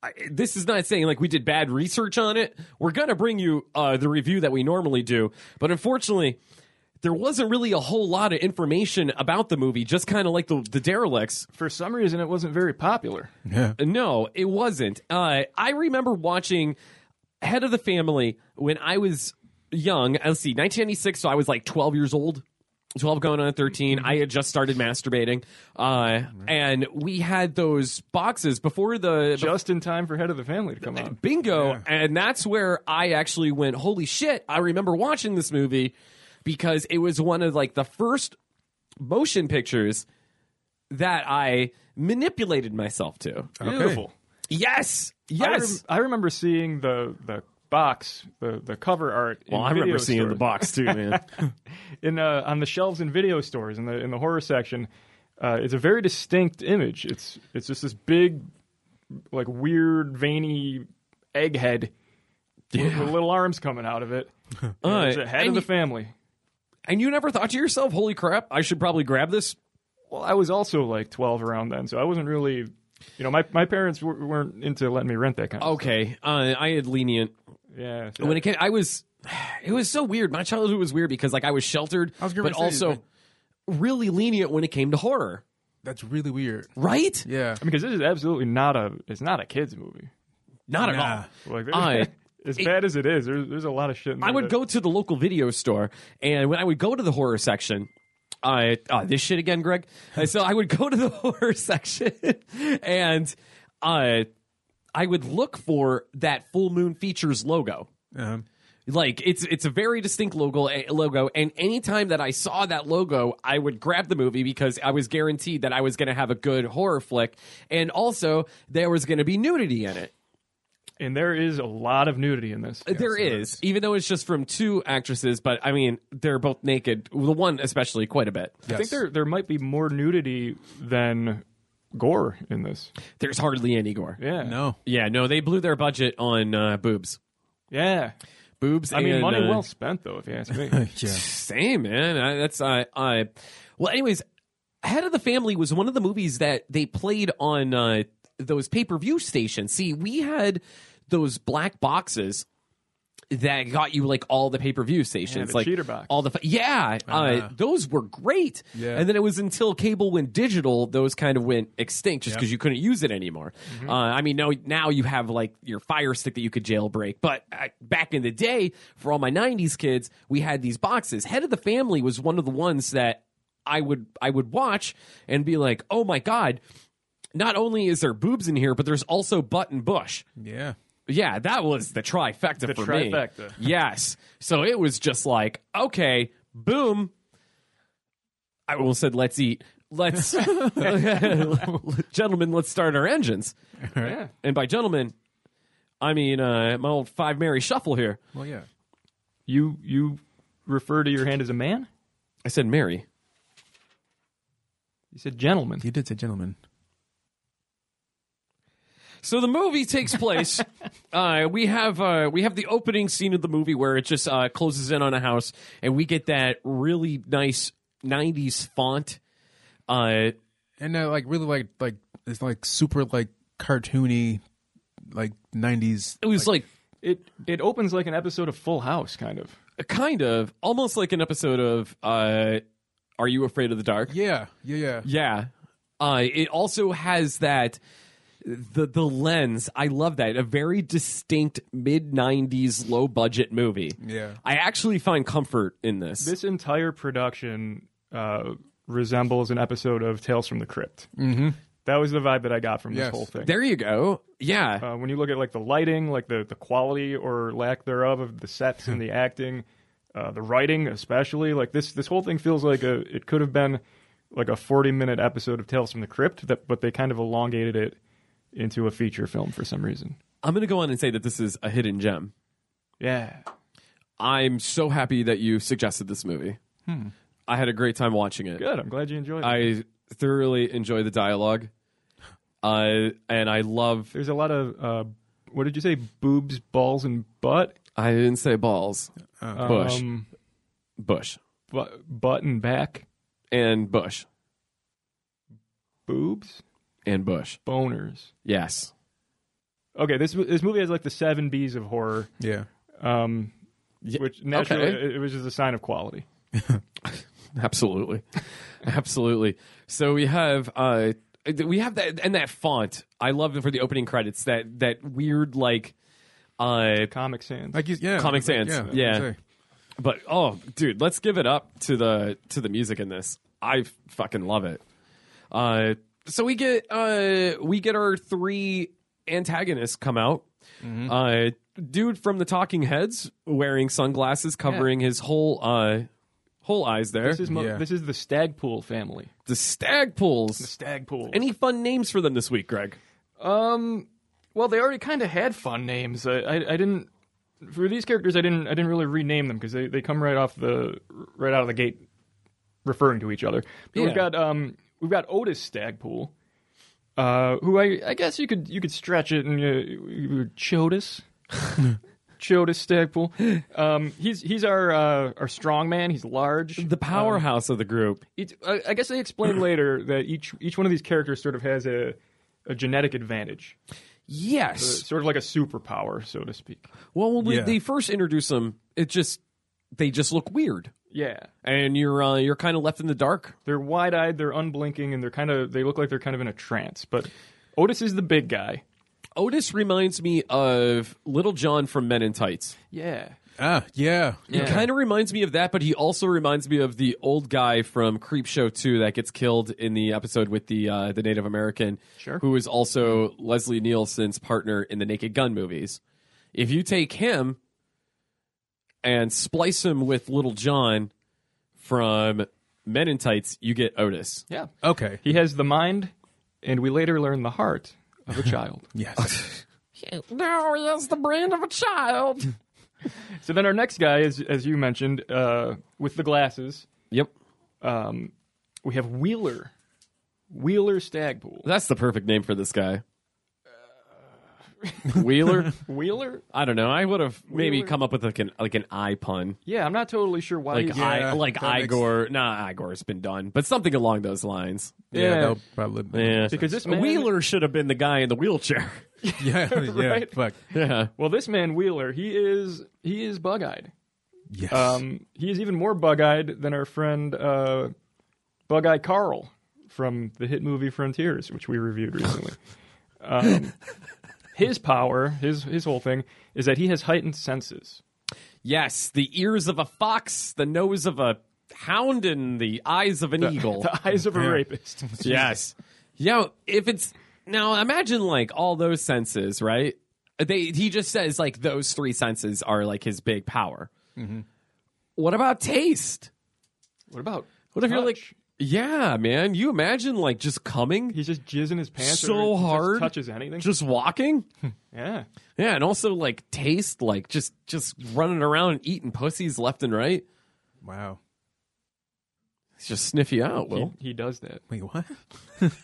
Speaker 7: I, this is not saying like we did bad research on it. We're gonna bring you uh, the review that we normally do, but unfortunately, there wasn't really a whole lot of information about the movie. Just kind of like the the derelicts.
Speaker 6: For some reason, it wasn't
Speaker 5: *laughs*
Speaker 6: very popular.
Speaker 5: Yeah.
Speaker 7: No, it wasn't. Uh, I remember watching Head of the Family when I was young. Uh, Let's see, 1996, so I was like 12 years old. 12 going on 13 i had just started masturbating uh, and we had those boxes before the
Speaker 6: Just in time for Head of the Family to come out.
Speaker 7: bingo and that's where i actually went holy shit i remember watching this movie because it was one of like the first motion pictures that i manipulated myself to
Speaker 6: Beautiful.
Speaker 7: yes
Speaker 6: I rem-
Speaker 7: yes
Speaker 6: I, remember seeing the the box, the the cover art. in
Speaker 7: Well, I
Speaker 6: video
Speaker 7: remember seeing
Speaker 6: stores.
Speaker 7: the box too, man.
Speaker 6: in uh, on the shelves in video stores in the in the horror section. Uh, it's a very distinct image. It's it's just this big, like weird veiny egghead with, with little arms coming out of it.
Speaker 7: Uh,
Speaker 6: it's a head
Speaker 7: and,
Speaker 6: of the
Speaker 7: you,
Speaker 6: family.
Speaker 7: and you never thought to yourself, "Holy crap! I should probably grab this."
Speaker 6: Well, I was also like twelve around then, so I wasn't really You know, my, my parents w- weren't into letting me rent that kind of
Speaker 7: Okay, uh, I had lenient
Speaker 6: stuff. Yeah. so-
Speaker 7: when it came. I was, *sighs* it was so weird. My childhood was weird because like I was sheltered,
Speaker 5: was gonna
Speaker 7: but
Speaker 5: say,
Speaker 7: also
Speaker 5: like-
Speaker 7: really lenient when it came to horror.
Speaker 5: That's really weird.
Speaker 7: Right?
Speaker 5: Yeah.
Speaker 6: I mean, because this is absolutely not a it's not a kids movie.
Speaker 7: Not at
Speaker 5: Nah.
Speaker 7: all.
Speaker 6: Like,
Speaker 7: *laughs* I-
Speaker 6: *laughs* as bad as it is, there's there's a lot of shit. In there
Speaker 7: I would
Speaker 6: that-
Speaker 7: go to the local video store, and when I would go to the horror section, I uh, this shit again, Greg. Uh, so I would go to the *laughs* horror section, and uh, I would look for that full moon features logo.
Speaker 5: Uh-huh.
Speaker 7: Like it's it's a very distinct logo eh, logo, and anytime that I saw that logo, I would grab the movie because I was guaranteed that I was going to have a good horror flick, and also there was going to be nudity in it.
Speaker 6: and there is a lot of nudity in this.
Speaker 7: There is, even though it's just from two actresses, but I mean, they're both naked. The one, especially, quite a bit.
Speaker 6: I think
Speaker 5: Yes.
Speaker 6: there there might be more nudity than gore in this.
Speaker 7: There's hardly any gore. Yeah,
Speaker 6: Yeah.
Speaker 5: No. *laughs*
Speaker 7: no, they blew their budget on uh, boobs.
Speaker 6: Yeah.
Speaker 7: Boobs.
Speaker 6: I mean,
Speaker 7: and,
Speaker 6: money
Speaker 7: uh,
Speaker 6: well spent though, if you
Speaker 5: *laughs*
Speaker 6: ask me.
Speaker 5: Yeah.
Speaker 7: Same, man. I, that's I. I. Well, anyways, Head of the Family was one of the movies that they played on uh, those pay per view stations. See, we had those black boxes that got you like all the pay per view stations,
Speaker 6: the
Speaker 7: like
Speaker 6: cheater box.
Speaker 7: all the yeah, uh, those were great.
Speaker 5: Yeah.
Speaker 7: And then it was until cable went digital, those kind of went extinct just because you couldn't use it anymore. Uh, I mean, now now you have like your Fire Stick that you could jailbreak, but I, back in the day, for all my '90s kids, we had these boxes. Head of the Family was one of the ones that I would I would watch and be like, oh my god. Not only is there boobs in here, but there's also butt and bush.
Speaker 5: Yeah.
Speaker 7: Yeah, that was the trifecta
Speaker 6: The
Speaker 7: for me.
Speaker 6: trifecta. *laughs*
Speaker 7: Yes. So it was just like, okay, boom. I almost said, let's eat.
Speaker 6: *laughs*
Speaker 7: Let's, *laughs* gentlemen, let's start our engines.
Speaker 6: yeah.
Speaker 7: And by gentlemen, I mean uh, my old five Mary shuffle here.
Speaker 5: Well, yeah.
Speaker 6: You you refer to your hand as a man?
Speaker 7: I said Mary.
Speaker 6: You said gentleman.
Speaker 5: You did say gentlemen.
Speaker 7: So the movie takes
Speaker 6: *laughs*
Speaker 7: place. uh, we have uh, we have the opening scene of the movie where it just uh, closes in on a house, and we get that really nice '90s font. Uh,
Speaker 5: And uh, like really like like it's like super like cartoony like 90s
Speaker 7: it was like
Speaker 6: It it opens like an episode of Full House, kind of.
Speaker 7: kind of almost like an episode of uh are you afraid of the dark
Speaker 5: yeah yeah yeah
Speaker 7: yeah uh it also has that the the lens i love that a very distinct mid 90s low budget movie
Speaker 5: Yeah.
Speaker 7: i actually find comfort in this,
Speaker 6: This entire production uh, resembles an episode of Tales from the Crypt. Mm-hmm. That was the vibe that I got from
Speaker 5: Yes.
Speaker 6: this whole thing.
Speaker 7: there you go yeah
Speaker 6: uh, when you look at like the lighting, like the, the quality or lack thereof of the sets and the acting, uh, the writing especially, like this this whole thing feels like a it could have been like a forty minute episode of Tales from the Crypt, that, but they kind of elongated it into a feature film for some reason.
Speaker 7: i'm gonna go on and say that this is a hidden gem
Speaker 6: Yeah,
Speaker 7: i'm so happy that you suggested this movie i had a great time watching it
Speaker 6: good. I'm glad you enjoyed it.
Speaker 7: i thoroughly enjoy the dialogue uh, and i love
Speaker 6: There's a lot of uh, what did you say? Boobs, balls, and butt.
Speaker 7: I didn't say balls.
Speaker 5: uh,
Speaker 7: Bush.
Speaker 6: Um,
Speaker 7: Bush.
Speaker 6: bu- butt and back.
Speaker 7: And Bush.
Speaker 6: Boobs,
Speaker 7: And Bush.
Speaker 6: boners.
Speaker 7: Yes.
Speaker 6: Okay, this this movie has like the seven B's of horror.
Speaker 5: yeah
Speaker 6: um,
Speaker 7: Ye-
Speaker 6: which naturally
Speaker 7: okay.
Speaker 6: it- it was just a sign of quality.
Speaker 7: Absolutely. *laughs* Absolutely. So we have uh we have that and that font. I love it for the opening credits. That that weird like uh
Speaker 6: Comic Sans.
Speaker 5: like you, yeah
Speaker 7: Comic
Speaker 5: like,
Speaker 7: Sans,
Speaker 5: yeah,
Speaker 7: yeah.
Speaker 5: I'd say.
Speaker 7: but oh dude, let's give it up to the to the music in this. I fucking love it. Uh so we get uh we get our three antagonists come out.
Speaker 6: Mm-hmm.
Speaker 7: Uh dude from the talking heads wearing sunglasses covering his whole uh whole eyes there.
Speaker 6: this is mo-
Speaker 5: Yeah.
Speaker 6: this is the Stagpool family.
Speaker 7: the stag pools.
Speaker 6: Stagpool.
Speaker 7: Any fun names for them this week, Greg?
Speaker 6: um, well, they already kind of had fun names. I, I I didn't for these characters. I didn't I didn't really rename them because they, they come right off the right out of the gate, referring to each other. But
Speaker 7: Yeah.
Speaker 6: We've got um we've got Otis Stagpool. Uh, who I, I guess you could you could stretch it and uh, Chotis, Chotis Stagpool. Um, he's he's our uh, our strong man. He's large.
Speaker 7: The powerhouse of the group.
Speaker 6: *clears throat* each, I, I guess they explain later that each each one of these characters sort of has a a genetic advantage, Uh,
Speaker 7: Yes.
Speaker 6: sort of like a superpower, so to speak.
Speaker 7: Well, when
Speaker 5: Yeah.
Speaker 7: they first introduce them, it just they just look weird,
Speaker 6: Yeah,
Speaker 7: and you're uh, you're kind of left in the dark.
Speaker 6: they're wide-eyed, they're unblinking, and they're kind of they look like they're kind of in a trance. But Otis is the big guy.
Speaker 7: Otis reminds me of Little John from Men in Tights.
Speaker 6: Yeah,
Speaker 5: Ah, yeah.
Speaker 7: He kind of reminds me of that, but he also reminds me of the old guy from Creep Show 2 that gets killed in the episode with the uh, the Native American,
Speaker 6: Sure.
Speaker 7: who is also Leslie Nielsen's partner in the Naked Gun movies. If you take him and splice him with Little John from Men in Tights, you get Otis.
Speaker 6: yeah.
Speaker 5: Okay.
Speaker 6: He has the mind, and we later learn the heart of *laughs* a child.
Speaker 5: Yes.
Speaker 7: No, he has the brain of a child.
Speaker 6: so then our next guy is, as you mentioned, uh, with the glasses.
Speaker 7: Yep.
Speaker 6: Um, we have Wheeler, Wheeler Stagpool.
Speaker 7: That's the perfect name for this guy.
Speaker 6: *laughs*
Speaker 7: Wheeler?
Speaker 6: Wheeler?
Speaker 7: I don't know. I would have maybe
Speaker 6: Uh, Wheeler.
Speaker 7: come up with like an like an eye pun.
Speaker 6: Yeah, I'm not totally sure why.
Speaker 7: like
Speaker 6: he's-
Speaker 7: I,
Speaker 5: Yeah,
Speaker 7: like
Speaker 5: that makes-
Speaker 7: Igor. Nah, Igor's been done, but something along those lines.
Speaker 5: yeah.
Speaker 6: Yeah.
Speaker 5: That'll probably.
Speaker 7: Yeah,
Speaker 6: Because this man-
Speaker 7: Wheeler should have been the guy in the wheelchair. *laughs*
Speaker 5: Yeah. yeah.
Speaker 6: Right.
Speaker 5: Fuck.
Speaker 7: yeah,
Speaker 6: well, this man Wheeler, he is he is bug-eyed.
Speaker 5: Yes.
Speaker 6: Um, he is even more bug-eyed than our friend uh, Bug-Eye Carl from the hit movie Frontiers, which we reviewed
Speaker 7: *laughs*
Speaker 6: recently. um, his power, his his whole thing, is that he has heightened
Speaker 7: *laughs*
Speaker 6: senses.
Speaker 7: yes, the ears of a fox, the nose of a hound, and the eyes of an
Speaker 6: *laughs*
Speaker 7: eagle.
Speaker 6: The eyes of a rapist.
Speaker 7: yes, yeah. If it's now, imagine like all those senses, right? They he just says like those three senses are like his big power.
Speaker 6: Mm-hmm.
Speaker 7: What about taste?
Speaker 6: What about?
Speaker 7: *laughs* What if you're like,
Speaker 6: touch?
Speaker 7: yeah, man? You imagine like just coming,
Speaker 6: He's just jizzing his pants.
Speaker 7: So
Speaker 6: or he just
Speaker 7: hard.
Speaker 6: touches anything.
Speaker 7: just walking. *laughs*
Speaker 6: yeah.
Speaker 7: Yeah, and also like taste, like just just running around and eating pussies left and right.
Speaker 5: wow.
Speaker 7: It's just sniff you out,
Speaker 6: *laughs*
Speaker 7: Will.
Speaker 6: He, he does that.
Speaker 5: Wait, what?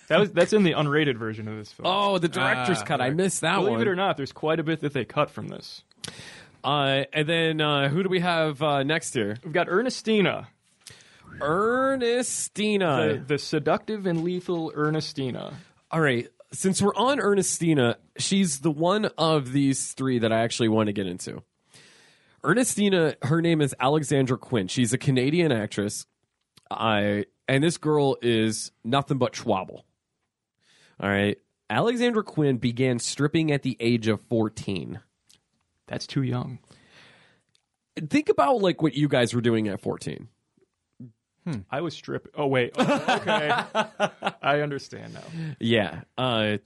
Speaker 6: That was that's in the unrated version of this film.
Speaker 7: Oh, the director's
Speaker 5: Ah,
Speaker 7: cut. I missed that
Speaker 6: Believe
Speaker 7: one.
Speaker 6: it or not, there's quite a bit that they cut from this.
Speaker 7: Uh, and then uh, who do we have uh, next here?
Speaker 6: We've got Ernestina, the,
Speaker 7: Ernestina.
Speaker 6: the seductive and lethal Ernestina.
Speaker 7: All right. Since we're on Ernestina, she's the one of these three that I actually want to get into. Ernestina, her name is Alexandra Quinn. She's a Canadian actress. I and this girl is nothing but schwabble. All right. Alexandra Quinn began stripping at the age of 14.
Speaker 6: That's too young.
Speaker 7: Think about like what you guys were doing at 14.
Speaker 6: I was stripping. Oh wait. Oh, *laughs* okay. I understand now.
Speaker 7: Yeah. Uh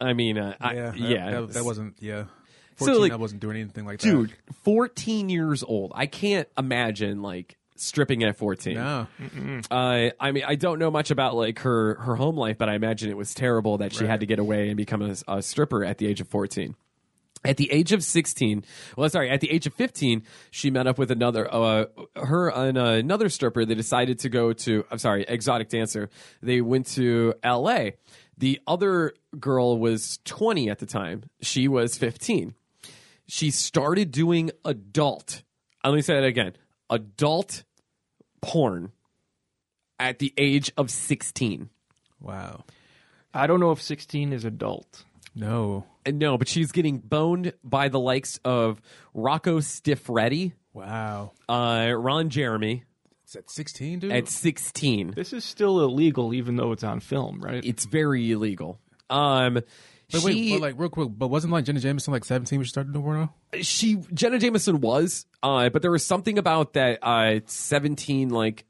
Speaker 7: I mean, uh, I,
Speaker 5: Yeah.
Speaker 7: yeah.
Speaker 5: that- That, that wasn't. Yeah.
Speaker 7: So,
Speaker 5: 14,
Speaker 7: like,
Speaker 5: I wasn't doing anything like
Speaker 7: dude, 14 years old. I can't imagine like stripping at 14.
Speaker 5: that. No.
Speaker 7: Uh, I mean, I don't know much about like her her home life, but I imagine it was terrible that she had to get away and become a, a stripper at the age of fourteen. At the age of sixteen, well, sorry, at the age of fifteen, she met up with another uh, her and another stripper. They decided to go to I'm sorry, exotic dancer. They went to L.A. The other girl was twenty at the time. She was fifteen. She started doing adult. Let me say that again. Adult porn at the age of 16.
Speaker 5: Wow.
Speaker 6: I don't know if 16 is adult.
Speaker 5: No.
Speaker 7: And no, but she's getting boned by the likes of Rocco Stiffreddy,
Speaker 5: Wow.
Speaker 7: uh, Ron Jeremy
Speaker 5: It's at 16, dude.
Speaker 7: at 16.
Speaker 6: This is still illegal, even though it's on film, right?
Speaker 7: It's very illegal. Um,
Speaker 5: but wait,
Speaker 7: she,
Speaker 5: but like real quick, but wasn't like Jenna Jameson like 17 when she started doing porno?
Speaker 7: she, Jenna Jameson was, uh, but there was something about that, uh, 17, like,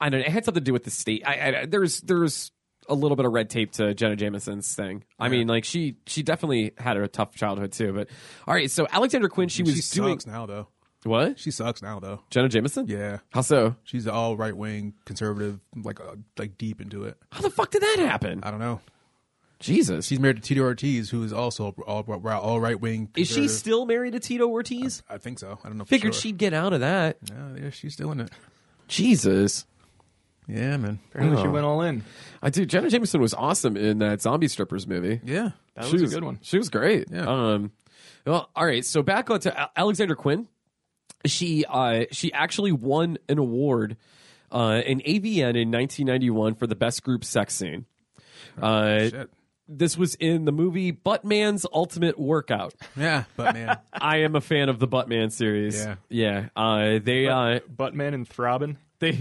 Speaker 7: I don't know, it had something to do with the state. I, I there's, there's, a little bit of red tape to Jenna Jameson's thing. I mean, like she she definitely had a tough childhood too. But all right, so Alexander Quinn, she was
Speaker 5: she
Speaker 7: doing
Speaker 5: sucks now though.
Speaker 7: What?
Speaker 5: She sucks now though.
Speaker 7: Jenna Jameson?
Speaker 5: Yeah.
Speaker 7: How so?
Speaker 5: She's all right wing conservative, like uh, like deep into it.
Speaker 7: How the fuck did that happen?
Speaker 5: I don't know.
Speaker 7: Jesus.
Speaker 5: Uh, She's married to Tito Ortiz, who is also all, all right wing.
Speaker 7: Is she still married to Tito Ortiz?
Speaker 5: I think so. I don't know. For
Speaker 7: Figured
Speaker 5: sure.
Speaker 7: she'd get out of that.
Speaker 5: Yeah, yeah, she's still in it.
Speaker 7: Jesus.
Speaker 5: Yeah, man.
Speaker 6: Apparently, she went all in.
Speaker 7: I do. Jenna Jameson was awesome in that zombie strippers movie.
Speaker 5: Yeah.
Speaker 6: That
Speaker 7: she
Speaker 6: was, a good one.
Speaker 7: She was great.
Speaker 5: Yeah.
Speaker 7: Um. Well, all right. So back on to Al- Alexander Quinn. She uh she actually won an award, uh, in AVN in 1991 for the best group sex scene. Uh,
Speaker 5: Shit.
Speaker 7: this was in the movie Buttman's Ultimate Workout.
Speaker 5: *laughs* Yeah, but man,
Speaker 7: I am a fan of the Buttman series.
Speaker 5: Yeah.
Speaker 7: yeah. Uh, they uh,
Speaker 6: Buttman and Throbbing,
Speaker 7: they *laughs*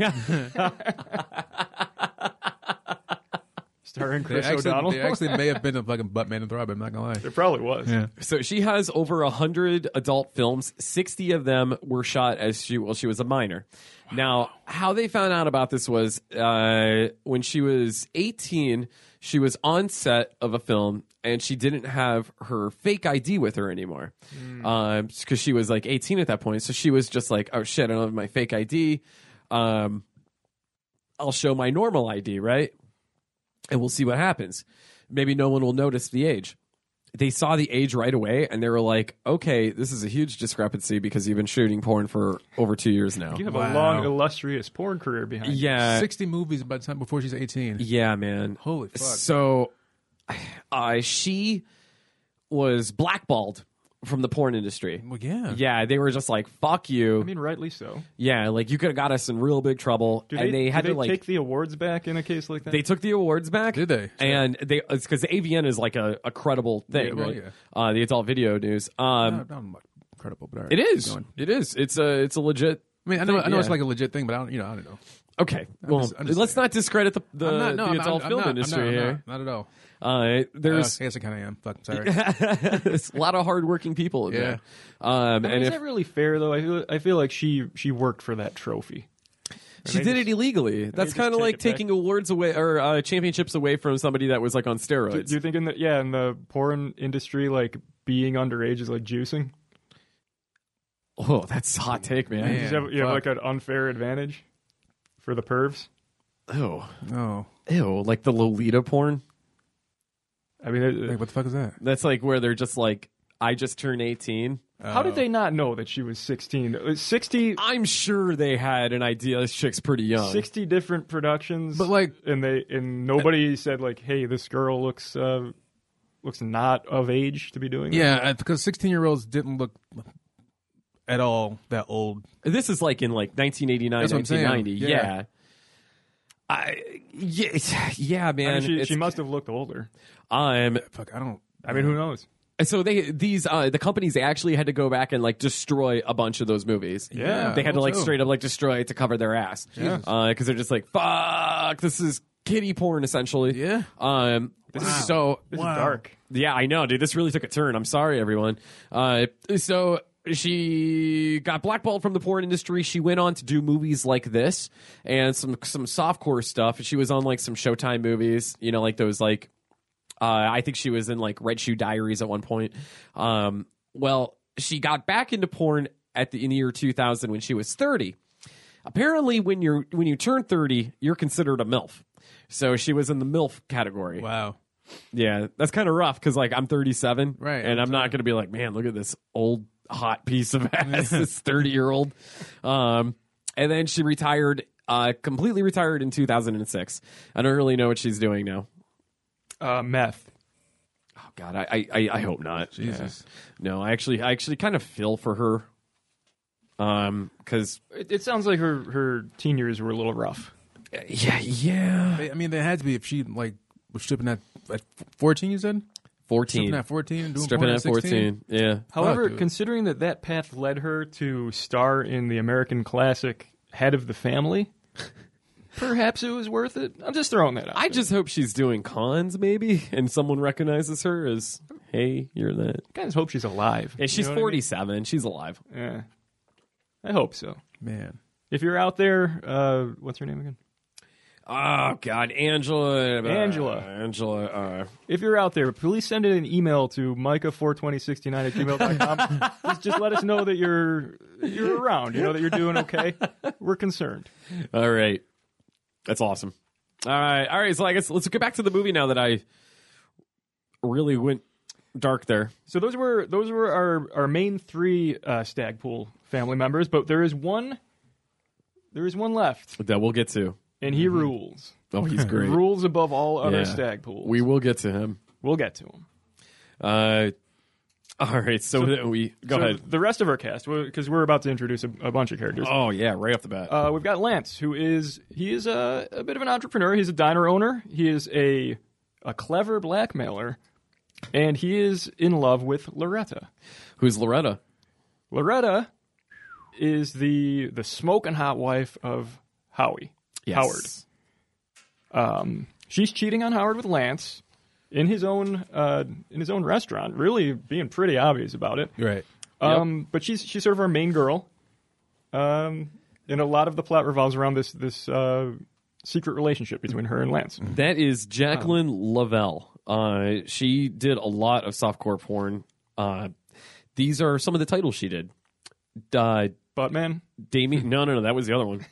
Speaker 5: *laughs*
Speaker 6: starring
Speaker 5: they
Speaker 6: Chris O'Donnell.
Speaker 5: actually, they actually may have been a fucking butt man and throb. I'm not gonna lie.
Speaker 6: *laughs* There probably was.
Speaker 5: Yeah.
Speaker 7: so she has over a hundred adult films. Sixty of them were shot as she well she was a minor. Now, how they found out about this was uh, when she was eighteen. She was on set of a film and she didn't have her fake ID with her anymore because she was like eighteen at that point. So she was just like, "Oh shit, I don't have my fake ID." Um, I'll show my normal ID, right? And we'll see what happens. Maybe no one will notice the age. They saw the age right away and they were like, okay, this is a huge discrepancy because you've been shooting porn for over two years now.
Speaker 6: You have
Speaker 5: Wow.
Speaker 6: a long, illustrious porn career behind you.
Speaker 7: Yeah.
Speaker 5: Sixty movies by the time before she's 18.
Speaker 7: Yeah, man.
Speaker 5: Holy fuck.
Speaker 7: So uh, she was blackballed from the porn industry.
Speaker 5: Well, yeah.
Speaker 7: Yeah, they were just like, fuck you.
Speaker 6: I mean, rightly so.
Speaker 7: yeah, like you could have got us in real big trouble.
Speaker 6: Do they,
Speaker 7: and they, had
Speaker 6: do
Speaker 7: to like
Speaker 6: take the awards back in a case like that?
Speaker 7: They took the awards back.
Speaker 5: Did they?
Speaker 7: And they it's because AVN is like a, a credible thing,
Speaker 5: well,
Speaker 7: right?
Speaker 5: yeah.
Speaker 7: Uh, the adult video news. Um,
Speaker 5: Not, not incredible, but all right,
Speaker 7: it
Speaker 5: keep
Speaker 7: is.
Speaker 5: going.
Speaker 7: It is. It's a it's a legit.
Speaker 5: I mean, I know, I know it's
Speaker 7: yeah.
Speaker 5: like a legit thing, but I don't, you know, I don't know.
Speaker 7: Okay, well,
Speaker 5: just- I'm just
Speaker 7: let's
Speaker 5: saying.
Speaker 7: not discredit the the,
Speaker 5: I'm not, no,
Speaker 7: Uh, the
Speaker 5: I'm,
Speaker 7: adult
Speaker 5: I'm,
Speaker 7: film
Speaker 5: I'm not,
Speaker 7: industry
Speaker 5: I'm not, I'm
Speaker 7: here.
Speaker 5: Not, not at all.
Speaker 7: Uh,
Speaker 5: Uh,
Speaker 7: there's
Speaker 5: I guess I kind of am. Fuck, sorry.
Speaker 7: *laughs* there's a lot of hardworking people in
Speaker 5: Yeah.
Speaker 7: there. Um,
Speaker 6: I mean,
Speaker 7: and
Speaker 6: is
Speaker 7: if
Speaker 6: that really fair though? I feel I feel like she she worked for that trophy.
Speaker 7: she did it illegally, that's
Speaker 6: just
Speaker 7: kind of
Speaker 6: take
Speaker 7: like
Speaker 6: it back.
Speaker 7: taking awards away or uh, championships away from somebody that was like on steroids.
Speaker 6: You're thinking that yeah, in the porn industry, like being underage is like juicing.
Speaker 7: oh, that's a hot take,
Speaker 6: You
Speaker 7: man.
Speaker 5: Man.
Speaker 6: have, you have
Speaker 5: fuck.
Speaker 6: like an unfair advantage for the pervs.
Speaker 7: Oh,
Speaker 5: oh,
Speaker 7: ew, like the Lolita porn.
Speaker 6: I mean, it-
Speaker 5: like, what the fuck is that?
Speaker 7: That's like where they're just like, I just turned 18.
Speaker 6: how
Speaker 5: Oh.
Speaker 6: did they not know that she was 16? Uh, 60,
Speaker 7: I'm sure they had an idea this chick's pretty young.
Speaker 6: 60 different productions,
Speaker 5: Oh. But, like-
Speaker 6: and they and nobody said like, hey, this girl looks uh, looks not of age to be doing. this.
Speaker 5: Yeah, because 16 year olds didn't look at all that old.
Speaker 7: This is like in like 1989,
Speaker 5: That's what I'm saying.
Speaker 7: 1990. Yeah.
Speaker 5: Yeah.
Speaker 7: I yeah, yeah
Speaker 6: I
Speaker 7: man.
Speaker 6: mean, she,
Speaker 7: It's-
Speaker 6: she must have looked older.
Speaker 7: um,
Speaker 5: Fuck, I don't.
Speaker 6: I mean, who knows?
Speaker 7: so they these uh, the companies they actually had to go back and like destroy a bunch of those movies.
Speaker 6: Yeah,
Speaker 7: they had to
Speaker 5: well,
Speaker 7: like
Speaker 5: too.
Speaker 7: straight up like destroy it to cover their ass. Yeah, because they're just like fuck. This is kitty porn essentially.
Speaker 5: Yeah.
Speaker 7: Um. So
Speaker 6: This is dark.
Speaker 7: Yeah, I know, dude. This really took a turn. I'm sorry, everyone. Uh, so she got blackballed from the porn industry. She went on to do movies like this and some some softcore stuff. She was on like some Showtime movies, you know, like those like uh, I think she was in like Red Shoe Diaries at one point. Um, well, she got back into porn at the in the year 2000 when she was 30. Apparently, when you're when you turn 30, you're considered a milf. So she was in the milf category.
Speaker 5: Wow.
Speaker 7: Yeah, that's kind of rough because like I'm 37,
Speaker 5: Right,
Speaker 7: And I'm not gonna be like, man, look at this old hot piece of *laughs* ass, this 30 year old. Um, and then she retired, uh, completely retired in 2006. I don't really know what she's doing now.
Speaker 6: Uh, meth.
Speaker 7: Oh God, I I- I, I hope not.
Speaker 5: Jesus.
Speaker 7: Yeah. No, I actually I actually kind of feel for her. Um, because
Speaker 6: It, it sounds like her her teen years were a little rough.
Speaker 7: yeah, yeah,
Speaker 5: They, I mean, they had to be if she like was stripping at like 14. You said
Speaker 7: 14,
Speaker 5: stripping at 14, doing
Speaker 7: stripping
Speaker 5: porn
Speaker 7: at
Speaker 5: 16?
Speaker 7: 14, yeah.
Speaker 6: However,
Speaker 5: dude.
Speaker 6: considering that that path led her to star in the American classic Head of the
Speaker 7: *laughs*
Speaker 6: Family, perhaps it was worth it. I'm just throwing that out.
Speaker 7: I
Speaker 6: there.
Speaker 7: just hope she's doing cons, maybe, *laughs* and someone recognizes her as, "Hey, you're that."
Speaker 6: kind of hope she's alive.
Speaker 7: Yeah, she's
Speaker 6: You know what
Speaker 7: 47. She's alive.
Speaker 6: I mean? Yeah. I hope so.
Speaker 5: Man,
Speaker 6: If you're out there, uh, what's her name again?
Speaker 7: Oh God, Angela. uh,
Speaker 6: Angela.
Speaker 7: Angela. uh,
Speaker 6: If you're out there, please send in an email to micah42069 at
Speaker 7: *laughs*
Speaker 6: gmail.com. just, just let us know that you're you're around, you know, that you're doing okay. We're concerned.
Speaker 7: all right, that's awesome. All right, all right. So I guess let's get back to the movie now that I really went dark there.
Speaker 6: So those were those were our our main three uh, Stagpool family members, but there is one there is one left,
Speaker 7: That we'll get to.
Speaker 6: and he rules.
Speaker 7: Oh, *laughs* he's great.
Speaker 6: Rules above all other
Speaker 7: Yeah.
Speaker 6: stag pools.
Speaker 7: we will get to him.
Speaker 6: we'll get to him.
Speaker 7: Uh, all right. So, that we go
Speaker 6: so
Speaker 7: ahead.
Speaker 6: the rest of our cast, because we're about to introduce a, a bunch of characters.
Speaker 7: Oh yeah, right off the bat.
Speaker 6: Uh, we've got Lance, who is he is a, a bit of an entrepreneur. He's a diner owner. He is a a clever blackmailer, and he is in love with Loretta.
Speaker 7: Who's Loretta?
Speaker 6: Loretta is the the smoking hot wife of Howie Howard. Um, she's cheating on Howard with Lance in his own uh, in his own restaurant. Really being pretty obvious about it.
Speaker 5: Right.
Speaker 6: Um, But she's she's sort of our main girl. Um, and a lot of the plot revolves around this this uh, secret relationship between her and Lance.
Speaker 7: That is Jacqueline Lavelle. Uh, she did a lot of softcore porn. Uh, these are some of the titles she did. Uh,
Speaker 6: But man,
Speaker 5: *laughs*
Speaker 7: Damien. No, no, no. That was the other one.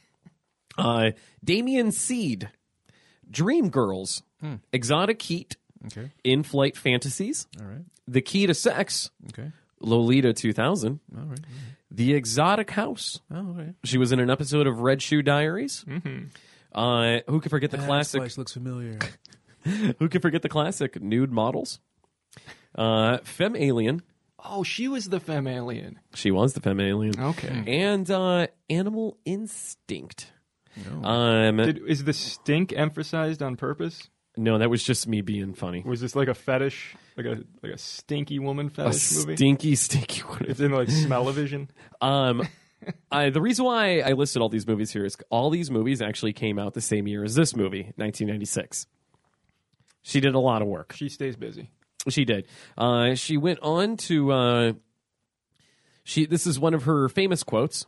Speaker 7: Uh, Damien Seed, Dream Girls, Exotic Heat,
Speaker 5: Hmm. Okay.
Speaker 7: In Flight Fantasies,
Speaker 5: All right.
Speaker 7: The Key to Sex,
Speaker 5: Okay.
Speaker 7: Lolita 2000,
Speaker 5: All right.
Speaker 7: The Exotic House.
Speaker 5: All right.
Speaker 7: She was in an episode of Red Shoe Diaries.
Speaker 5: Mm-hmm.
Speaker 7: Uh, who could forget the classic?
Speaker 5: looks familiar.
Speaker 7: Who could forget the classic nude models? Uh, Femme Alien.
Speaker 6: oh, she was the Hmm. femme alien.
Speaker 7: She was the Femme Alien.
Speaker 6: Okay.
Speaker 7: And uh, Animal Instinct. Um,
Speaker 6: Did, is the stink emphasized on purpose?
Speaker 7: no, that was just me being funny.
Speaker 6: Was this like a fetish, like a like a stinky woman
Speaker 7: A
Speaker 6: fetish movie?
Speaker 7: stinky, stinky one.
Speaker 6: It's in
Speaker 7: *laughs*
Speaker 6: like smell-o-vision.
Speaker 7: Um, I, the reason why I listed all these movies here is all these movies actually came out the same year as this movie, 1996. She did a lot of work.
Speaker 6: She stays busy.
Speaker 7: She did. Uh, she went on to. Uh, she. This is one of her famous quotes.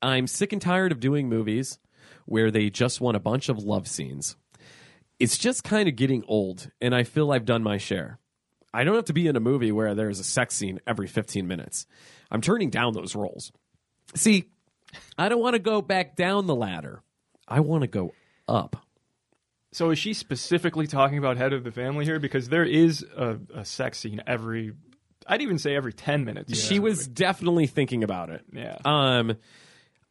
Speaker 7: I'm sick and tired of doing movies where they just want a bunch of love scenes. It's just kind of getting old, and I feel I've done my share. I don't have to be in a movie where there is a sex scene every 15 minutes. I'm turning down those roles. See, I don't want to go back down the ladder. I want to go up.
Speaker 6: So is she specifically talking about head of the family here? Because there is a, a sex scene every, I'd even say every ten minutes.
Speaker 7: she was definitely thinking about it.
Speaker 6: Yeah.
Speaker 7: *laughs* Um,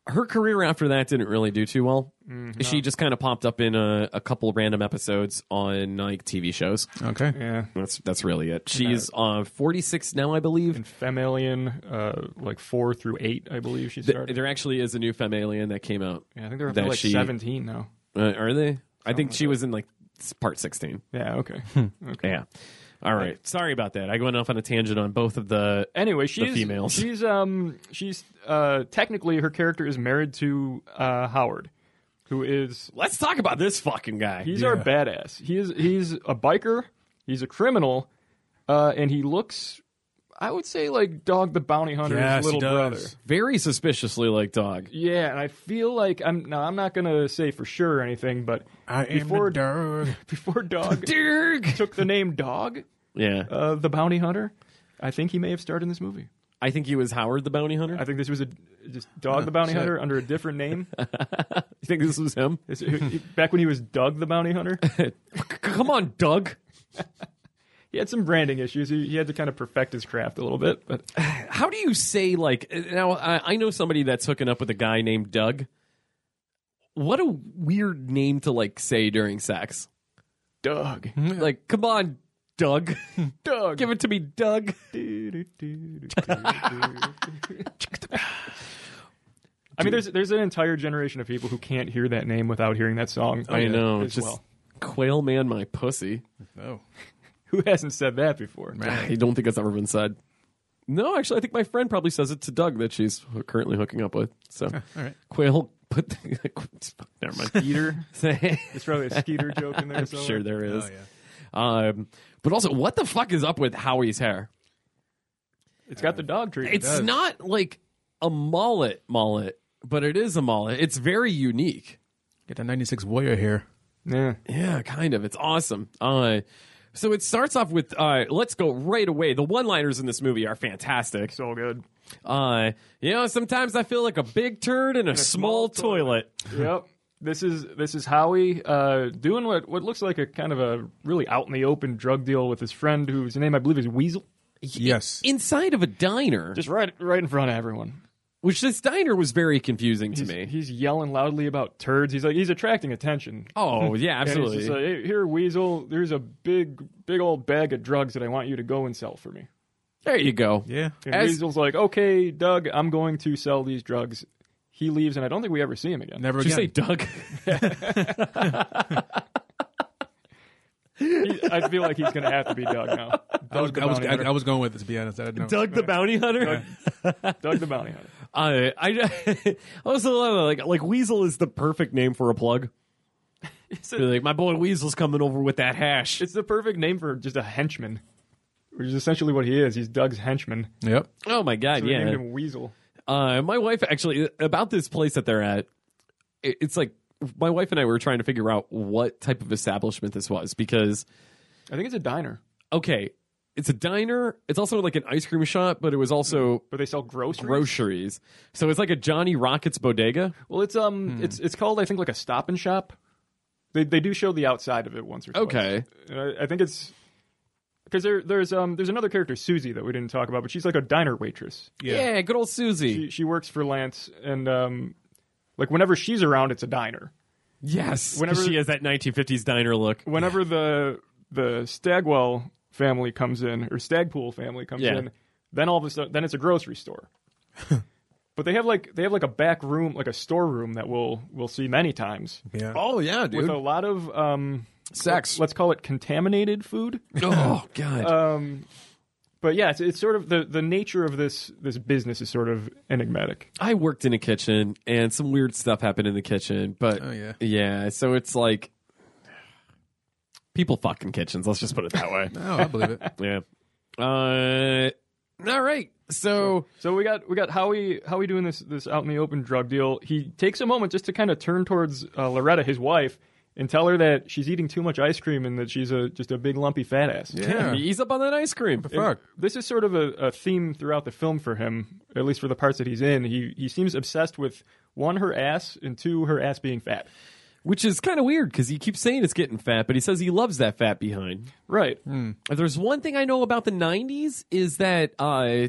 Speaker 7: her career after that didn't really do too well. She just kind of popped up in a, a couple random episodes on like TV shows.
Speaker 5: Okay.
Speaker 6: yeah.
Speaker 7: That's that's really it. She's uh, 46 now, I believe.
Speaker 6: And femme alien, uh, like four through eight, I believe she
Speaker 7: Th-
Speaker 6: started.
Speaker 7: There actually is a new femme alien that came out.
Speaker 6: yeah, I think they're up to
Speaker 7: that
Speaker 6: like
Speaker 7: she-
Speaker 6: seventeen now.
Speaker 7: Uh, are they? I think she was in like s- part 16.
Speaker 6: Yeah. Okay.
Speaker 7: Hmm.
Speaker 6: okay.
Speaker 7: Yeah. All right. Sorry about that. I went off on a tangent on both of the.
Speaker 6: Anyway, she's
Speaker 7: females. *laughs*
Speaker 6: she's um she's uh technically her character is married to uh Howard, who is
Speaker 7: Let's talk about this fucking guy.
Speaker 6: He's our badass. He is he's a biker. He's a criminal, uh, and he looks, I would say, like Dog the Bounty Hunter's
Speaker 5: Yes, he
Speaker 6: little
Speaker 5: does.
Speaker 6: brother.
Speaker 7: Very suspiciously like dog.
Speaker 6: Yeah, and I feel like I'm. No, I'm not gonna say for sure or anything, but
Speaker 5: I am
Speaker 6: Before-
Speaker 5: a dog.
Speaker 6: before
Speaker 5: *laughs*
Speaker 6: Dog
Speaker 7: *laughs* Dirk.
Speaker 6: took the name Dog,
Speaker 7: Yeah.
Speaker 6: uh, the Bounty Hunter, I think he may have starred in this movie.
Speaker 7: I think he was Howard the bounty hunter.
Speaker 6: I think this was a just Dog the
Speaker 5: *laughs*
Speaker 6: Bounty
Speaker 5: shit.
Speaker 6: Hunter under a different name.
Speaker 7: You think this was him?
Speaker 6: This- back when he was Doug the Bounty Hunter,
Speaker 7: Come on, Doug.
Speaker 6: he had some branding issues. He, he had to kind of perfect his craft a little bit, but
Speaker 7: How do you say like now? I, I know somebody that's hooking up with a guy named Doug. What a weird name to like say during sex. Mm-hmm.
Speaker 6: Doug,
Speaker 7: Like, come on, Doug.
Speaker 6: *laughs* Doug.
Speaker 7: Give it to me, Doug.
Speaker 6: I mean, there's there's an entire generation of people who can't hear that name without hearing that song.
Speaker 7: I know.
Speaker 6: Oh, as
Speaker 7: Just
Speaker 6: well.
Speaker 7: quail man, my pussy.
Speaker 5: Oh.
Speaker 6: Who hasn't said that before?
Speaker 7: I don't think that's ever been said. No, actually, I think my friend probably says it to Doug that she's currently hooking up with. So,
Speaker 5: all right.
Speaker 7: quail. Put *laughs* never mind.
Speaker 6: Skeeter. *laughs* There's probably a Skeeter joke in there.
Speaker 7: *laughs* I'm
Speaker 6: somewhere.
Speaker 7: sure there is.
Speaker 5: Oh yeah.
Speaker 7: Um, but also, what the fuck is up with Howie's hair?
Speaker 6: It's got the dog treatment.
Speaker 7: It's
Speaker 5: does.
Speaker 7: not like a mullet mullet, but it is a mullet. It's very unique.
Speaker 5: Get that '96 Warrior here.
Speaker 6: yeah.
Speaker 7: Yeah, kind of. It's awesome. Uh, so it starts off with uh, let's go right away. The one-liners in this movie are fantastic.
Speaker 6: So good.
Speaker 7: Uh, you know, sometimes I feel like a big turd in a, small, toilet.
Speaker 6: Yep. This is this is Howie uh, doing what what looks like a kind of a really out in the open drug deal with his friend whose name I believe is Weasel.
Speaker 5: Yes.
Speaker 7: inside of a diner,
Speaker 6: Just right right in front of everyone.
Speaker 7: which this diner was very confusing to
Speaker 6: He's,
Speaker 7: me.
Speaker 6: he's yelling loudly about turds. He's like he's attracting attention.
Speaker 7: oh yeah,
Speaker 6: And
Speaker 7: absolutely.
Speaker 6: He's just like, "Hey, here, Weasel, there's a big, big old bag of drugs that I want you to go and sell for me.
Speaker 7: there you go.
Speaker 5: Yeah.
Speaker 6: And
Speaker 7: As-
Speaker 6: Weasel's like, okay, Doug, I'm going to sell these drugs. He leaves, and I don't think we ever see him again.
Speaker 5: Never
Speaker 7: Did you
Speaker 5: again.
Speaker 7: say Doug?
Speaker 6: He, I feel like he's going to have to be Doug now.
Speaker 5: I was,
Speaker 6: *laughs* Doug the
Speaker 5: I was,
Speaker 6: bounty
Speaker 5: I, I
Speaker 6: hunter.
Speaker 5: was going with it to be honest. I didn't know.
Speaker 7: Doug the bounty *laughs* hunter.
Speaker 6: Doug the bounty hunter.
Speaker 7: I I *laughs* I also love it. like like Weasel is the perfect name for a plug. Be like my boy Weasel's coming over with that hash.
Speaker 6: It's the perfect name for just a henchman, which is essentially what he is. He's Doug's henchman.
Speaker 5: Yep.
Speaker 7: Oh my god,
Speaker 6: So they named
Speaker 7: yeah.
Speaker 6: him Weasel.
Speaker 7: Uh, my wife actually about this place that they're at. it- It's like my wife and I were trying to figure out what type of establishment this was because
Speaker 6: I think it's a diner,
Speaker 7: okay, it's a diner. It's also like an ice cream shop, but it was also
Speaker 6: but they sell groceries.
Speaker 7: groceries. So it's like a Johnny Rockets bodega. Hmm.
Speaker 6: Well, it's um, it's it's called I think like a stop and shop. They they do show the outside of it once or twice.
Speaker 7: Okay.
Speaker 6: And I, I think it's because there there's um there's another character Susie that we didn't talk about, but she's like a diner waitress.
Speaker 7: Yeah, good old Susie.
Speaker 6: She, she works for Lance, and um, like whenever she's around, it's a diner.
Speaker 7: yes,
Speaker 6: Whenever-
Speaker 7: she has that 1950s diner look.
Speaker 6: Whenever the the Stagwell family comes in or Stagpool family comes
Speaker 7: Yeah.
Speaker 6: in, then all of a sudden then it's a grocery
Speaker 7: *laughs*
Speaker 6: store. but they have like they have like a back room, like a storeroom that we'll we'll see many times.
Speaker 5: Yeah.
Speaker 7: Oh yeah, dude.
Speaker 6: with a lot of um,
Speaker 7: Sex.
Speaker 6: Let's call it contaminated *laughs* food.
Speaker 7: oh god.
Speaker 6: Um, but yeah, it's, it's sort of the, the nature of this this business is sort of enigmatic.
Speaker 7: I worked in a kitchen and some weird stuff happened in the kitchen, but
Speaker 5: Oh, yeah.
Speaker 7: yeah, so it's like people fucking kitchens, let's just put it that *laughs* way.
Speaker 5: Oh, I believe it.
Speaker 7: yeah. Uh all right. So
Speaker 6: So we got we got Howie Howie doing this this out in the open drug deal. He takes a moment just to kind of turn towards uh, Loretta, his wife, and tell her that she's eating too much ice cream and that she's a just a big lumpy fat ass.
Speaker 7: *laughs*
Speaker 5: Yeah.
Speaker 7: ease up on that ice cream.
Speaker 5: Fuck.
Speaker 6: This is sort of a, a theme throughout the film for him, at least for the parts that he's in. He he seems obsessed with one her ass and two her ass being fat.
Speaker 7: Which is kind of weird because he keeps saying it's getting fat, but he says he loves that fat behind.
Speaker 6: Right.
Speaker 7: If there's one thing I know about the 90s is that uh,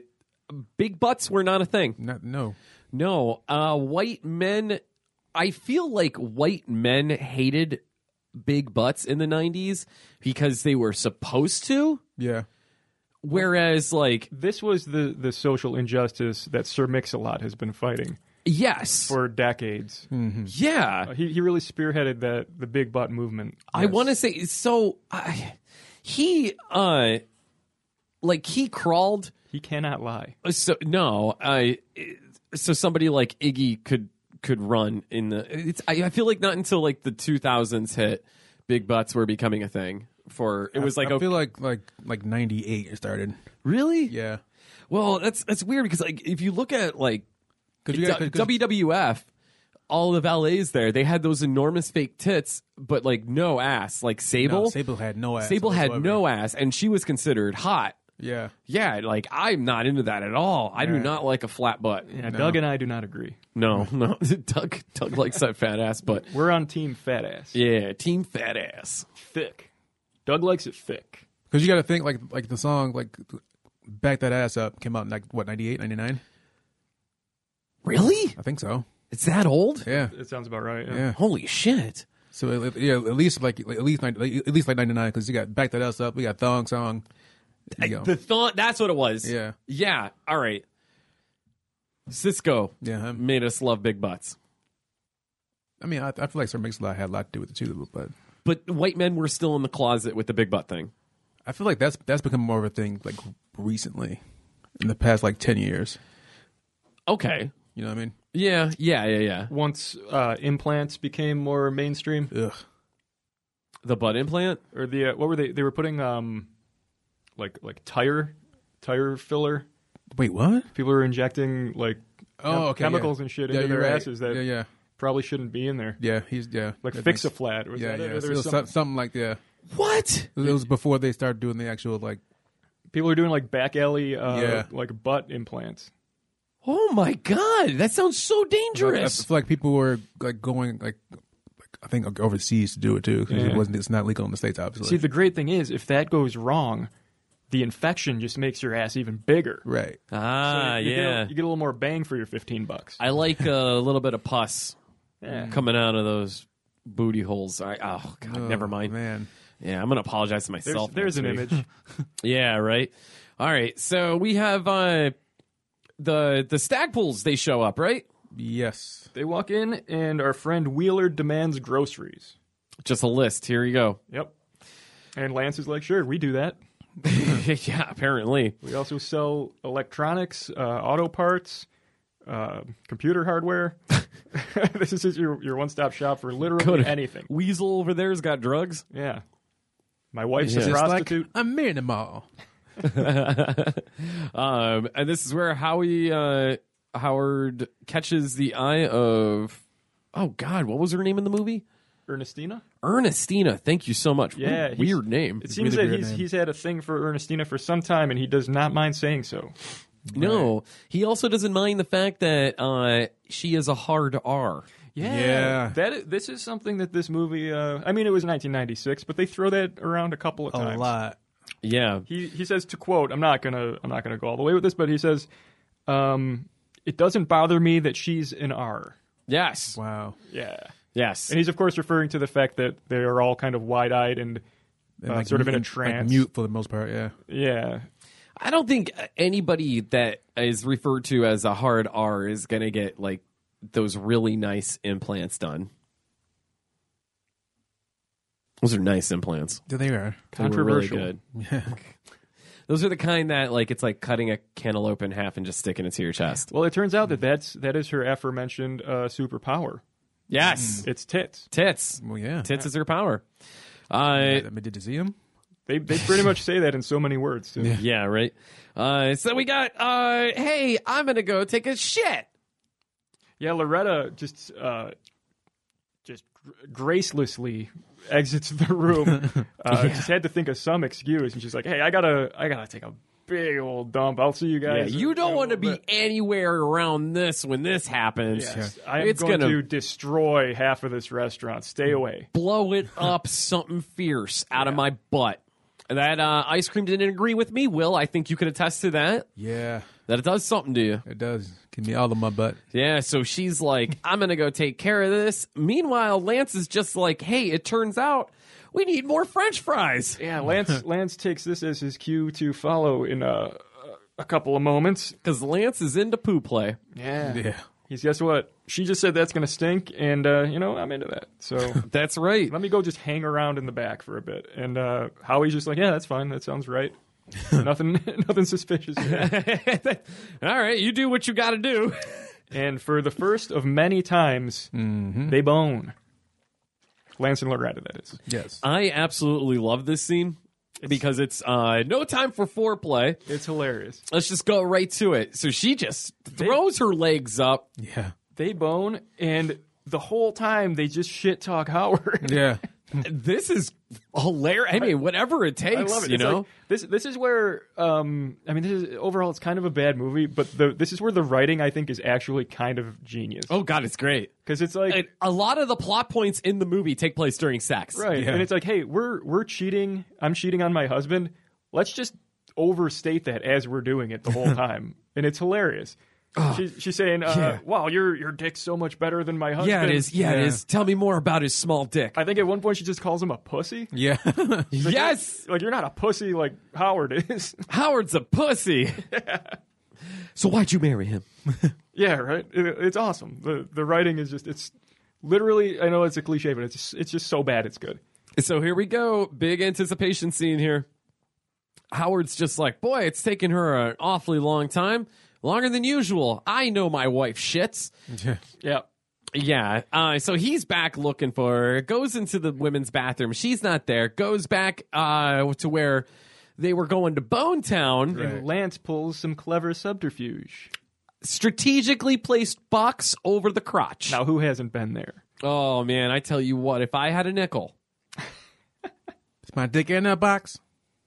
Speaker 7: big butts were not a thing.
Speaker 5: Not, no.
Speaker 7: No, uh, white men. I feel like white men hated big butts in the '90s because they were supposed to.
Speaker 5: Yeah.
Speaker 7: Whereas, like,
Speaker 6: this was the the social injustice that Sir Mix-a-Lot has been fighting
Speaker 7: yes,
Speaker 6: for decades.
Speaker 5: Hmm.
Speaker 7: yeah,
Speaker 6: Uh, He he really spearheaded that the big butt movement.
Speaker 7: I want to say so. I, he, uh, like, he crawled.
Speaker 6: He cannot lie.
Speaker 7: So no, I. So somebody like Iggy could could run in the. It's. I, I feel like not until like the 2000s hit, big butts were becoming a thing. For it was like
Speaker 5: I
Speaker 7: okay.
Speaker 5: feel like like like '98 it started.
Speaker 7: Really?
Speaker 5: Yeah.
Speaker 7: Well, that's that's weird because like if you look at like
Speaker 5: Because you got
Speaker 7: du-
Speaker 5: 'cause-
Speaker 7: WWF, all the valets there, they had those enormous fake tits, but like no ass. Like Sable,
Speaker 5: no, Sable had no ass.
Speaker 7: Sable had
Speaker 5: whatsoever.
Speaker 7: no ass, and she was considered hot.
Speaker 5: Yeah.
Speaker 7: Yeah, like I'm not into that at all. I do not like a flat butt.
Speaker 6: Yeah, Doug and I do not agree.
Speaker 7: No, *laughs* no. Doug, Doug likes that fat ass, but
Speaker 6: We're on team fat ass.
Speaker 7: yeah, team fat ass.
Speaker 6: Thick. Doug likes it thick.
Speaker 5: Because you got to think like like the song like back that ass up came out in like what 98, 99?
Speaker 7: Really?
Speaker 5: I think so.
Speaker 7: It's that old?
Speaker 5: Yeah.
Speaker 6: It sounds about right.
Speaker 5: Yeah.
Speaker 7: Holy shit!
Speaker 5: So at- yeah, at least like at least like, at least like '99 because you got back that ass up. We got thong song. There you go.
Speaker 7: The thought that's what it was.
Speaker 5: Yeah.
Speaker 7: Yeah. All right. Cisco
Speaker 5: Yeah, I'm-
Speaker 7: made us love big butts.
Speaker 5: I mean, I, I feel like Sir Mix-a-Lot had a lot to do with it too, but
Speaker 7: But white men were still in the closet with the big butt thing.
Speaker 5: I feel like that's that's become more of a thing like recently, in the past like ten years.
Speaker 7: Okay.
Speaker 5: You know what I mean?
Speaker 7: Yeah, yeah, yeah, yeah.
Speaker 6: Once uh, implants became more mainstream,
Speaker 5: Ugh.
Speaker 7: The butt implant?
Speaker 6: or the uh, what were they? They were putting um, like like tire, tire filler.
Speaker 5: Wait, what?
Speaker 6: People were injecting like chem- chemicals and shit
Speaker 5: Oh, Yeah,
Speaker 6: into
Speaker 5: you're
Speaker 6: their
Speaker 5: right.
Speaker 6: asses that
Speaker 5: yeah, yeah,
Speaker 6: probably shouldn't be in there.
Speaker 5: yeah. He's yeah,
Speaker 6: like
Speaker 5: That
Speaker 6: fix a
Speaker 5: makes-
Speaker 6: flat. Was
Speaker 5: Yeah,
Speaker 6: that it?
Speaker 5: yeah.
Speaker 6: Or
Speaker 5: It
Speaker 6: there
Speaker 5: was
Speaker 6: was
Speaker 5: so-
Speaker 6: some-
Speaker 5: something like yeah.
Speaker 7: What?
Speaker 5: It was before they started doing the actual like
Speaker 6: people are doing like back alley, uh,
Speaker 5: Yeah.
Speaker 6: like butt implants.
Speaker 7: Oh my god, that sounds so
Speaker 5: I, I
Speaker 7: dangerous.
Speaker 5: feel like people were like going like, like I think overseas to do it too because
Speaker 6: Yeah.
Speaker 5: it wasn't it's not legal in the states obviously.
Speaker 6: See, the great thing is, if that goes wrong, the infection just makes your ass even bigger.
Speaker 5: right.
Speaker 7: ah,
Speaker 6: you Get
Speaker 7: yeah.
Speaker 6: a, you get a little more bang for your fifteen bucks.
Speaker 7: I like a little bit of pus
Speaker 6: Yeah.
Speaker 7: coming out of those booty holes. I, oh god, never mind.
Speaker 5: man.
Speaker 7: Yeah, I'm gonna apologize to
Speaker 6: There's,
Speaker 7: myself.
Speaker 6: there's an
Speaker 7: next week.
Speaker 6: image.
Speaker 7: *laughs* Yeah, right. All right. So we have uh the the stag pools they show up, right?
Speaker 5: Yes.
Speaker 6: they walk in, and our friend Wheeler demands groceries.
Speaker 7: Just a list. Here you go. *laughs*
Speaker 6: Yep. And Lance is like, sure, we do that.
Speaker 7: yeah, apparently.
Speaker 6: We also sell electronics, uh, auto parts, uh, computer
Speaker 7: *laughs*
Speaker 6: hardware. *laughs* this is just your, your one stop shop for literally
Speaker 7: Go to-
Speaker 6: anything.
Speaker 7: Weasel over there's got drugs.
Speaker 6: Yeah. My wife's a
Speaker 7: Yeah. Just
Speaker 5: It's like
Speaker 6: prostitute.
Speaker 5: I'm in the mall.
Speaker 7: Um, and this is where Howie uh, Howard catches the eye of oh god, what was her name in the movie?
Speaker 6: Ernestina?
Speaker 7: Ernestina. Thank you so much. What a
Speaker 6: Yeah, he's-
Speaker 7: weird name.
Speaker 6: It
Speaker 5: really
Speaker 6: seems that
Speaker 5: weird
Speaker 6: he's,
Speaker 5: name.
Speaker 6: he's had a thing for Ernestina for some time, and he does not mind saying so.
Speaker 7: No, he also doesn't mind the fact that uh, she is a hard R.
Speaker 5: Yeah.
Speaker 6: That is, this is something that this movie, uh, I mean, it was 1996, but they throw that around a couple of
Speaker 5: A
Speaker 6: times.
Speaker 5: lot.
Speaker 7: Yeah,
Speaker 6: he he says to quote i'm not gonna i'm not gonna go all the way with this but he says um it doesn't bother me that she's an r
Speaker 7: yes,
Speaker 5: Wow.
Speaker 6: yeah
Speaker 7: yes.
Speaker 6: and he's of course referring to the fact that they are all kind of wide-eyed and,
Speaker 5: And
Speaker 6: uh, sort of in a
Speaker 5: mute-
Speaker 6: trance
Speaker 5: Like mute for the most part, yeah.
Speaker 6: yeah
Speaker 7: I don't think anybody that is referred to as a hard R is going to get like those really nice implants done. Those are nice implants.
Speaker 5: Yeah, they are.
Speaker 7: They were really
Speaker 6: Controversial.
Speaker 7: good. *laughs* Those are the kind that like it's like cutting a cantaloupe in half and just sticking it to your chest.
Speaker 6: well it turns out that that's that is her aforementioned uh superpower
Speaker 7: Yes,
Speaker 6: it's tits
Speaker 7: tits.
Speaker 5: Well, yeah.
Speaker 7: Tits is her power. Uh,
Speaker 5: I mean, did you see him?
Speaker 6: they they pretty much say that in so many words too.
Speaker 7: yeah, right. Uh, so we got. Uh, hey, I'm gonna go take a shit.
Speaker 6: Yeah, Loretta just uh, just gr- gracelessly exits the
Speaker 7: *laughs*
Speaker 6: room. Uh, Just had to think of some excuse, and she's like, "Hey, I gotta, I gotta take a big old dump. I'll see you
Speaker 7: Yeah,
Speaker 6: guys."
Speaker 7: you don't want to be
Speaker 6: But-
Speaker 7: anywhere around this when this happens.
Speaker 6: Yes, I am
Speaker 7: It's
Speaker 6: going
Speaker 7: gonna-
Speaker 6: to destroy half of this restaurant. Stay
Speaker 7: *laughs*
Speaker 6: away.
Speaker 7: Blow it up something fierce out of my butt. That uh, ice cream didn't agree with me, Will. I think you can attest to that.
Speaker 5: Yeah,
Speaker 7: That it does something to you.
Speaker 5: it does. Give me all of my butt.
Speaker 7: Yeah, so she's like, I'm going to go take care of this. Meanwhile, Lance is just like, hey, it turns out we need more french fries.
Speaker 6: Yeah, Lance. Lance takes this as his cue to follow in uh, a couple of moments.
Speaker 7: Because Lance is into poo play.
Speaker 6: Yeah.
Speaker 5: Yeah.
Speaker 6: He's guess what? She just said that's gonna stink, and uh, you know I'm into that. So
Speaker 7: *laughs* That's right.
Speaker 6: let me go just hang around in the back for a bit. And uh, Howie's just like, yeah, that's fine. That sounds *laughs* right. nothing, *laughs* nothing suspicious. here."
Speaker 7: All right, you do what you got to do.
Speaker 6: and for the first of many times, they bone. Lance and Loretta, that is.
Speaker 5: Yes.
Speaker 7: I absolutely love this scene because it's uh, no time for foreplay.
Speaker 6: It's hilarious.
Speaker 7: Let's just go right to it. So she just throws her legs up.
Speaker 5: yeah.
Speaker 6: They bone, and the whole time they just shit talk *laughs* Howard.
Speaker 5: Yeah.
Speaker 7: This is hilarious. I mean, whatever it takes,
Speaker 6: I love it.
Speaker 7: you
Speaker 6: It's
Speaker 7: know.
Speaker 6: like- this this is where um I mean this is overall it's kind of a bad movie, but the this is where the writing I think is actually kind of genius
Speaker 7: oh god, it's great.
Speaker 6: because it's like
Speaker 7: And a lot of the plot points in the movie take place during sex.
Speaker 6: Right.
Speaker 5: Yeah.
Speaker 6: And it's like, hey, we're we're cheating. I'm cheating on my husband. Let's just overstate that as we're doing it the
Speaker 7: *laughs*
Speaker 6: whole time, and it's hilarious. She's, she's saying, uh,
Speaker 7: yeah.
Speaker 6: "Wow, your your dick's so much better than my husband."
Speaker 7: Yeah, it is. Yeah, it
Speaker 5: Yeah.
Speaker 7: is. Tell me more about his small dick.
Speaker 6: I *laughs* think at one point she just calls him a pussy.
Speaker 5: Yeah.
Speaker 7: yes,
Speaker 6: Like you're not a pussy like Howard is. *laughs*
Speaker 7: Howard's a pussy. so why'd you marry him?
Speaker 6: yeah, right. It, it's awesome. The the writing is just it's literally. I know it's a cliche, but it's just, it's just so bad. It's good.
Speaker 7: So here we go. Big anticipation scene here. Howard's just like, boy, it's taken her an awfully long time, longer than usual. I know my wife shits.
Speaker 5: yeah.
Speaker 6: Yeah.
Speaker 7: Yeah. Uh, so he's back looking for her, goes into the women's bathroom. She's not there, goes back uh, to where they were going to Bone Town,
Speaker 6: And Lance pulls some clever subterfuge.
Speaker 7: strategically placed box over the crotch.
Speaker 6: Now, who hasn't been there?
Speaker 7: Oh, man. I tell you what, if I had a nickel.
Speaker 5: It's my dick in that box.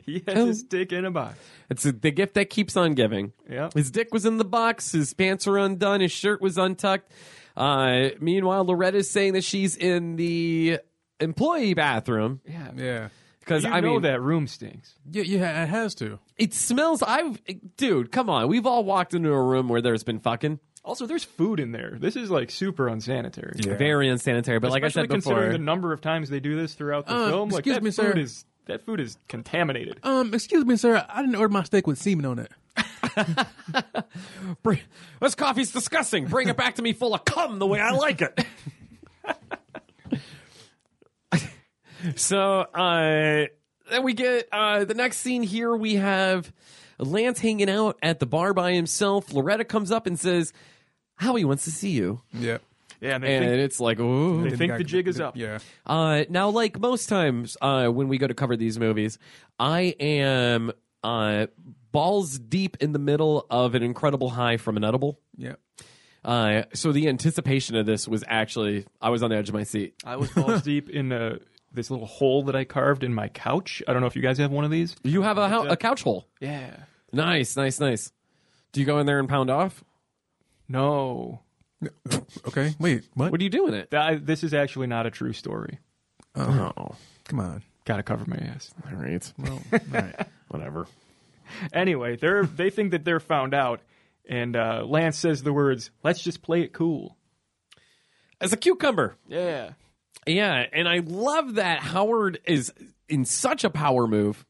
Speaker 6: He has his dick in a box.
Speaker 7: It's the gift that keeps on giving.
Speaker 6: Yeah.
Speaker 7: His dick was in the box. His pants were undone. His shirt was untucked. Uh, meanwhile, Loretta's saying that she's in the employee bathroom
Speaker 6: Yeah.
Speaker 5: Yeah.
Speaker 7: because
Speaker 6: You
Speaker 7: I
Speaker 6: know
Speaker 7: mean
Speaker 6: that room stinks.
Speaker 5: Yeah. Yeah. It has to.
Speaker 7: it smells. I've dude, come on. We've all walked into a room where there's been fucking
Speaker 6: Also, there's food in there. This is like super unsanitary.
Speaker 7: very unsanitary. But like I
Speaker 6: Especially
Speaker 7: said
Speaker 6: considering
Speaker 7: before,
Speaker 6: the number of times they do this throughout the
Speaker 5: Uh,
Speaker 6: film, like
Speaker 5: excuse
Speaker 6: that
Speaker 5: me,
Speaker 6: food
Speaker 5: sir.
Speaker 6: is that food is contaminated.
Speaker 5: Um. Excuse me, sir. I didn't order my steak with semen on it.
Speaker 7: Br- this coffee's disgusting. Bring it back to me full of cum the way I like it. *laughs* so, uh, then we get uh, the next scene here. We have Lance hanging out at the bar by himself. Loretta comes up and says, Howie wants to see you.
Speaker 5: Yeah.
Speaker 6: Yeah, and they
Speaker 7: And
Speaker 6: think,
Speaker 7: it's like, ooh.
Speaker 6: they think the jig is up.
Speaker 5: Yeah.
Speaker 7: Uh, now, like most times uh, when we go to cover these movies, I am uh, balls deep in the middle of an incredible high from an edible.
Speaker 5: Yeah.
Speaker 7: Uh, so the anticipation of this was actually, I was on the edge of my seat.
Speaker 6: I was
Speaker 5: *laughs*
Speaker 6: balls deep in uh, this little hole that I carved in my couch. I don't know if you guys have one of these.
Speaker 7: You have a, hou- a couch hole.
Speaker 6: Yeah.
Speaker 7: Nice, nice, nice. Do you go in there and pound off?
Speaker 6: No.
Speaker 5: *laughs* Okay. Wait. What?
Speaker 7: What do you do in it?
Speaker 6: That, this is actually not a true story.
Speaker 7: Oh,
Speaker 5: Come on.
Speaker 6: Gotta cover my ass.
Speaker 7: all right. *laughs* Well, whatever.
Speaker 6: Anyway, they're they think that they're found out, and uh, Lance says the words, "Let's just play it cool."
Speaker 7: As a cucumber.
Speaker 6: Yeah.
Speaker 7: Yeah, and I love that Howard is in such a power move.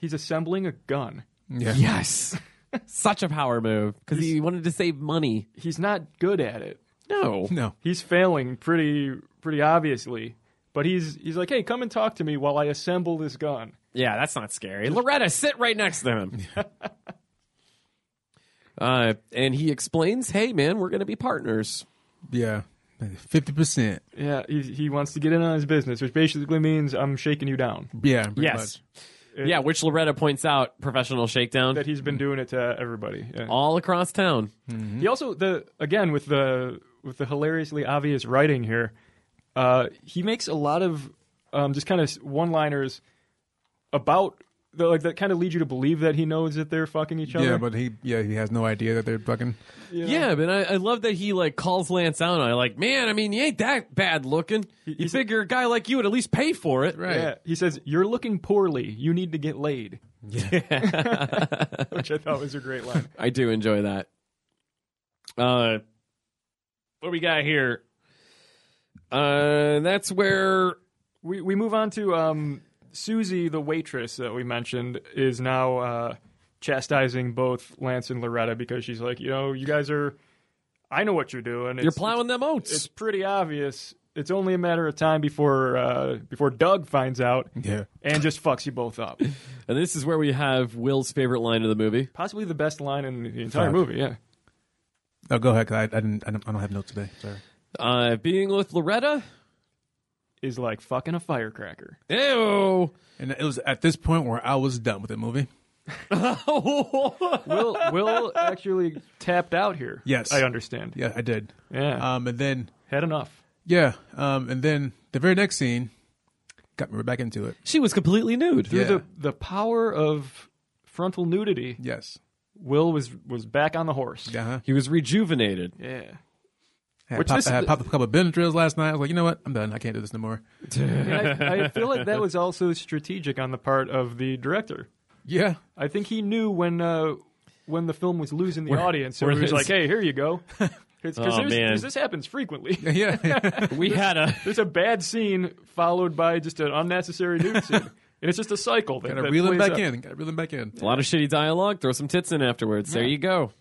Speaker 6: He's assembling a gun.
Speaker 5: Yeah.
Speaker 7: Yes. *laughs* such a power move because he wanted to save money.
Speaker 6: He's not good at it.
Speaker 7: No.
Speaker 5: No.
Speaker 6: He's failing pretty pretty obviously. But he's he's like, "Hey, come and talk to me while I assemble this gun."
Speaker 7: Yeah, that's not scary. Loretta, sit right next to *laughs* him. uh, and he explains, "Hey, man, we're going to be partners."
Speaker 5: Yeah. Fifty percent.
Speaker 6: Yeah, he, he wants to get in on his business, which basically means I'm shaking you down.
Speaker 5: Yeah. pretty
Speaker 7: Yes.
Speaker 5: much.
Speaker 7: yeah, which Loretta points out, professional shakedown
Speaker 6: That he's been doing it to everybody. Yeah.
Speaker 7: all across town.
Speaker 6: He also the again with the with the hilariously obvious writing here, uh, he makes a lot of um, just kind of one liners about the, like that kind of lead you to believe that he knows that they're fucking each other.
Speaker 5: Yeah, but he yeah he has no idea that they're fucking.
Speaker 7: Yeah, but I, I love that he like calls Lance out. I like, man, I mean, you ain't that bad looking. You
Speaker 6: he's-
Speaker 7: figure a guy like you would at least pay for it,
Speaker 5: Right.
Speaker 6: yeah, he says you're looking poorly. You need to get laid. *laughs* Yeah, which I thought was a great line.
Speaker 7: *laughs* I do enjoy that. Uh, what we got here? Uh, that's where
Speaker 6: We we move on to um, Susie, the waitress that we mentioned, is now uh, chastising both Lance and Loretta because she's like, you know, you guys are. I know what you're doing.
Speaker 7: you're
Speaker 6: It's-
Speaker 7: plowing them
Speaker 6: It's
Speaker 7: oats.
Speaker 6: pretty obvious. It's only a matter of time before uh, before Doug finds out
Speaker 5: Yeah.
Speaker 6: and just fucks you
Speaker 5: *laughs*
Speaker 6: both up.
Speaker 7: And this is where we have Will's favorite line of the movie.
Speaker 6: Possibly the best line in the entire
Speaker 5: Fuck.
Speaker 6: movie. Yeah.
Speaker 5: Oh, go ahead. 'cause I, I didn't. I don't, I don't have notes today. Sorry.
Speaker 7: Uh, being with Loretta.
Speaker 6: Is like fucking a firecracker.
Speaker 7: Ew.
Speaker 5: And it was at this point where I was done with the movie. *laughs*
Speaker 6: Will Will actually tapped out here.
Speaker 5: Yes.
Speaker 6: I understand.
Speaker 5: Yeah, I did.
Speaker 6: Yeah.
Speaker 5: Um, and then
Speaker 6: Had enough.
Speaker 5: yeah, um, and then the very next scene got me right back into it.
Speaker 7: she was completely nude.
Speaker 5: Yeah.
Speaker 6: The the power of frontal nudity.
Speaker 5: Yes.
Speaker 6: Will was was back on the horse.
Speaker 5: Uh huh.
Speaker 7: He was rejuvenated.
Speaker 6: Yeah.
Speaker 5: I
Speaker 6: Which
Speaker 5: had, pop,
Speaker 6: this-
Speaker 5: I had popped a couple of Benadryls last night. I was like, you know what? I'm done. I can't do this no more.
Speaker 6: And I, I feel like that was also strategic on the part of the director.
Speaker 5: Yeah. *laughs*
Speaker 6: I think he knew when uh, when the film was losing the audience, so
Speaker 7: where
Speaker 6: he was
Speaker 7: it is.
Speaker 6: like, "Hey, here
Speaker 5: *laughs*
Speaker 6: you go." Because
Speaker 7: Oh, man.
Speaker 6: this happens frequently. *laughs*
Speaker 5: Yeah. yeah.
Speaker 7: We had a
Speaker 6: There's a bad scene followed by just an unnecessary nude
Speaker 5: *laughs*
Speaker 6: scene, and it's just a cycle. That,
Speaker 5: Gotta
Speaker 6: that
Speaker 5: reel him
Speaker 6: plays
Speaker 5: back
Speaker 6: out.
Speaker 5: in. Gotta reel him back in.
Speaker 7: a lot of shitty dialogue. Throw some tits in afterwards. There you go.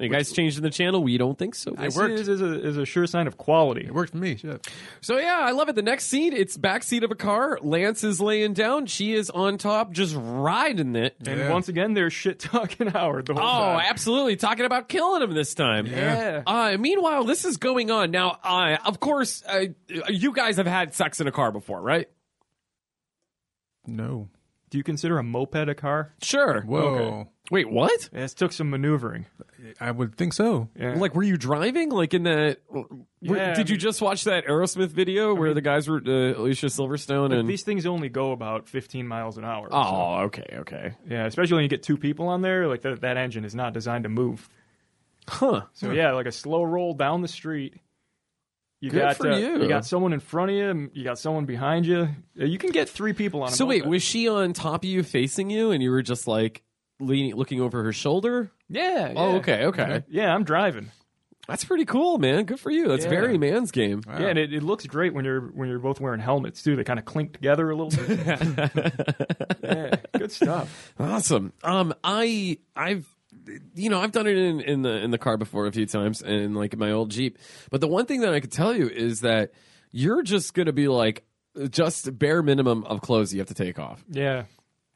Speaker 7: You guys changing the channel? We don't think so.
Speaker 6: I see this as a, as a sure sign of quality.
Speaker 5: It worked for me. Shit.
Speaker 7: So yeah, I love it. The next scene, it's backseat of a car. Lance is laying down. She is on top, just riding it.
Speaker 6: And
Speaker 5: Yeah.
Speaker 6: once again, there's shit talking *laughs* Howard the whole
Speaker 7: Oh,
Speaker 6: time.
Speaker 7: absolutely! Talking about killing him this time.
Speaker 6: Yeah.
Speaker 7: Uh, meanwhile, this is going on now. Uh, of course, uh, you guys have had sex in a car before, right?
Speaker 5: No.
Speaker 6: Do you consider a moped a car?
Speaker 7: Sure.
Speaker 5: Whoa.
Speaker 7: Wait, what?
Speaker 6: It took some maneuvering.
Speaker 5: I would think so.
Speaker 6: Yeah.
Speaker 7: Like, were you driving? Like in that? were-
Speaker 6: Yeah, um, I
Speaker 7: did you
Speaker 6: mean-
Speaker 7: just watch that Aerosmith video where the guys were uh, Alicia Silverstone and?
Speaker 6: these things only go about 15 miles an hour. so- eh,
Speaker 7: oh, okay, okay,
Speaker 6: Yeah, especially when you get two people on there, like that, that engine is not designed to move.
Speaker 7: huh?
Speaker 6: So yeah, like a slow roll down the street. You
Speaker 7: Good
Speaker 6: got
Speaker 7: for you.
Speaker 6: got someone in front of you. m- You got someone behind you. Yeah, You can get three people on. A
Speaker 7: So wait,
Speaker 6: moped.
Speaker 7: was she on top of you, facing you, and you were just like leaning, looking over her shoulder?
Speaker 6: yeah, yeah.
Speaker 7: Oh, okay, okay.
Speaker 6: Yeah, I'm driving.
Speaker 7: That's pretty cool, man. Good for you. That's
Speaker 6: Yeah.
Speaker 7: very man's game.
Speaker 6: Yeah, and it, it looks great when you're when you're both wearing helmets too. They kind of clink together a little
Speaker 7: *laughs*
Speaker 6: bit. *laughs* yeah, good stuff.
Speaker 7: Awesome. Um, I, I've, you know, I've done it in, in the in the car before a few times, and like in my old Jeep. But the one thing that I could tell you is that you're just gonna be like, just bare minimum of clothes you have to take off.
Speaker 6: Yeah.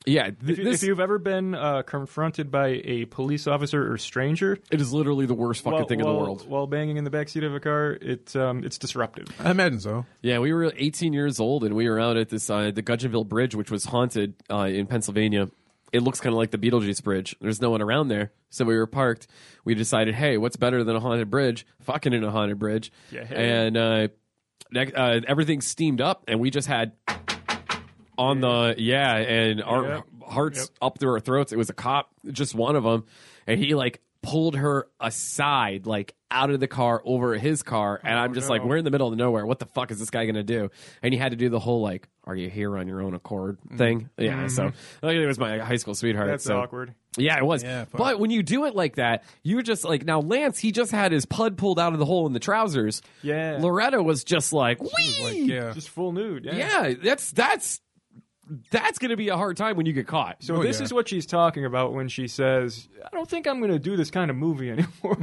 Speaker 7: Yeah, th-
Speaker 6: If, you-
Speaker 7: this
Speaker 6: if you've ever been uh, confronted by a police officer or stranger
Speaker 7: it is literally the worst fucking
Speaker 6: while,
Speaker 7: thing in
Speaker 6: while-
Speaker 7: the world.
Speaker 6: while banging in the backseat of a car, it, um, it's disruptive.
Speaker 5: I imagine so.
Speaker 7: Yeah, we were 18 years old and we were out at this uh, the Gudgeonville Bridge, which was haunted uh, in Pennsylvania. It looks kind of like the Beetlejuice Bridge. There's no one around there, so we were parked. We decided, hey, what's better than a haunted bridge? Fucking in a haunted bridge.
Speaker 6: Yeah.
Speaker 7: And uh, nec- uh, everything steamed up, and we just had on the yeah, and our
Speaker 6: Yep.
Speaker 7: hearts
Speaker 6: Yep.
Speaker 7: up through our throats. It was a cop, just one of them, and he like pulled her aside, like out of the car over his car, and I'm just like, we're in the middle of nowhere. What the fuck is this guy gonna do? And he had to do the whole like, are you here on your own accord thing? Yeah, so like, it was my high school sweetheart.
Speaker 6: That's
Speaker 7: so.
Speaker 6: awkward.
Speaker 7: Yeah, it was.
Speaker 5: Yeah, fuck.
Speaker 7: but when you do it like that, you're just like now. Lance, he just had his pud pulled out of the hole in the trousers.
Speaker 6: Yeah.
Speaker 7: Loretta was just like,
Speaker 5: Like,
Speaker 7: "Whee!"
Speaker 5: yeah.
Speaker 6: Just full nude.
Speaker 7: Yeah, that's that's that's gonna be a hard time when you get *laughs* caught.
Speaker 6: So
Speaker 5: Oh,
Speaker 6: this
Speaker 5: yeah.
Speaker 6: is what she's talking about when she says, "I don't think I'm going to do this kind of movie *laughs* anymore."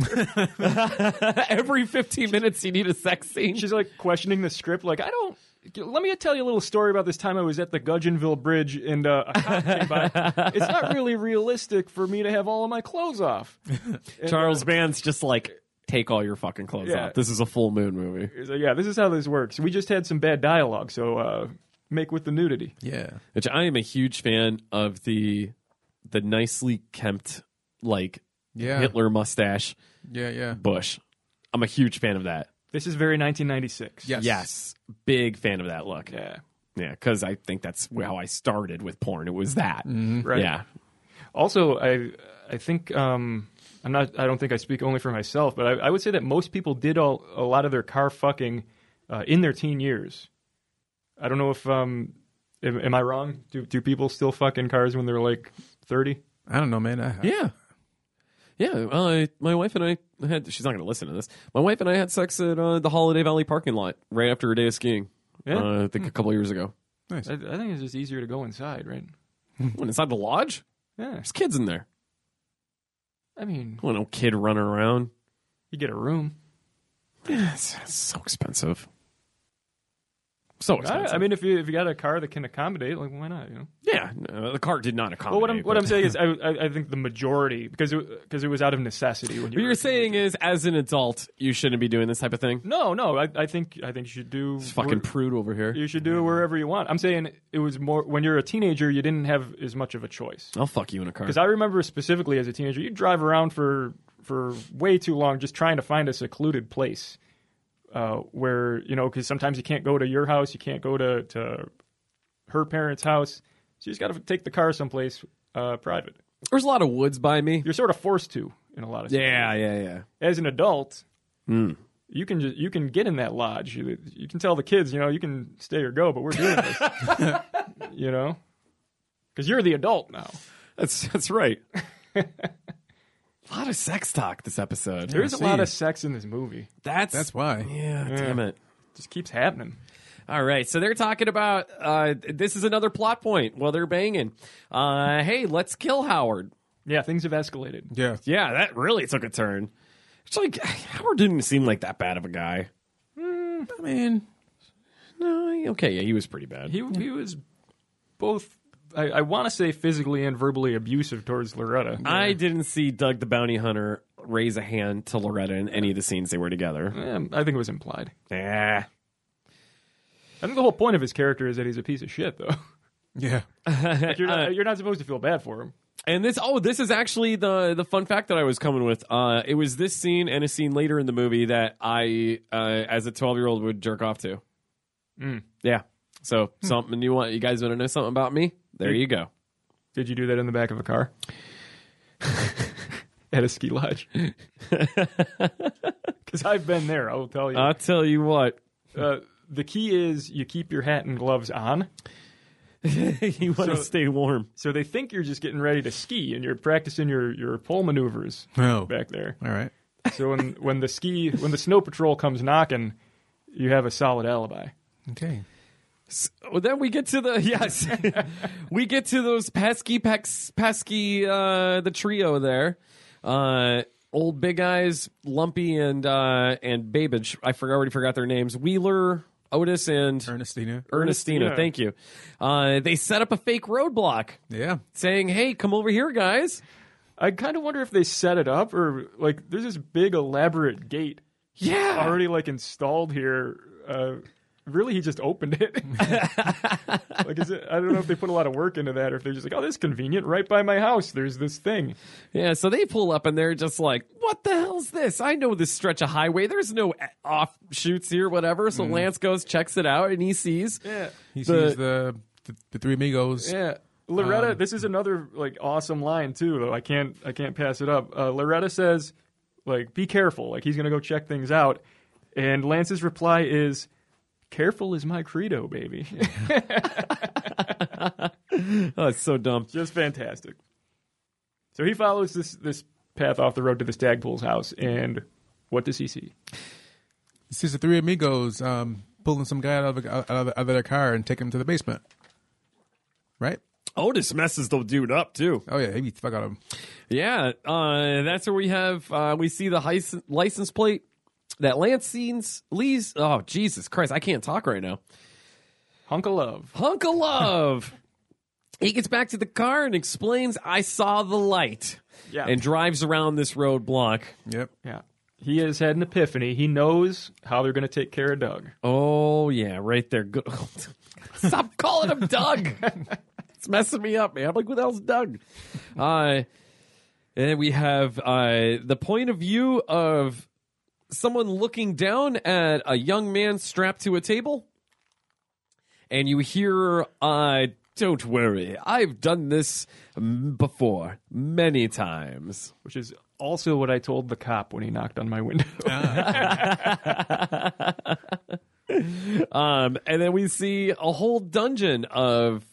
Speaker 7: *laughs* Every 15 minutes, you need a sex scene.
Speaker 6: she's like questioning the script, like, "I don't." Let me tell you a little story about this time I was at the Gudgeonville Bridge and uh, a cop came by. It's not really realistic for me to have all of my clothes off. And,
Speaker 7: Charles Band's just like, take all your fucking clothes
Speaker 6: Yeah.
Speaker 7: off. This is a full moon movie.
Speaker 6: uh, so, yeah, this is how this works. We just had some bad dialogue, so uh, make with the nudity.
Speaker 5: Yeah.
Speaker 7: Which I am a huge fan of the the nicely kempt like
Speaker 5: Yeah.
Speaker 7: Hitler mustache
Speaker 5: Yeah, yeah.
Speaker 7: Bush. I'm a huge fan of that.
Speaker 6: This is very 1996.
Speaker 5: Yes.
Speaker 7: Yes, big fan of that look.
Speaker 6: Yeah.
Speaker 7: Yeah, because I think that's how I started with porn. It was that.
Speaker 6: Right.
Speaker 7: Yeah.
Speaker 6: Also, I I think um, I'm not. I don't think I speak only for myself, but I, I would say that most people did all, a lot of their car fucking uh, in their teen years. I don't know if um, am, am I wrong? Do do people still fuck in cars when they're like thirty?
Speaker 5: I don't know, man. I,
Speaker 7: Yeah. Yeah, uh, my wife and I had. She's not going to listen to this. My wife and I had sex at uh, the Holiday Valley parking lot right after a day of skiing.
Speaker 6: Yeah.
Speaker 7: Uh, I think a couple years ago.
Speaker 6: I, I think it's just easier to go inside, right? Hmm.
Speaker 7: When inside the lodge,
Speaker 6: Yeah.
Speaker 7: there's kids in there.
Speaker 6: I mean,
Speaker 7: Well, no kid running around.
Speaker 6: you get a room.
Speaker 7: Yeah, It's, it's so expensive. So
Speaker 6: I,
Speaker 7: expensive.
Speaker 6: I mean, if you if you got a car that can accommodate, like why not? You know.
Speaker 7: yeah, no, the car did not accommodate.
Speaker 6: Well, what I'm what
Speaker 7: but-
Speaker 6: I'm *laughs* saying is, I I, I think the majority because because it, was out of necessity. When you
Speaker 7: What
Speaker 6: were
Speaker 7: you're saying is, as an adult, you shouldn't be doing this type of thing.
Speaker 6: No, no. I, I think I think you should do
Speaker 7: It's fucking
Speaker 6: wor-
Speaker 7: prude over here.
Speaker 6: You should do it wherever you want. I'm saying it was more when you're a teenager, you didn't have as much of a choice.
Speaker 7: I'll fuck you in a car.
Speaker 6: Because I remember specifically as a teenager, you'd drive around for for way too long just trying to find a secluded place uh, where you know because sometimes you can't go to your house, you can't go to to her parents' house, so you just got to take the car someplace uh, private.
Speaker 7: There's a lot of woods by me.
Speaker 6: You're sort of forced to in a lot of
Speaker 7: Yeah, yeah, yeah.
Speaker 6: as an adult,
Speaker 5: Hmm.
Speaker 6: you can just you can get in that lodge. You, you can tell the kids, you know, you can stay or go, but we're doing this,
Speaker 5: *laughs*
Speaker 6: you know, because you're the adult now.
Speaker 7: That's that's right. *laughs* a lot of sex talk this episode.
Speaker 6: There's a lot
Speaker 5: see.
Speaker 6: of sex in this movie.
Speaker 7: that's
Speaker 5: That's why.
Speaker 7: yeah, Damn it.
Speaker 6: just keeps happening.
Speaker 7: All right, so they're talking about uh, this is another plot point. Well, they're banging. Uh, hey, let's kill Howard.
Speaker 6: Yeah, things have escalated.
Speaker 5: Yeah.
Speaker 7: Yeah, that really took a turn. It's like *sighs* Howard didn't seem like that bad of a guy.
Speaker 5: I mean,
Speaker 7: Mm, No, he- okay, yeah, he was pretty bad.
Speaker 6: He he was both. I, I want to say physically and verbally abusive towards Loretta.
Speaker 7: I didn't see Doug the Bounty Hunter raise a hand to Loretta in any of the scenes they were together.
Speaker 6: Eh, I think it was implied.
Speaker 7: Yeah.
Speaker 6: I think the whole point of his character is that he's a piece of shit, though.
Speaker 5: yeah.
Speaker 6: *laughs*
Speaker 5: Uh,
Speaker 6: Like, you're
Speaker 5: *laughs*
Speaker 6: not you're not supposed to feel bad for him.
Speaker 7: And this, oh, this is actually the the fun fact that I was coming with. Uh, it was this scene and a scene later in the movie that I, uh, as a twelve year old, would jerk off to. Yeah. So something you want, you guys want to know something about me? There you go.
Speaker 6: Did you do that in the back of a car? *laughs* At a ski
Speaker 7: *laughs*
Speaker 6: lodge? *laughs* Because I've been there, I will tell you.
Speaker 7: I'll tell you what.
Speaker 6: Uh, the key is you keep your hat and gloves on.
Speaker 7: *laughs* you want to
Speaker 6: So-
Speaker 7: stay warm.
Speaker 6: So they think you're just getting ready to ski and you're practicing your, your pole maneuvers
Speaker 5: No.
Speaker 6: back there.
Speaker 5: All right.
Speaker 6: So when,
Speaker 7: *laughs*
Speaker 6: when the ski, when the snow patrol comes knocking, you have a solid
Speaker 7: *laughs*
Speaker 6: alibi.
Speaker 5: Okay.
Speaker 7: Well, then we get to the *laughs* yes, we get to those pesky pex, pesky uh, the trio there, uh, old big eyes, lumpy and uh, and babbage. I forgot, already forgot their names. Wheeler, Otis and
Speaker 5: Ernestina.
Speaker 7: Er- Ernestina.
Speaker 6: Ernestina.
Speaker 7: Thank you. Uh, they set up a fake roadblock
Speaker 5: Yeah.
Speaker 7: saying, "Hey, come over here, guys."
Speaker 6: I kind of wonder if they set it up or like there's this big elaborate gate
Speaker 7: Yeah.
Speaker 6: already like installed here. Uh, really, he just opened it. *laughs* like, is it? I don't know if they put a lot of work into that or if they're just like, oh, this is convenient. Right by my house, there's this thing.
Speaker 7: Yeah, so they pull up and they're just like, "What the hell's this? I know this stretch of highway. There's no e, offshoots here, whatever." So Lance goes, checks it out, and he sees. Mm. Yeah,
Speaker 5: He
Speaker 7: The-
Speaker 5: sees the, the the three amigos.
Speaker 6: Yeah. Loretta, this is another like awesome line too. Though I can't, I can't pass it up. Uh, Loretta says, like, be careful. Like he's gonna go check things out, and Lance's reply is, "Careful is my credo, baby." *laughs*
Speaker 7: oh, it's so dumb.
Speaker 6: just fantastic. So he follows this this path off the road to the Stagpool's house, and what does he see?
Speaker 5: He sees the three amigos um, pulling some guy out of, out, of, out of their car and take him to the basement. Right?
Speaker 7: Otis messes the dude up too.
Speaker 5: Oh yeah, he beat the fuck out of him.
Speaker 7: Yeah, uh, that's where we have uh, we see the heis- license plate that Lance sees. Lee's. Oh Jesus Christ, I can't talk right now.
Speaker 6: Hunk of love.
Speaker 7: Hunk of love. he gets back to the car and explains, "I saw the light,"
Speaker 6: Yeah.
Speaker 7: and drives around this roadblock.
Speaker 5: Yep.
Speaker 6: yeah. He has had an epiphany. He knows how they're going to take care of Doug.
Speaker 7: Oh yeah, right there. Go- *laughs* Stop calling him Doug. it's messing me up, man. I'm like, what the hell's Doug? Uh, and then we have uh, the point of view of someone looking down at a young man strapped to a table, and you hear, "I don't worry, I've done this m- before many times."
Speaker 6: which is also what I told the cop when he knocked on my window.
Speaker 7: Um, and then we see a whole dungeon of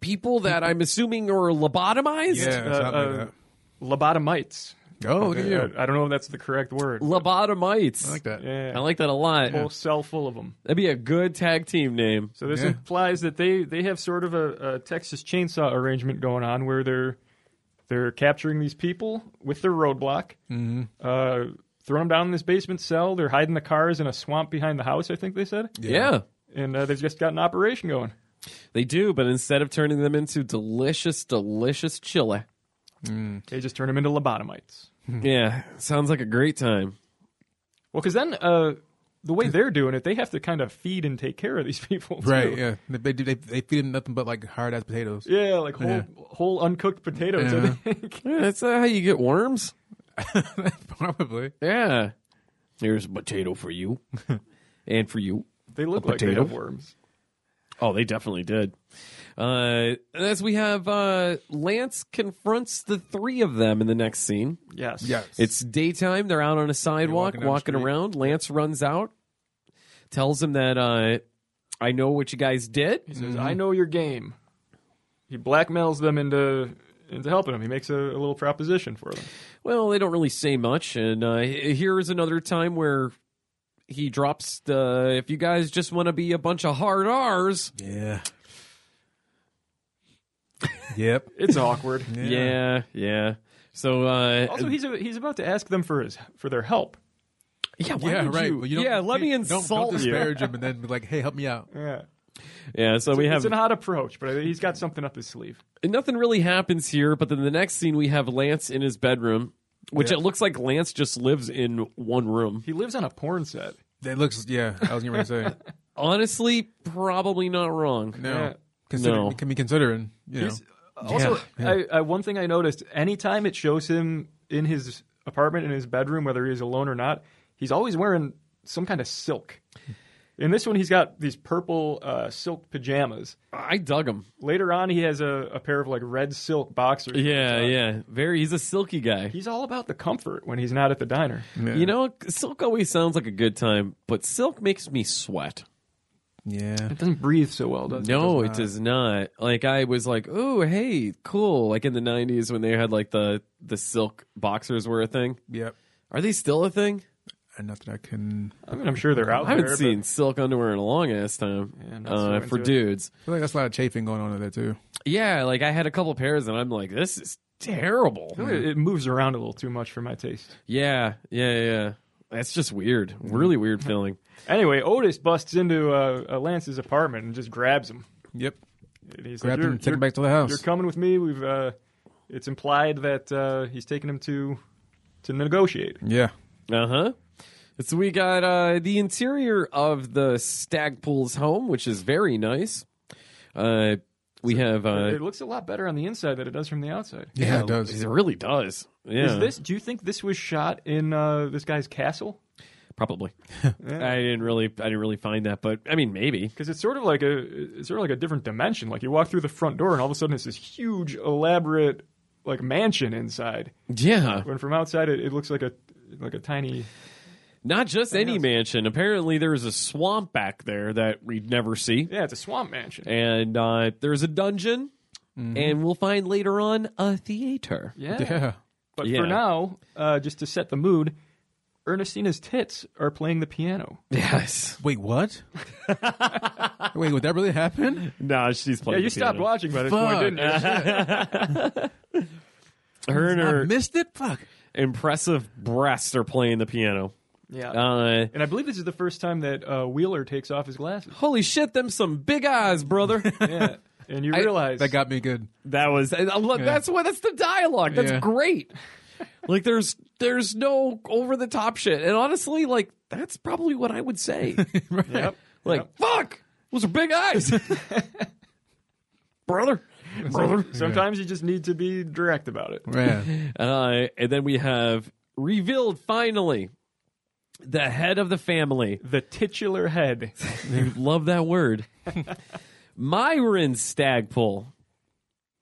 Speaker 7: people that I'm assuming are lobotomized.
Speaker 5: Yeah. something
Speaker 6: Uh,
Speaker 5: like
Speaker 6: uh,
Speaker 5: that.
Speaker 6: *laughs* Lobotomites.
Speaker 5: Oh, look at you.
Speaker 7: uh,
Speaker 6: I, I don't know if that's the correct word.
Speaker 7: Lobotomites.
Speaker 5: I like that.
Speaker 6: yeah,
Speaker 7: I like that a lot.
Speaker 6: whole cell full of them.
Speaker 7: That'd be a good tag team name.
Speaker 6: So this
Speaker 5: Yeah.
Speaker 6: implies that they they have sort of a, a Texas chainsaw arrangement going on where they're they're capturing these people with their roadblock,
Speaker 5: Mm-hmm.
Speaker 6: uh, throwing them down in this basement cell. They're hiding the cars in a swamp behind the house. I think they said,
Speaker 7: Yeah.
Speaker 6: and uh, they've just got an operation going.
Speaker 7: they do. But instead of turning them into delicious, delicious chili,
Speaker 6: They just turn them into lobotomites.
Speaker 5: Hmm.
Speaker 7: yeah, sounds like a great time.
Speaker 6: Well, because then uh, the way they're doing it, they have to kind of feed and take care of these *laughs* people, too.
Speaker 5: Right, yeah. They, they, do- they, they feed him nothing but like hard ass potatoes.
Speaker 6: Yeah, like whole whole uncooked potatoes.
Speaker 5: Yeah.
Speaker 6: I think. *laughs*
Speaker 7: Yeah, that's uh, how you get worms.
Speaker 5: *laughs* Probably.
Speaker 7: Yeah, here's a potato
Speaker 5: *laughs*
Speaker 7: for you, and for you.
Speaker 6: They look
Speaker 7: A
Speaker 6: like they
Speaker 7: potato?
Speaker 6: have worms.
Speaker 7: Oh, they definitely did. Uh, and as we have uh, Lance confronts the three of them in the next scene.
Speaker 6: Yes.
Speaker 5: Yes.
Speaker 7: It's daytime. They're out on a sidewalk,
Speaker 5: walking
Speaker 7: walking,
Speaker 5: down the street.
Speaker 7: around. Lance runs out, tells him that uh, I know what you guys did.
Speaker 6: He says, "I know your game." He blackmails them into into helping him. He makes a, a little proposition for them.
Speaker 7: Well, they don't really say much. And uh, here is another time where he drops the. If you guys just want to be a bunch of hard R's,
Speaker 5: Yeah. yep.
Speaker 6: It's *laughs* awkward.
Speaker 7: yeah, yeah. So uh,
Speaker 6: Also, he's a, he's about to ask them for his for their help.
Speaker 7: yeah, why
Speaker 5: Yeah,
Speaker 7: would
Speaker 5: right.
Speaker 7: you-
Speaker 5: Well, you don't-
Speaker 7: yeah, let me
Speaker 5: don't-
Speaker 7: insult
Speaker 5: don't,
Speaker 7: you.
Speaker 5: disparage him and then be like, hey, help me out.
Speaker 6: Yeah.
Speaker 7: Yeah, so we have
Speaker 6: it's an odd approach, but he's got something up his sleeve.
Speaker 7: nothing really happens here, but then the next scene we have Lance in his bedroom, which it looks like Lance just lives in one room.
Speaker 6: He lives on a porn set.
Speaker 5: That looks, yeah, I was going to say.
Speaker 6: *laughs*
Speaker 7: Honestly, probably not wrong.
Speaker 5: No.
Speaker 6: Yeah.
Speaker 5: Consider,
Speaker 7: No.
Speaker 5: Can be considering, you know.
Speaker 6: He's- Also, I, I, one thing I noticed: anytime it shows him in his apartment, in his bedroom, whether he is alone or not, he's always wearing some kind of silk. In this one, he's got these purple uh, silk pajamas.
Speaker 7: I dug him.
Speaker 6: Later on, he has a, a pair of like red silk boxers.
Speaker 7: Yeah, yeah. Very he's a silky guy.
Speaker 6: He's all about the comfort when he's not at the diner.
Speaker 7: You know, silk always sounds like a good time, but silk makes me sweat.
Speaker 5: Yeah.
Speaker 6: It doesn't breathe so well, does it?
Speaker 7: No, it does not. Like I was like, "Oh, hey, cool." Like in the 90s when they had like the the silk boxers were a thing.
Speaker 5: Yep.
Speaker 7: Are they still a thing?
Speaker 5: And nothing I can.
Speaker 6: I mean, I'm sure Oh, they're out
Speaker 7: I haven't
Speaker 6: there. but-
Speaker 7: seen silk underwear in a long ass time
Speaker 6: Yeah, not so
Speaker 7: uh,
Speaker 6: into
Speaker 7: for
Speaker 6: it.
Speaker 7: dudes.
Speaker 5: I feel like that's a lot of chafing going on in there, too.
Speaker 7: Yeah, like I had a couple pairs and I'm like, this is terrible.
Speaker 6: It it moves around a little too much for my taste.
Speaker 7: Yeah, yeah, yeah. That's just weird. Really weird feeling.
Speaker 6: Anyway, Otis busts into uh, uh, Lance's apartment and just grabs him.
Speaker 5: Yep.
Speaker 6: And He's
Speaker 5: Grab
Speaker 6: like,
Speaker 5: him,
Speaker 6: "You're-
Speaker 5: and take him
Speaker 6: you're-
Speaker 5: back to the house.
Speaker 6: You're coming with me. We've. Uh, it's implied that uh, he's taking him to to negotiate.
Speaker 5: yeah.
Speaker 7: Uh huh. So we got uh, the interior of the Stagpool's home, which is very nice. Uh, we have. Uh,
Speaker 6: it looks a lot better on the inside than it does from the outside.
Speaker 5: yeah, it does.
Speaker 7: It really does. Yeah.
Speaker 6: Is this? Do you think this was shot in uh, this guy's castle?
Speaker 7: probably? I didn't really. I didn't really find that, but I mean, maybe.
Speaker 6: Because it's sort of like a it's sort of like a different dimension. Like you walk through the front door, and all of a sudden it's this huge, elaborate like mansion inside.
Speaker 7: Yeah.
Speaker 6: When from outside, it, it looks like a like a tiny.
Speaker 7: Not just any mansion. Apparently, there is a swamp back there that we never see,
Speaker 6: Yeah, it's a swamp mansion.
Speaker 7: and uh, there's a dungeon,
Speaker 6: Mm-hmm.
Speaker 7: and we'll find later on a theater.
Speaker 6: Yeah. *laughs*
Speaker 5: Yeah.
Speaker 6: But
Speaker 7: Yeah.
Speaker 6: for now, uh, just to set the mood, Ernestina's tits are playing the piano.
Speaker 7: Yes.
Speaker 5: Wait,
Speaker 6: *laughs*
Speaker 5: what? Wait, would that really happen?
Speaker 7: Nah, she's
Speaker 6: Yeah,
Speaker 7: playing.
Speaker 6: you
Speaker 7: the piano.
Speaker 6: stopped watching by this point, didn't you?
Speaker 7: Her and
Speaker 5: I
Speaker 7: her
Speaker 5: missed it. Fuck.
Speaker 7: impressive breasts are playing the piano.
Speaker 6: Yeah.
Speaker 7: Uh,
Speaker 6: and I believe this is the first time that uh, Wheeler takes off his *laughs* glasses.
Speaker 7: holy shit, them some big eyes, brother.
Speaker 6: *laughs* Yeah. And you realize
Speaker 5: That got me good. *laughs*
Speaker 7: that was I love, that's what that's the dialogue. That's
Speaker 5: Yeah.
Speaker 6: *laughs*
Speaker 7: great. Like there's there's no over the top shit, and honestly, like that's probably what I would say.
Speaker 6: *laughs* Yep.
Speaker 7: Like fuck, those are
Speaker 6: *laughs*
Speaker 7: big eyes, brother, brother.
Speaker 6: Sometimes you just need to be direct about it.
Speaker 5: Man.
Speaker 7: Uh, and then we have revealed finally the head of the family.
Speaker 6: The titular *laughs* head.
Speaker 7: You love that word. Myron Stagpole.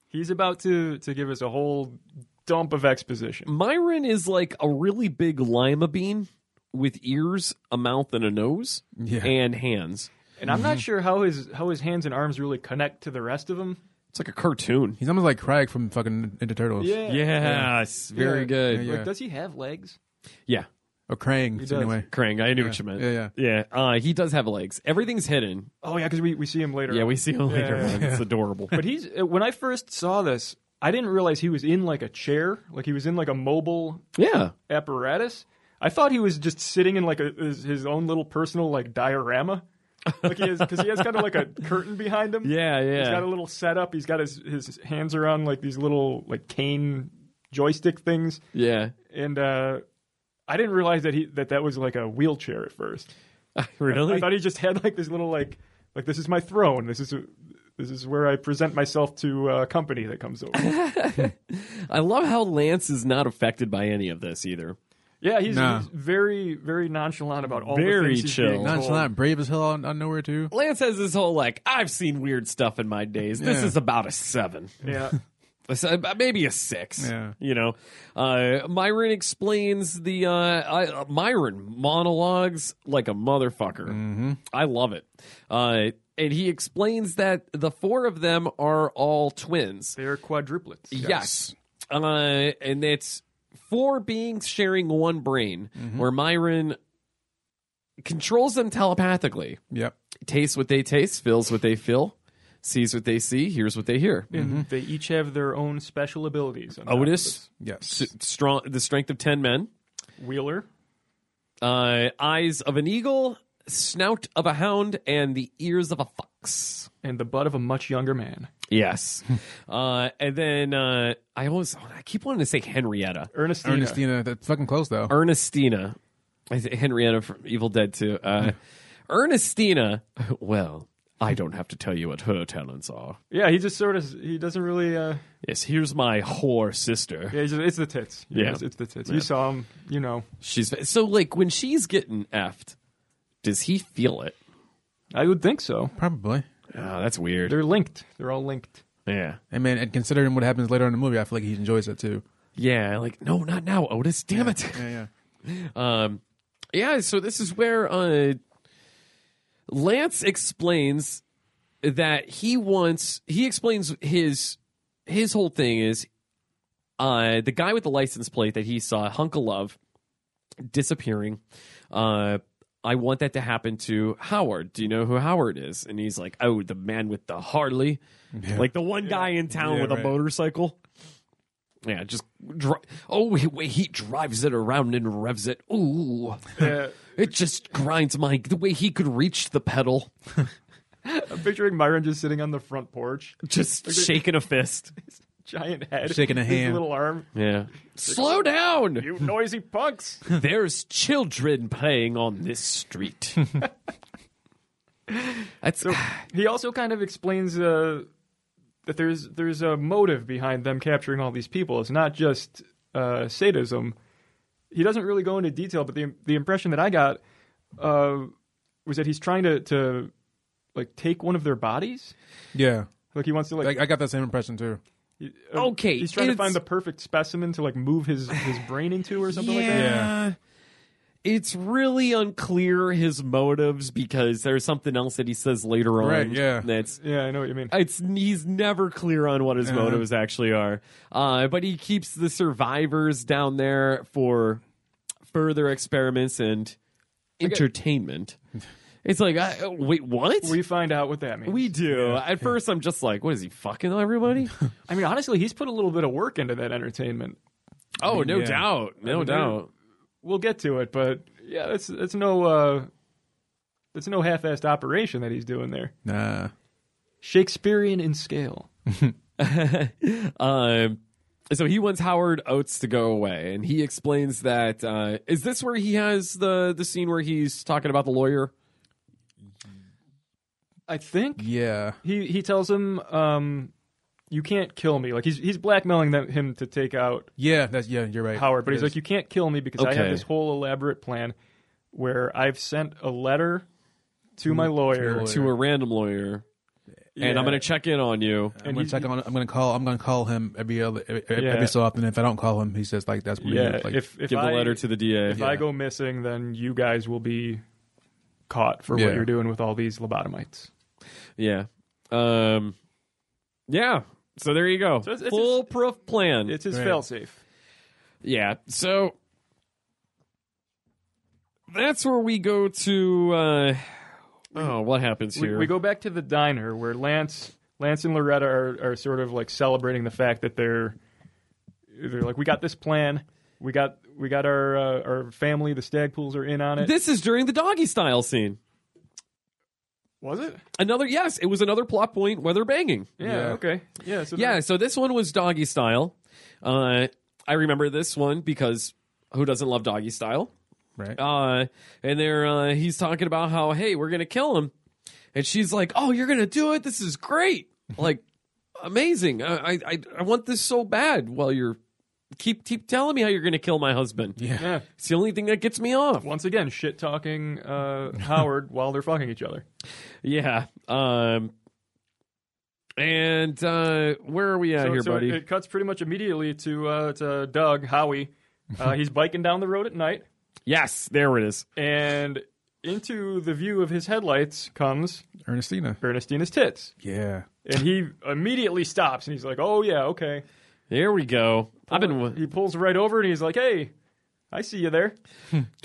Speaker 6: He's about to to give us a whole dump of exposition.
Speaker 7: Myron is like a really big lima bean with ears, a mouth, and a nose,
Speaker 5: Yeah.
Speaker 7: and hands.
Speaker 6: And I'm not sure how his how his hands and arms really connect to the rest of him.
Speaker 7: It's like a cartoon.
Speaker 5: He's almost like Craig from fucking Ninja Turtles.
Speaker 7: Yes, very
Speaker 6: Yeah.
Speaker 7: good.
Speaker 5: Yeah,
Speaker 7: Yeah,
Speaker 5: yeah.
Speaker 6: Like, does he have legs?
Speaker 5: Or Krang,
Speaker 6: does.
Speaker 5: anyway.
Speaker 7: Krang, I knew what you meant.
Speaker 5: Yeah, yeah.
Speaker 7: yeah. Uh, he does have legs. Everything's hidden.
Speaker 6: Oh yeah, because we, *laughs* we see him later.
Speaker 7: Yeah,
Speaker 6: on.
Speaker 7: we see him later.
Speaker 6: Yeah.
Speaker 7: on. It's adorable.
Speaker 6: But he's uh, when I first saw this, I didn't realize he was in like a chair, like he was in like a mobile
Speaker 7: yeah,
Speaker 6: apparatus. I thought he was just sitting in like a, his, his own little personal like diorama, like he has because he has kind of like a *laughs* curtain behind him.
Speaker 7: yeah, yeah.
Speaker 6: He's got a little setup. He's got his his hands around like these little like cane joystick things,
Speaker 7: yeah.
Speaker 6: and uh, I didn't realize that he that that was like a wheelchair at first. I
Speaker 7: *laughs* really?
Speaker 6: thought he just had like this little like like this is my throne. This is a, this is where I present myself to a company that comes
Speaker 7: *laughs*
Speaker 6: over.
Speaker 7: I love how Lance is not affected by any of this either.
Speaker 6: yeah, he's,
Speaker 5: Nah.
Speaker 6: he's very very nonchalant about all
Speaker 7: Very
Speaker 6: the things he's
Speaker 7: chill.
Speaker 6: being told.
Speaker 5: Nonchalant, brave as hell on, on nowhere too.
Speaker 7: Lance has this whole like, I've seen weird stuff in my days. This
Speaker 5: Yeah.
Speaker 7: is about a seven. *laughs*
Speaker 6: Yeah,
Speaker 7: A se- uh, maybe a six.
Speaker 5: Yeah.
Speaker 7: You know, uh, Myron explains the uh, I, uh, Myron monologues like a motherfucker. Mm-hmm. I love it. Uh, and he explains that the four of them are all twins.
Speaker 6: they're quadruplets.
Speaker 7: Yes. Uh, and it's four beings sharing one brain, where Myron controls them telepathically
Speaker 5: Yep.
Speaker 7: tastes what they taste, feels what they feel, sees what they see, hears what they hear.
Speaker 6: And they each have their own special abilities. on top of
Speaker 7: Otis,
Speaker 5: Yes.
Speaker 7: s- strong, the strength of ten men,
Speaker 6: this. Wheeler,
Speaker 7: uh, eyes of an eagle, snout of a hound, and the ears of a fox.
Speaker 6: and the butt of a much younger man,
Speaker 7: Yes, *laughs* uh, and then uh, I always I keep wanting to say Henrietta,
Speaker 6: Ernestina.
Speaker 5: Ernestina, uh, that's fucking close though.
Speaker 7: Ernestina, I th- Henrietta from Evil Dead too. Uh, Ernestina, well. I don't have to tell you what her talents are.
Speaker 6: Yeah, he just sort of he doesn't really. Uh,
Speaker 7: Yes, here's my whore sister.
Speaker 6: yeah, he's just, it's the tits. You
Speaker 7: Yeah.
Speaker 6: know, it's, it's the tits. You saw him. You know,
Speaker 7: She's so like when she's getting effed, does he feel it?
Speaker 6: I would think so.
Speaker 5: Probably.
Speaker 7: Oh, that's weird.
Speaker 6: They're linked. They're all linked.
Speaker 7: Yeah,
Speaker 5: And man, and considering what happens later in the movie, I feel like he enjoys it too.
Speaker 7: yeah. Like no, not now, Otis. Damn it.
Speaker 5: Yeah, yeah.
Speaker 7: Um, yeah. So this is where uh, Lance explains that he wants. He explains his his whole thing is uh, the guy with the license plate that he saw, hunk of love, disappearing. Uh, I want that to happen to Howard. Do you know who Howard is? And he's like, oh, the man with the Harley, like the one guy in town
Speaker 5: Yeah,
Speaker 7: with
Speaker 5: right.
Speaker 7: a motorcycle. Yeah, just dri- oh, he, wait, he drives it around and revs it. Ooh,
Speaker 6: *laughs* Yeah.
Speaker 7: it just grinds my the way he could reach the pedal,
Speaker 6: I'm picturing Myron just sitting on the front porch, *laughs*
Speaker 7: just shaking a fist.
Speaker 6: giant head,
Speaker 5: Shaking a
Speaker 6: his
Speaker 5: hand.
Speaker 6: little arm.
Speaker 7: Yeah, slow down.
Speaker 6: *laughs* You noisy punks!
Speaker 7: There's children playing on
Speaker 6: *laughs*
Speaker 7: this street. That's
Speaker 6: he also kind of explains uh, that there's there's a motive behind them capturing all these people. It's not just uh, sadism. He doesn't really go into detail, but the the impression that I got uh, was that he's trying to to like take one of their bodies.
Speaker 5: Yeah,
Speaker 6: Like he wants to like,
Speaker 5: I, I got that same impression too.
Speaker 6: he-
Speaker 7: Okay,
Speaker 6: Uh, He's trying to
Speaker 7: it's-
Speaker 6: find the perfect specimen to like move his his brain into or something like that.
Speaker 7: yeah. It's really unclear his motives because there's something else that he says later on.
Speaker 5: Right, yeah.
Speaker 7: That's
Speaker 6: Yeah, I know what you mean.
Speaker 7: it's he's never clear on what his motives actually are. Uh, but he keeps the survivors down there for further experiments and entertainment. It's like, I, oh, wait, what?
Speaker 6: we find out what that means.
Speaker 7: We do. At first, I'm just like, what is he fucking everybody?
Speaker 6: I mean, honestly, he's put a little bit of work into that entertainment.
Speaker 7: oh, no
Speaker 5: Yeah.
Speaker 7: doubt, no
Speaker 6: mean,
Speaker 7: doubt.
Speaker 6: we'll get to it, but yeah, that's that's no uh that's no half-assed operation that he's doing there.
Speaker 5: Nah,
Speaker 6: Shakespearean in scale.
Speaker 7: um, so he wants Howard Oates to go away, and he explains that uh, is this where he has the the scene where he's talking about the lawyer?
Speaker 6: I think
Speaker 5: yeah,
Speaker 6: he he tells him um you can't kill me. Like he's he's blackmailing them, him to take out
Speaker 5: yeah. That's yeah. You're right,
Speaker 6: Howard, but he's
Speaker 5: Yes.
Speaker 6: like you can't kill me because I
Speaker 7: Okay.
Speaker 6: have this whole elaborate plan where I've sent a letter to my
Speaker 5: your
Speaker 6: lawyer.
Speaker 5: lawyer.
Speaker 7: to a random lawyer, and I'm gonna check in on you.
Speaker 5: I'm
Speaker 6: and
Speaker 5: gonna
Speaker 6: he-
Speaker 5: check on. I'm gonna call. I'm gonna call him every other every, every
Speaker 6: Yeah.
Speaker 5: so often. If I don't call him, he says like that's weird.
Speaker 6: yeah,
Speaker 5: like,
Speaker 6: if if
Speaker 7: Give
Speaker 6: I,
Speaker 7: the letter to the DA.
Speaker 6: if I go missing, then you guys will be caught for
Speaker 5: Yeah.
Speaker 6: what you're doing with all these lobotomites.
Speaker 7: yeah, um, yeah. So there you go.
Speaker 6: it's- it's-
Speaker 7: Foolproof plan.
Speaker 6: It's his
Speaker 5: Right.
Speaker 6: failsafe.
Speaker 7: Yeah. So that's where we go to. Uh, oh, what happens
Speaker 6: We,
Speaker 7: here?
Speaker 6: we go back to the diner where Lance, Lance and Loretta are, are sort of like celebrating the fact that they're they're like, we got this plan, we got we got our uh, our family, the Stagpools are in on it.
Speaker 7: This is during the doggy style scene.
Speaker 6: was it?
Speaker 7: Another yes, it was another plot point where they're banging.
Speaker 6: Yeah,
Speaker 5: Yeah.
Speaker 6: Okay. Yeah. So
Speaker 7: Yeah, so this one was doggy style. Uh, I remember this one because who doesn't love doggy style?
Speaker 5: right.
Speaker 7: Uh, and there uh, he's talking about how hey, we're gonna kill him, and she's like, oh, you're gonna do it. This is great.
Speaker 5: Mm-hmm.
Speaker 7: Like amazing. I I- I I want this so bad. Well, you're keep keep telling me how you're gonna kill my husband.
Speaker 5: yeah.
Speaker 6: yeah.
Speaker 7: It's the only thing that gets me off.
Speaker 6: Once again, shit talking uh, Howard *laughs* while they're fucking each other.
Speaker 7: Yeah. Um and uh where are we at
Speaker 6: so,
Speaker 7: here,
Speaker 6: so
Speaker 7: buddy?
Speaker 6: It, it cuts pretty much immediately to uh, to Doug Howie.
Speaker 7: *laughs*
Speaker 6: Uh, he's biking down the road at night,
Speaker 7: yes, there it is.
Speaker 6: and into the view of his headlights comes
Speaker 5: Ernestina.
Speaker 6: Ernestina's tits.
Speaker 5: Yeah.
Speaker 6: And he immediately stops and he's like, "Oh yeah, okay."
Speaker 7: There we go. I've been
Speaker 6: He pulls right over and he's like, "Hey, I see you there."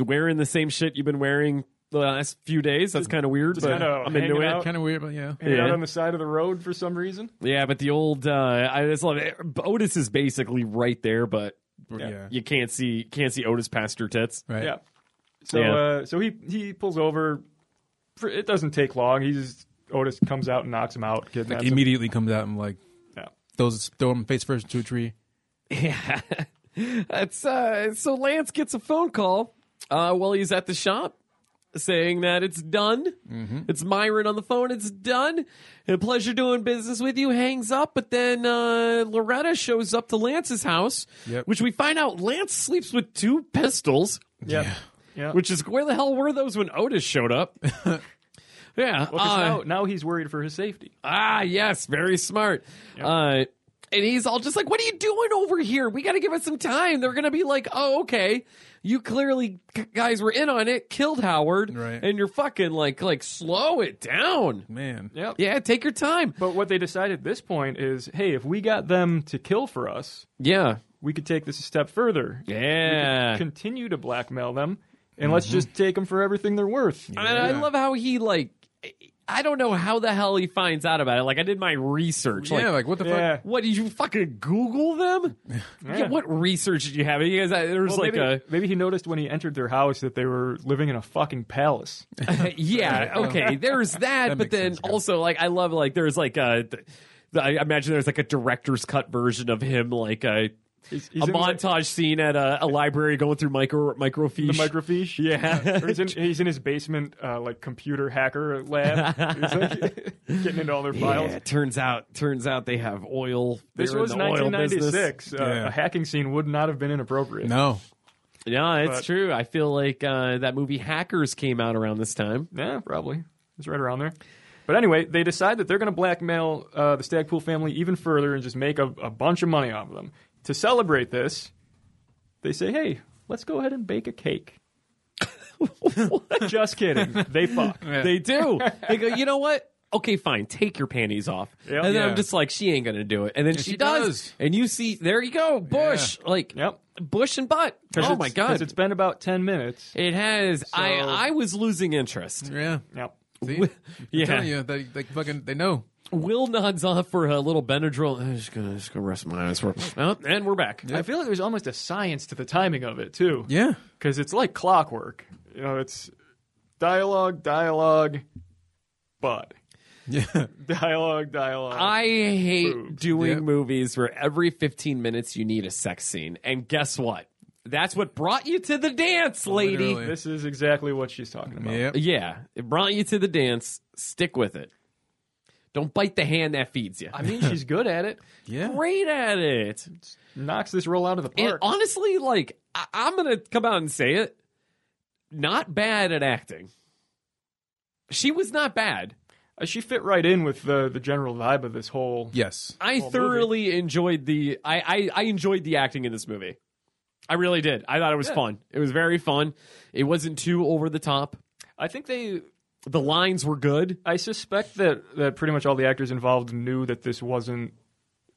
Speaker 7: wearing the same shit you've been wearing the last few days. That's kind of weird,
Speaker 6: just
Speaker 7: but
Speaker 6: kinda
Speaker 7: I'm into
Speaker 6: hanging
Speaker 7: it.
Speaker 6: out.
Speaker 5: Kind of weird, but yeah.
Speaker 6: Hanging
Speaker 7: Yeah.
Speaker 6: out on the side of the road for some reason.
Speaker 7: Yeah, but the old uh I just love it. Otis is basically right there, but
Speaker 5: Yeah.
Speaker 7: you can't see can't see Otis past her tits.
Speaker 5: Right.
Speaker 6: Yeah. So
Speaker 7: Yeah.
Speaker 6: uh, so he he pulls over. For, it doesn't take long. He's Otis comes out and knocks him out. Kidnaps
Speaker 5: Like
Speaker 6: him.
Speaker 5: immediately comes out and like
Speaker 6: Yeah.
Speaker 5: those throw him face first into a tree.
Speaker 7: *laughs* Yeah. That's uh so Lance gets a phone call uh while he's at the shop saying that it's done.
Speaker 6: Mm-hmm.
Speaker 7: It's Myron on the phone, it's done. A pleasure doing business with you, hangs up, but then uh Loretta shows up to Lance's house,
Speaker 5: Yep.
Speaker 7: which we find out Lance sleeps with two pistols,
Speaker 6: Yeah. Yeah.
Speaker 7: which is where the hell were those when Otis
Speaker 6: *laughs*
Speaker 7: showed up? yeah.
Speaker 6: Well, 'cause
Speaker 7: uh,
Speaker 6: now, now he's worried for his safety.
Speaker 7: Ah, yes, very smart. Uh, and he's all just like, "What are you doing over here? We got to give it some time." They're gonna be like, "Oh, okay, you clearly c- guys were in on it, killed Howard,
Speaker 5: Right.
Speaker 7: and you're fucking like, like, slow it down.
Speaker 5: Man.
Speaker 6: Yep.
Speaker 7: Yeah, take your time.
Speaker 6: But what they decide at this point is, hey, if we got them to kill for us,
Speaker 7: Yeah,
Speaker 6: we could take this a step further.
Speaker 7: yeah." Mm-hmm.
Speaker 6: continue to blackmail them and let's just take them for everything they're worth.
Speaker 7: And I love how he like. I don't know how the hell he finds out about it. Like I did my research.
Speaker 5: yeah,
Speaker 7: Like,
Speaker 5: like what the
Speaker 6: Yeah.
Speaker 5: fuck?
Speaker 7: what did you fucking Google them? Yeah. what research did you have? You guys, uh, there was
Speaker 6: Well,
Speaker 7: like
Speaker 6: maybe, maybe he noticed when he entered their house that they were living in a fucking palace.
Speaker 7: a *laughs* yeah.
Speaker 6: Oh.
Speaker 7: Okay,
Speaker 6: *laughs*
Speaker 7: there's that. but
Speaker 5: makes
Speaker 7: then
Speaker 5: sense, yeah.
Speaker 7: also like I love like there's like a. th- I imagine there's like a director's cut version of him, like a
Speaker 6: He's, he's
Speaker 7: a
Speaker 6: in, like,
Speaker 7: montage scene at a, a library going through micro microfiche.
Speaker 6: the microfiche.
Speaker 7: *laughs* Yeah.
Speaker 6: *laughs* Or he's, in, he's in his basement, uh, like computer hacker lab. He's
Speaker 7: *laughs*
Speaker 6: like getting into all their files.
Speaker 7: Yeah, turns out turns out they have oil.
Speaker 6: This
Speaker 7: They're in
Speaker 6: was
Speaker 7: the oil business.
Speaker 6: 1996. Uh,
Speaker 5: Yeah.
Speaker 6: A hacking scene would not have been inappropriate.
Speaker 5: No,
Speaker 7: No, it's
Speaker 6: But-
Speaker 7: true. I feel like uh, that movie Hackers came out around this time.
Speaker 6: Yeah, probably. It's right around there. But anyway, they decide that they're going to blackmail uh, the Stagpool family even further and just make a, a bunch of money off of them. To celebrate this, they say, hey, let's go ahead and bake a *laughs* cake. just kidding. They fuck.
Speaker 7: They do. They go, you know what? Okay, fine. Take your panties off.
Speaker 6: Yep.
Speaker 7: and then
Speaker 5: Yeah.
Speaker 7: I'm just like, she ain't gonna do it. And then she,
Speaker 5: she
Speaker 7: does.
Speaker 5: does.
Speaker 7: And you see, there you go, Bush. Like,
Speaker 6: Yep.
Speaker 7: Bush and butt.
Speaker 6: 'Cause
Speaker 7: Oh
Speaker 6: it's-
Speaker 7: my
Speaker 6: 'cause
Speaker 7: god,
Speaker 6: It's been about 10 minutes.
Speaker 7: it has. I
Speaker 6: So-
Speaker 7: I was losing interest.
Speaker 5: yeah.
Speaker 6: Yep.
Speaker 5: See,
Speaker 7: yeah.
Speaker 5: I'm telling you, they, they fucking they know.
Speaker 7: Will nods off for a little Benadryl. I'm just gonna just gonna rest my eyes for. Oh, and we're back.
Speaker 6: I feel like there's almost a science to the timing of it, too.
Speaker 5: Yeah,
Speaker 6: because it's like clockwork. You know, it's dialogue, dialogue, but *laughs*
Speaker 5: yeah.
Speaker 6: dialogue, dialogue.
Speaker 7: I hate
Speaker 6: Boobs.
Speaker 7: doing
Speaker 5: Yep.
Speaker 7: movies where every 15 minutes you need a sex scene. And guess what? That's what brought you to the dance, lady.
Speaker 5: Literally.
Speaker 6: this is exactly what she's talking about.
Speaker 5: Yep.
Speaker 7: Yeah, it brought you to the dance. Stick with it. Don't bite the hand that feeds you.
Speaker 6: I mean, she's good at it.
Speaker 5: Yeah.
Speaker 7: great at it.
Speaker 6: Knocks this role out of the
Speaker 7: And
Speaker 6: park.
Speaker 7: honestly, like, I- I'm going to come out and say it. Not bad at acting. She was not bad.
Speaker 6: Uh, she fit right in with the the general vibe of this whole.
Speaker 5: Yes.
Speaker 7: I
Speaker 6: movie.
Speaker 7: thoroughly enjoyed the I, I I enjoyed the acting in this movie. I really did. I thought it was fun. It was very fun. It wasn't too over the top.
Speaker 6: I think they.
Speaker 7: The lines were good.
Speaker 6: I suspect that that pretty much all the actors involved knew that this wasn't.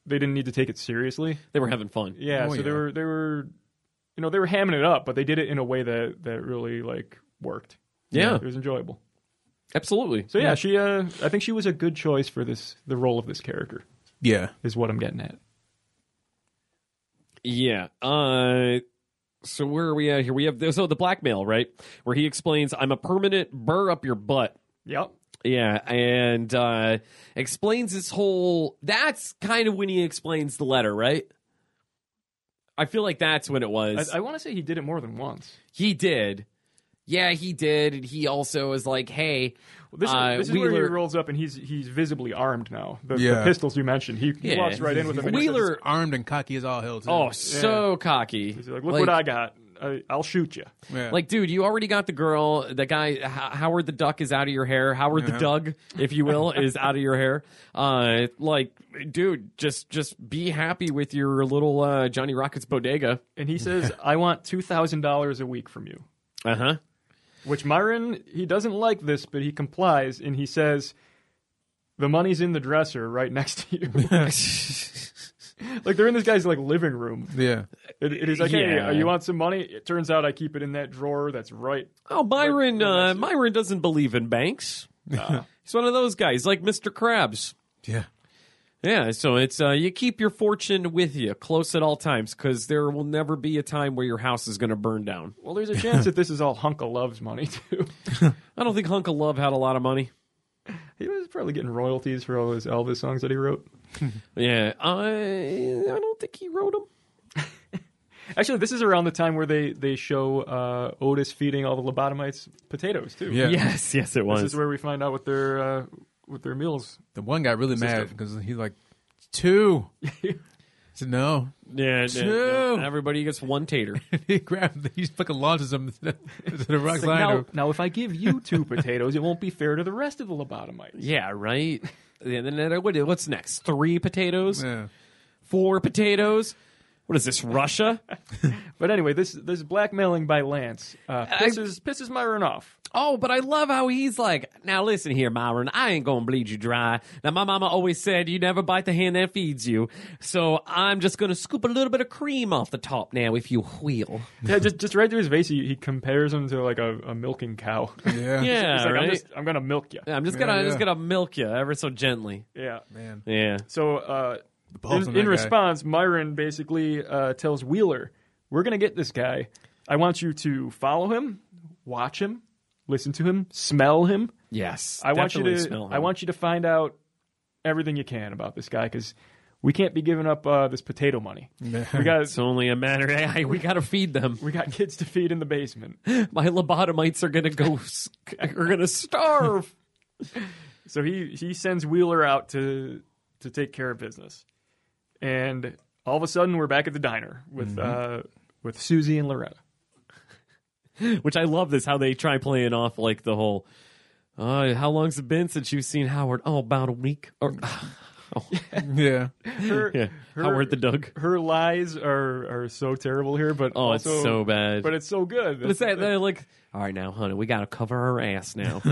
Speaker 6: They didn't need to take it seriously.
Speaker 7: They were having fun.
Speaker 6: Yeah,
Speaker 5: Oh,
Speaker 6: so they
Speaker 5: yeah.
Speaker 6: were they were, you know, they were hamming it up, but they did it in a way that that really like worked.
Speaker 7: Yeah.
Speaker 6: it was enjoyable.
Speaker 7: Absolutely.
Speaker 6: So yeah, she uh I think she was a good choice for this the role of this character
Speaker 5: Yeah.
Speaker 6: is what I'm getting at.
Speaker 7: Yeah. Uh so where are we at here? We have so the blackmail, right? Where he explains, I'm a permanent burr up your butt.
Speaker 6: Yep.
Speaker 7: Yeah, and uh explains this whole that's kind of when he explains the letter, right? I feel like that's when it was.
Speaker 6: I, I want to say he did it more than once.
Speaker 7: He did. Yeah, he did. And he also is like, hey,
Speaker 6: Well, this,
Speaker 7: Uh,
Speaker 6: this is where he
Speaker 7: Wheeler-
Speaker 6: rolls up and he's he's visibly armed now. The, the
Speaker 5: Yeah.
Speaker 6: pistols you mentioned, he, he
Speaker 7: Yeah.
Speaker 6: walks right in with them. and he
Speaker 7: Wheeler-
Speaker 6: says-
Speaker 5: He's armed and cocky as all hell. Too.
Speaker 7: oh, so cocky.
Speaker 6: he's like, look what I got. I, I'll shoot you.
Speaker 5: yeah.
Speaker 7: Like, dude, you already got the girl. The guy, H- Howard the Duck, is out of your hair. Howard the Doug, if you will, is out of your hair. Uh, like, dude, just just be happy with your little uh, Johnny Rockets bodega.
Speaker 6: And he *laughs* says, I want two thousand dollars a week from you.
Speaker 7: Uh huh.
Speaker 6: Which Myron he doesn't like this, but he complies and he says, the money's in the dresser right next to *laughs* you. like they're in this guy's like living room.
Speaker 5: yeah.
Speaker 6: It, it is like, hey,
Speaker 7: Yeah.
Speaker 6: uh, you want some money? It turns out I keep it in that drawer that's right.
Speaker 7: *laughs* Oh, Myron.
Speaker 6: Right, right
Speaker 7: Uh,
Speaker 6: next to-
Speaker 7: Myron doesn't believe in banks. Uh, He's one of those guys, like Mr. Krabs.
Speaker 5: Yeah.
Speaker 7: Yeah, so it's uh, you keep your fortune with you, close at all times, because there will never be a time where your house is going to burn down.
Speaker 6: *laughs* Well, there's a *laughs* chance that this is all Hunka Love's money, too.
Speaker 7: I don't think Hunk of Love had a lot of money.
Speaker 6: *laughs* he was probably getting royalties for all those Elvis songs that he wrote.
Speaker 7: Yeah, I I don't think he wrote them.
Speaker 6: Actually, this is around the time where they, they show uh, Otis feeding all the lobotomites potatoes, too.
Speaker 5: Yeah.
Speaker 7: Yes, yes, it
Speaker 6: This is where we find out what their, uh, what their meals.
Speaker 5: The one got really mad because he's like,
Speaker 7: *laughs*
Speaker 5: two. I said, no. *laughs*
Speaker 7: yeah, yeah,
Speaker 5: True.
Speaker 7: yeah. everybody gets one tater.
Speaker 5: he grabbed, he fucking launches him *laughs* to the, to the rock
Speaker 6: It's like, now, now, if I give you two potatoes, it won't be fair to the rest of the lobotomites.
Speaker 7: *laughs* yeah, right. And then uh, what, what's next? Three potatoes,
Speaker 5: Yeah.
Speaker 7: four potatoes. What is this, Russia?
Speaker 6: *laughs* But anyway, this this blackmailing by Lance uh, pisses pisses Myron off.
Speaker 7: Oh, but I love how he's like, now listen here, Myron, I ain't gonna bleed you dry. Now my mama always said you never bite the hand that feeds you, so I'm just gonna scoop a little bit of cream off the top now, if you will.
Speaker 6: Yeah, just just right through his face, he, he compares him to like a, a milking cow.
Speaker 5: Yeah.
Speaker 7: Yeah,
Speaker 6: *laughs* He's like,
Speaker 7: right?
Speaker 6: I'm, just, I'm gonna milk you.
Speaker 7: Yeah, I'm just gonna,
Speaker 5: Yeah,
Speaker 7: I'm just
Speaker 5: yeah.
Speaker 7: gonna milk you ever so gently.
Speaker 6: Yeah.
Speaker 5: Man.
Speaker 7: Yeah.
Speaker 6: So uh,
Speaker 5: balls on
Speaker 6: in, in
Speaker 5: that guy.
Speaker 6: response, Myron basically uh, tells Wheeler, "We're gonna get this guy. I want you to follow him, watch him, listen to him, smell him.
Speaker 7: Yes.
Speaker 6: I want you
Speaker 7: definitely
Speaker 6: to
Speaker 7: smell
Speaker 6: I
Speaker 7: him.
Speaker 6: want you to find out everything you can about this guy because we can't be giving up uh, this potato money. we got
Speaker 7: *laughs* It's only a matter. Of, hey, we gotta feed them.
Speaker 6: we got kids to feed in the basement.
Speaker 7: My lobotomites are gonna go. s- are
Speaker 6: *laughs*
Speaker 7: gonna starve.
Speaker 6: So he he sends Wheeler out to to take care of business, and all of a sudden we're back at the diner with
Speaker 7: Mm-hmm.
Speaker 6: uh, with Susie and Loretta.
Speaker 7: which I love this how they try playing off like the whole uh, how long's it been since you've seen Howard? Oh, about a week or *laughs*
Speaker 5: Yeah.
Speaker 6: Her,
Speaker 7: yeah.
Speaker 6: her-
Speaker 7: Howard the Doug.
Speaker 6: her lies are are so terrible here, but
Speaker 7: Oh,
Speaker 6: also,
Speaker 7: it's so bad.
Speaker 6: but it's so good.
Speaker 7: But it's that they're like, all right now, honey, we gotta cover her ass
Speaker 6: *laughs*
Speaker 7: now.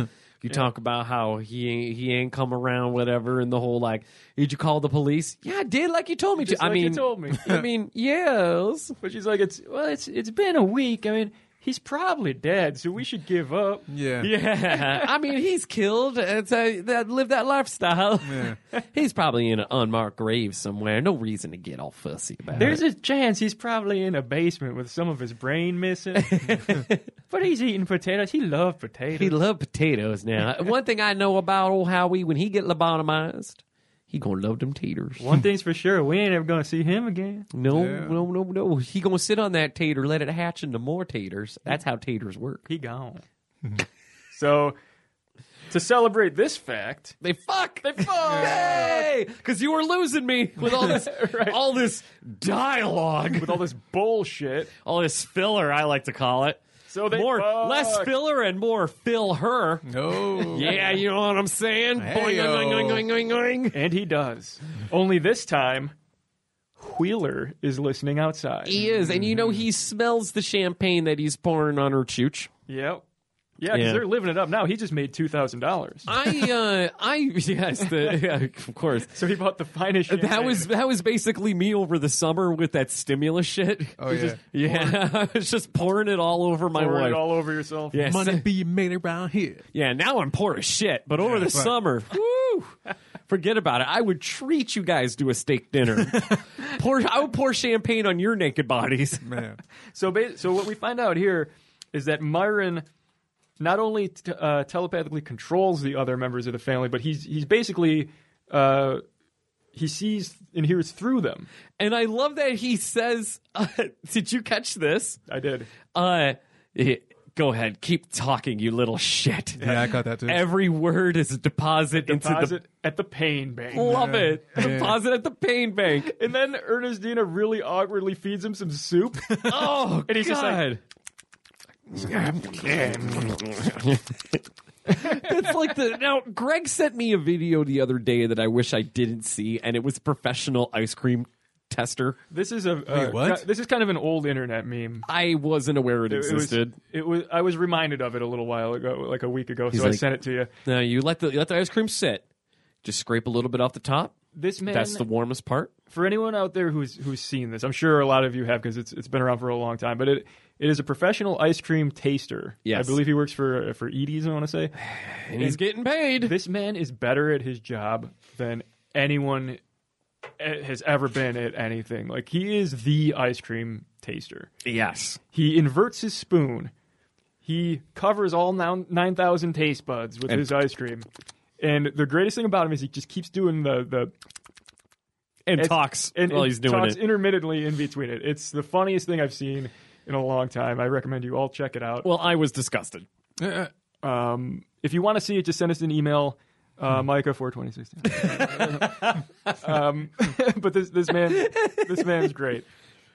Speaker 7: You talk about how he ain't, he ain't come around, whatever, and the whole like, did you call the police? Yeah, I did, like you told me
Speaker 6: Just
Speaker 7: to. I
Speaker 6: like you
Speaker 7: mean,
Speaker 6: told me.
Speaker 7: *laughs* I mean, yes.
Speaker 6: but she's like, it's well, it's it's been a week. I mean, he's probably dead, so we should give up.
Speaker 5: Yeah.
Speaker 7: Yeah, *laughs* I mean, he's killed. It's a, that live that lifestyle. *laughs* he's probably in an unmarked grave somewhere. No reason to get all fussy about it.
Speaker 6: There's a chance he's probably in a basement with some of his brain
Speaker 7: *laughs*
Speaker 6: missing, but he's eating potatoes. He loved potatoes.
Speaker 7: He love potatoes *laughs* now. One thing I know about old Howie, when he get lobotomized, he gonna love them taters.
Speaker 6: One thing's for sure, we ain't ever gonna see him again.
Speaker 7: No,
Speaker 5: Yeah.
Speaker 7: no, no, no. He gonna sit on that tater, let it hatch into more taters. That's how taters work.
Speaker 6: He
Speaker 7: *laughs*
Speaker 6: gone. so, to celebrate this fact,
Speaker 7: They fuck. They fuck. Yay! Because you were losing me with all *laughs* this, all this dialogue,
Speaker 6: with all this bullshit,
Speaker 7: all this filler. I like to call it.
Speaker 6: so they
Speaker 7: more,
Speaker 6: fuck.
Speaker 7: less filler and more fill her.
Speaker 5: No.
Speaker 7: *laughs* Yeah, you know what I'm saying. Boing,
Speaker 5: Heyo.
Speaker 7: oing, oing, oing, oing, oing.
Speaker 6: and he does. Only this time, Wheeler is listening outside.
Speaker 7: He is, and you know he smells the champagne that he's pouring on her chooch.
Speaker 6: Yep. Yeah, because
Speaker 7: Yeah.
Speaker 6: they're living it up now. He just made two thousand dollars,
Speaker 7: I, uh, I, *laughs* yes, the, yeah, of course.
Speaker 6: so he bought the finest.
Speaker 7: That
Speaker 6: champagne.
Speaker 7: was that was basically me over the summer with that stimulus shit.
Speaker 5: Oh, yeah.
Speaker 7: *laughs* Yeah, I was just pouring it all over my
Speaker 6: Pour
Speaker 7: wife.
Speaker 6: it all over yourself.
Speaker 7: yeah,
Speaker 5: Money
Speaker 7: so-
Speaker 5: be made around here.
Speaker 7: yeah. Now I'm poor as shit, but over the
Speaker 5: right.
Speaker 7: summer, woo, forget about it. I would treat you guys to a steak
Speaker 5: *laughs*
Speaker 7: dinner. pour, I would pour champagne on your naked
Speaker 5: *laughs*
Speaker 7: bodies.
Speaker 5: Man.
Speaker 6: So, ba- so what we find out here is that Myron not only t- uh, telepathically controls the other members of the family, but he's he's basically uh, he sees and hears through them.
Speaker 7: And I love that he says, uh, *laughs* "Did you catch this?"
Speaker 6: I did.
Speaker 7: Uh, eh, go ahead, keep talking, you little shit.
Speaker 5: Yeah, I caught that too.
Speaker 7: Every word is a deposit, into
Speaker 6: Deposit at the pain bank.
Speaker 7: the. Love it.
Speaker 5: Yeah.
Speaker 7: Deposit at the pain bank.
Speaker 5: *laughs*
Speaker 6: And then Ernestina really awkwardly feeds him some soup.
Speaker 7: *laughs* Oh,
Speaker 6: And he's just
Speaker 7: God.
Speaker 6: like-
Speaker 7: It's like the now. Greg sent me a video the other day that I wish I didn't see, and it was professional ice cream tester.
Speaker 6: this is a uh,
Speaker 5: what?
Speaker 6: ki- this is kind of an old internet meme.
Speaker 7: I wasn't aware it,
Speaker 6: It- it was-
Speaker 7: existed.
Speaker 6: It was, I was reminded of it a little while ago, like a week ago. so I
Speaker 7: like-
Speaker 6: sent it to you.
Speaker 7: Now you let the you let the ice cream sit. Just scrape a little bit off the top.
Speaker 6: This man
Speaker 7: That's the warmest part.
Speaker 6: for anyone out there who's who's seen this, I'm sure a lot of you have because it's it's been around for a long time. But it it is a professional ice cream taster. I
Speaker 7: Yes.
Speaker 6: believe he works for uh, for Edie's. I want to say
Speaker 7: And he's getting paid.
Speaker 6: this man is better at his job than anyone eh, has ever been at anything. Like he is the ice cream taster.
Speaker 7: yes.
Speaker 6: He inverts his spoon. He covers all nine thousand taste buds with his ice cream. And the greatest thing about him is he just keeps doing the the
Speaker 7: And
Speaker 6: It's-
Speaker 7: talks
Speaker 6: and
Speaker 7: while
Speaker 6: it
Speaker 7: he's doing
Speaker 6: talks
Speaker 7: it.
Speaker 6: intermittently in between it. It's the funniest thing I've seen in a long time. I recommend you all check it out.
Speaker 7: well, I was disgusted.
Speaker 5: Uh,
Speaker 6: Um, if you want to see it, just send us an email, uh, Micah four twenty sixteen. *laughs* um, *laughs* but this this man this man's great.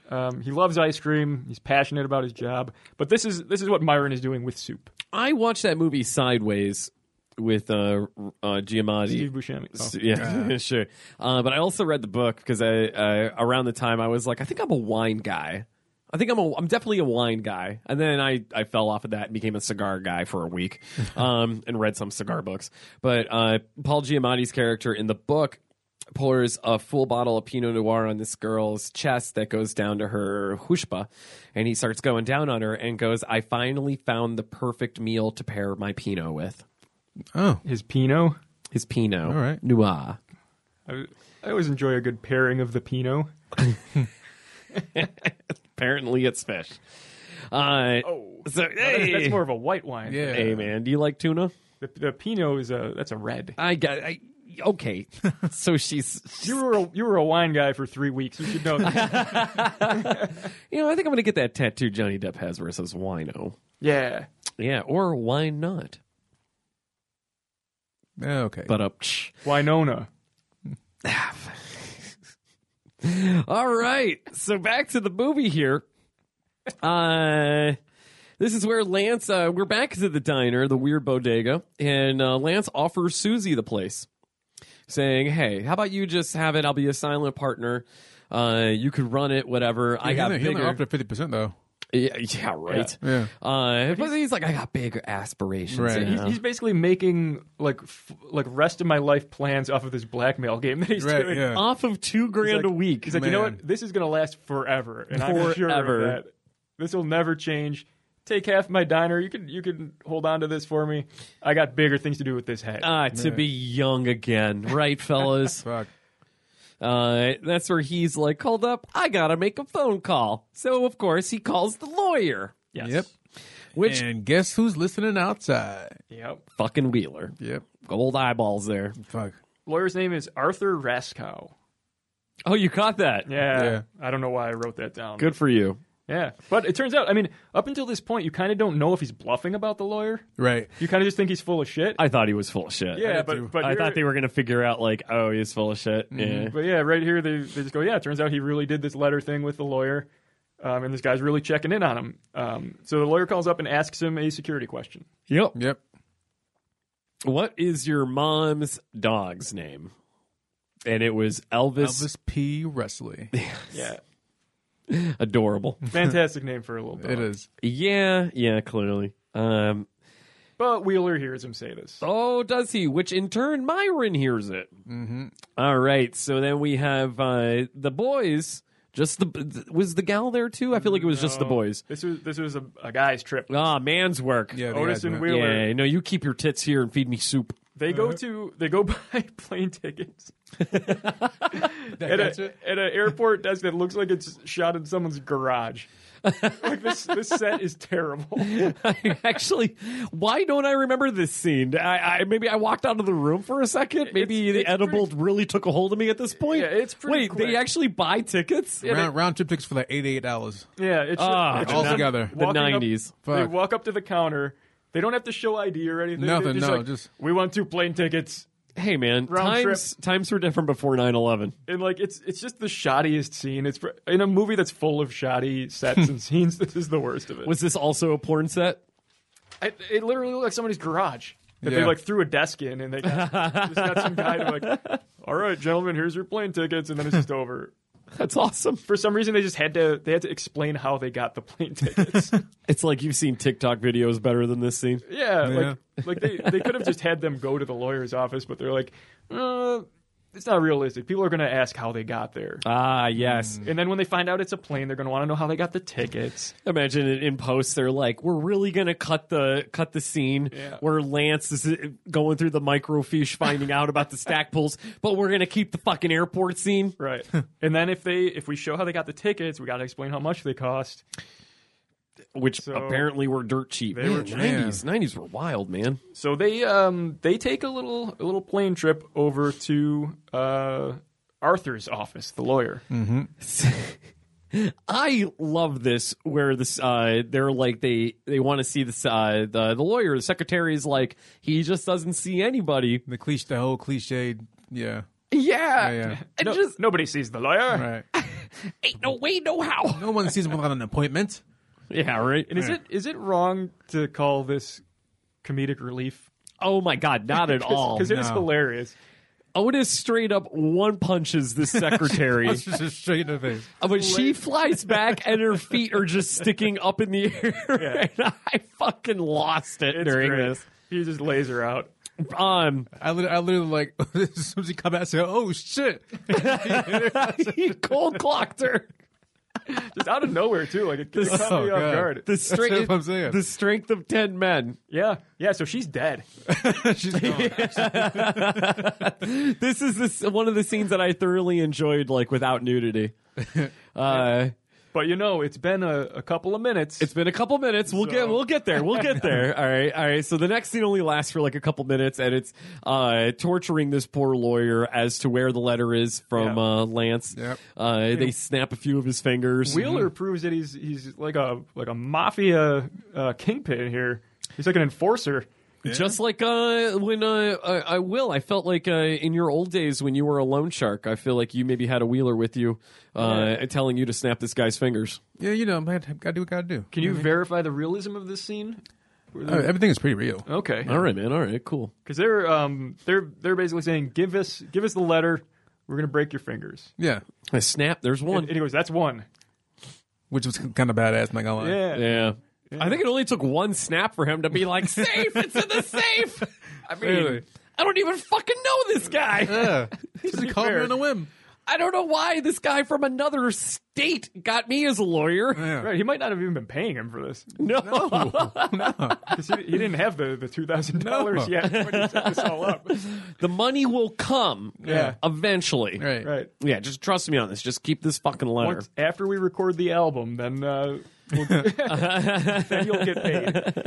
Speaker 6: Um, he loves ice cream. He's passionate about his job. But this is this is what Myron is doing with soup.
Speaker 7: I watched that movie Sideways with uh, uh, Giamatti.
Speaker 6: Steve Buscemi. Oh.
Speaker 7: S- Yeah, *laughs* sure. Uh, but I also read the book because I, I around the time I was like, I think I'm a wine guy. I think I'm a, I'm definitely a wine guy, and then I, I fell off of that and became a cigar guy for
Speaker 5: *laughs*
Speaker 7: a week, um, and read some cigar books. But uh, Paul Giamatti's character in the book pours a full bottle of Pinot Noir on this girl's chest that goes down to her hushpa, and he starts going down on her and goes, "I finally found the perfect meal to pair my Pinot with."
Speaker 5: Oh,
Speaker 6: His Pinot.
Speaker 7: His Pinot
Speaker 5: All right.
Speaker 7: Noir.
Speaker 6: I, I always enjoy a good pairing of the Pinot.
Speaker 7: Apparently, it's fish. Uh, oh, so hey, *laughs*
Speaker 6: That's more of a white wine.
Speaker 5: yeah.
Speaker 7: hey man, do you like tuna?
Speaker 6: The, the Pinot is a that's a red.
Speaker 7: I got. I, okay, *laughs* so she's.
Speaker 6: You were a, you were a wine guy for three weeks. You should know. That.
Speaker 7: You know, I think I'm going to get that tattoo Johnny Depp has where it says "wino."
Speaker 6: yeah.
Speaker 7: Yeah, or why not?
Speaker 5: Yeah, okay.
Speaker 7: But uh, up.
Speaker 6: Winona.
Speaker 7: *laughs* All right, so back to the movie here. Uh, this is where Lance. Uh, we're back to the diner, the weird bodega, and uh, Lance offers Susie the place, saying, "Hey, how about you just have it? I'll be a silent partner. Uh, you could run it, whatever. I
Speaker 5: he
Speaker 7: got
Speaker 5: only- he only
Speaker 7: bigger.
Speaker 5: offered fifty percent though.
Speaker 7: yeah, yeah, right.
Speaker 5: Yeah.
Speaker 7: Uh, but he's like, I got bigger aspirations.
Speaker 5: Right.
Speaker 7: you
Speaker 6: He's,
Speaker 7: know?
Speaker 6: he's basically making like f- like rest of my life plans off of this blackmail game that he's
Speaker 5: Right,
Speaker 6: doing.
Speaker 5: yeah.
Speaker 7: off of two grand a week.
Speaker 6: He's like, you know
Speaker 5: Man.
Speaker 6: what? This is gonna last forever, and I'm sure
Speaker 7: Forever.
Speaker 6: of that. This will never change. Take half my diner. You can you can hold on to this for me. I got bigger things to do with this head.
Speaker 7: Ah, to be young again, right, fellas?
Speaker 5: Fuck.
Speaker 7: Uh, that's where he's like, hold up, I gotta make a phone call. So of course he calls the lawyer,
Speaker 6: yes.
Speaker 5: Yep.
Speaker 7: which
Speaker 5: And guess who's listening outside?
Speaker 6: Yep.
Speaker 7: fucking Wheeler,
Speaker 5: Yep.
Speaker 7: gold eyeballs there.
Speaker 5: Fuck.
Speaker 6: Lawyer's name is Arthur Raskow.
Speaker 7: Oh, you caught that?
Speaker 6: Yeah.
Speaker 5: Yeah.
Speaker 6: I don't know why I wrote that down.
Speaker 7: Good for you.
Speaker 6: Yeah. But it turns out, I mean, up until this point, you kind of don't know if he's bluffing about the lawyer.
Speaker 5: Right.
Speaker 6: You kind of just think he's full of shit.
Speaker 7: I thought he was full of shit.
Speaker 5: too.
Speaker 6: yeah, but, but
Speaker 7: I
Speaker 6: here-
Speaker 7: thought they were gonna figure out like, oh, he's full of shit. Yeah.
Speaker 6: But yeah, right here they, they just go, yeah. It turns out he really did this letter thing with the lawyer, um, and this guy's really checking in on him. Um, so the lawyer calls up and asks him a security question.
Speaker 7: Yep.
Speaker 5: Yep.
Speaker 7: What is your mom's dog's name? And it was Elvis.
Speaker 5: Elvis P.
Speaker 6: *laughs*
Speaker 5: Wesley.
Speaker 6: Yeah,
Speaker 7: Adorable.
Speaker 6: fantastic name for a
Speaker 7: *laughs*
Speaker 6: little bit.
Speaker 5: It is.
Speaker 7: yeah. Yeah. Clearly. Um,
Speaker 6: But Wheeler hears him say this.
Speaker 7: Oh, does he? Which in turn, Myron hears it. Mm-hmm. right. So then we have uh, the boys. Just the was the gal there too? I feel like it was just the
Speaker 6: No,
Speaker 7: boys.
Speaker 6: Um, This was this was a, a guy's trip.
Speaker 7: Ah, man's work.
Speaker 5: Yeah. the
Speaker 6: Otis
Speaker 5: guys
Speaker 6: and
Speaker 5: went-
Speaker 6: Wheeler.
Speaker 7: Yeah. No, you keep your tits here and feed me soup. *laughs*
Speaker 6: They go
Speaker 7: Uh-huh.
Speaker 6: to they go *laughs* buy plane tickets at,
Speaker 5: that's
Speaker 6: a,
Speaker 5: it?
Speaker 6: at an airport desk that looks like it's shot in someone's garage.
Speaker 7: *laughs*
Speaker 6: like this this set is terrible.
Speaker 7: I actually, why don't I remember this scene? I, I maybe I walked out of the room for a second. Maybe
Speaker 6: It's-
Speaker 7: the
Speaker 6: it's
Speaker 7: edible really took a hold of me at this point.
Speaker 6: Yeah, it's pretty
Speaker 7: Wait, they
Speaker 6: quick.
Speaker 7: actually buy tickets?
Speaker 5: Round, round trip tickets for like eighty-eight dollars.
Speaker 6: Yeah, it's
Speaker 7: Ah,
Speaker 6: it's
Speaker 5: all together.
Speaker 7: The
Speaker 6: walking up-
Speaker 7: nineties.
Speaker 6: They
Speaker 5: Fuck.
Speaker 6: walk up to the counter. They don't have to show ID or anything.
Speaker 5: Nothing,
Speaker 6: They're Just
Speaker 5: no,
Speaker 6: like,
Speaker 5: just-
Speaker 6: we want two plane tickets.
Speaker 7: Hey man,
Speaker 6: Round trip.
Speaker 7: times times were different before 9-11.
Speaker 6: And like it's it's just the shoddiest scene. It's pr- in a movie that's full of shoddy sets
Speaker 5: *laughs*
Speaker 6: and scenes. This is the worst of it.
Speaker 7: Was this also a porn set? *laughs*
Speaker 6: it, it literally looked like somebody's garage that they
Speaker 5: Yeah.
Speaker 6: like threw a desk in and they got, just got some guy to
Speaker 5: *laughs*
Speaker 6: like, all right, gentlemen, here's your plane tickets, and then it's just over.
Speaker 7: That's awesome.
Speaker 6: For some reason, they just had to they had to explain how they got the plane tickets.
Speaker 7: It's like you've seen TikTok videos better than this scene.
Speaker 6: Yeah,
Speaker 5: Yeah.
Speaker 6: like *laughs* like they, they could have just had them go to the lawyer's office, but they're like, uh, it's not realistic. People are going to ask how they got there.
Speaker 7: Ah, yes.
Speaker 6: and then when they find out it's a plane, they're going to want to know how they got
Speaker 5: *laughs*
Speaker 6: the tickets.
Speaker 7: Imagine in, in posts they're like, "We're really gonna cut the cut the scene
Speaker 6: Yeah.
Speaker 7: where Lance is uh, going through the microfiche, finding out about the stack pulls, but we're gonna keep the fucking airport scene."
Speaker 6: Right. and then if they if we show how they got the tickets, we got to explain how much they cost.
Speaker 7: Which
Speaker 6: So-
Speaker 7: apparently were dirt cheap.
Speaker 6: They were cheap.
Speaker 7: nineties. Nineties were wild, man.
Speaker 6: So they um they take a little a little plane trip over to uh Arthur's office, the lawyer.
Speaker 5: Mm.
Speaker 7: I love this where this uh they're like they they want to see this uh the the lawyer the secretary is like he just doesn't see anybody.
Speaker 5: The cliche, the whole cliche. Yeah.
Speaker 7: Yeah,
Speaker 5: yeah.
Speaker 7: and
Speaker 6: No-
Speaker 7: just
Speaker 6: nobody sees the lawyer. *laughs*
Speaker 5: Right.
Speaker 7: ain't no way, no how.
Speaker 5: no one sees him without an
Speaker 6: *laughs*
Speaker 5: appointment.
Speaker 7: Yeah, right.
Speaker 6: And is it is it wrong to call this comedic relief
Speaker 7: Oh my god, not at all.
Speaker 6: Because it is
Speaker 5: no.
Speaker 6: hilarious.
Speaker 7: Otis straight up one punches the secretary. Uh,
Speaker 5: It's just straight in the face.
Speaker 7: but she flies back and her feet are just sticking up in the air. *laughs* and I fucking lost it
Speaker 6: It's
Speaker 7: during
Speaker 6: great.
Speaker 7: this.
Speaker 6: He just lays her out.
Speaker 7: Um,
Speaker 5: I literally, I literally like *laughs* as soon as he come out, I say, "Oh shit!" *laughs*
Speaker 7: *laughs* he cold clocked her.
Speaker 6: Just out of nowhere too. Like it, it caught
Speaker 5: Oh,
Speaker 6: me off
Speaker 5: God.
Speaker 6: guard.
Speaker 5: what
Speaker 7: The
Speaker 5: I'm
Speaker 7: strength,
Speaker 5: saying.
Speaker 7: the strength of ten men.
Speaker 6: yeah, yeah. So she's dead.
Speaker 5: She's
Speaker 6: *laughs*
Speaker 5: gone.
Speaker 7: This is this one of the scenes that I thoroughly enjoyed, like without nudity. Uh,
Speaker 6: But you know, it's been a, a couple of minutes.
Speaker 7: It's been a couple minutes. We'll get we'll get there. We'll
Speaker 6: *laughs*
Speaker 7: get there. All right. All right. So the next scene only lasts for like a couple minutes and it's uh torturing this poor lawyer as to where the letter is from
Speaker 6: Yeah.
Speaker 7: uh Lance.
Speaker 5: Yep.
Speaker 7: Uh they snap a few of his fingers.
Speaker 6: Wheeler proves that he's he's like a like a mafia uh, kingpin here. He's like an enforcer.
Speaker 7: Mm-hmm. Just like uh when uh I, I will I felt like uh in your old days when you were a loan shark, I feel like you maybe had a Wheeler with you uh telling you to snap this guy's fingers.
Speaker 5: yeah, you know, man, gotta do what gotta do.
Speaker 6: Can you verify the realism of this scene?
Speaker 5: Uh, everything is pretty real.
Speaker 6: Okay,
Speaker 7: All right, man. All right. Cool.
Speaker 6: because they're um they're they're basically saying give us give us the letter. We're gonna break your fingers.
Speaker 5: Yeah,
Speaker 7: I snap. There's
Speaker 6: And
Speaker 7: one.
Speaker 6: he goes, that's one.
Speaker 5: which was kind of badass. Not gonna lie.
Speaker 6: Yeah.
Speaker 7: yeah. I think it only took one snap for him to be like, safe, it's in
Speaker 5: *laughs*
Speaker 7: the safe. I mean,
Speaker 5: Really?
Speaker 7: I don't even fucking know this guy.
Speaker 6: *laughs*
Speaker 5: yeah. *laughs* Just call her on a whim.
Speaker 7: I don't know why this guy from another state got me as a lawyer.
Speaker 5: Yeah. Oh,
Speaker 6: Right, he might not have even been paying him for this
Speaker 5: *laughs*
Speaker 6: *laughs*
Speaker 7: No.
Speaker 6: 'Cause he, he didn't have the, the two thousand dollars
Speaker 5: No.
Speaker 6: yet when he set this all up.
Speaker 7: the money will come
Speaker 5: Yeah.
Speaker 7: eventually.
Speaker 5: Right.
Speaker 6: Right,
Speaker 7: Yeah, just trust me on this. Just keep this fucking letter.
Speaker 6: Once, after we record the album, then uh, we'll,
Speaker 7: *laughs*
Speaker 6: then you'll get paid.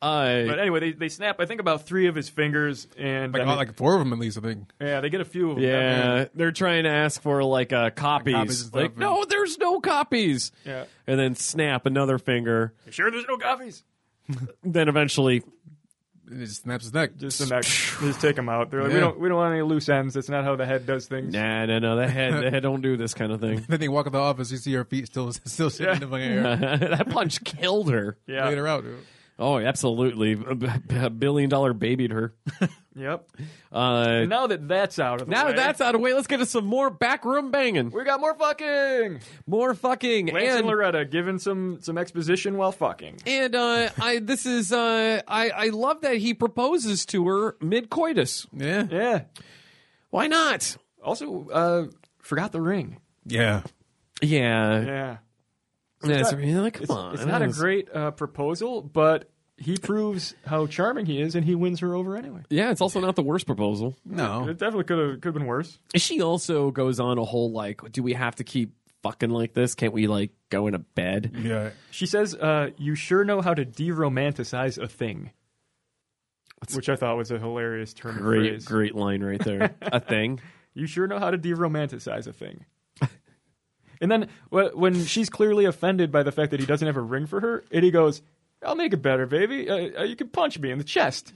Speaker 7: Uh,
Speaker 6: But anyway, they, they snap I think about three of his fingers, and
Speaker 5: Like, oh,
Speaker 6: I mean,
Speaker 5: like four of them at least. I think.
Speaker 6: yeah, they get a few of them.
Speaker 7: yeah, they're trying to ask for like uh, copies.
Speaker 5: Copies and stuff,
Speaker 7: like,
Speaker 5: and-
Speaker 7: no, there's no copies.
Speaker 6: Yeah.
Speaker 7: And then snap another finger.
Speaker 6: You sure, there's no coffees.
Speaker 7: Then eventually
Speaker 5: And it just snaps his neck.
Speaker 6: Just the neck. just take them out. They're like, we
Speaker 5: Yeah.
Speaker 6: don't we don't want any loose ends. That's not how the head does things.
Speaker 7: Nah, no, no. The head, the head don't do this kind of thing.
Speaker 5: Then they walk in the office. You see her feet still *laughs* still sitting in the fucking air.
Speaker 7: *laughs* that punch killed her.
Speaker 6: Yeah.
Speaker 5: Later out, dude.
Speaker 7: Oh, absolutely. A b- a billion dollar babied her.
Speaker 6: Yep.
Speaker 7: Uh,
Speaker 6: Now that that's out of the
Speaker 7: *laughs* now
Speaker 6: way,
Speaker 7: that's out of the way, let's get to some more backroom banging.
Speaker 6: we got more fucking.
Speaker 7: More fucking.
Speaker 6: Lance and,
Speaker 7: and
Speaker 6: Loretta giving some some exposition while fucking.
Speaker 7: and uh, I, this is, uh, I, I love that he proposes to her mid coitus.
Speaker 5: Yeah.
Speaker 6: Yeah.
Speaker 7: Why not?
Speaker 6: Also, uh, forgot the ring.
Speaker 5: Yeah.
Speaker 7: Yeah. yeah.
Speaker 6: Yeah.
Speaker 7: it's- I mean, like, come
Speaker 6: It's,
Speaker 7: on.
Speaker 6: it's not a
Speaker 7: that's-
Speaker 6: great uh, proposal, but he proves how charming he is, and he wins her over anyway.
Speaker 7: Yeah, it's also not the worst proposal.
Speaker 5: No.
Speaker 6: It definitely could have could have been worse.
Speaker 7: She also goes on a whole like, do we have to keep fucking like this? Can't we like go in a bed?
Speaker 5: Yeah.
Speaker 6: She says, uh, "You sure know how to de-romanticize a thing," which I thought was a hilarious term. of
Speaker 7: Great,
Speaker 6: phrase.
Speaker 7: great line right
Speaker 6: *laughs*
Speaker 7: there. a thing.
Speaker 6: You sure know how to de-romanticize a thing. *laughs* and then wh- when she's clearly offended by the fact that he doesn't have a ring for her, and he goes, "I'll make it better, baby. Uh, uh, you can punch me in the chest."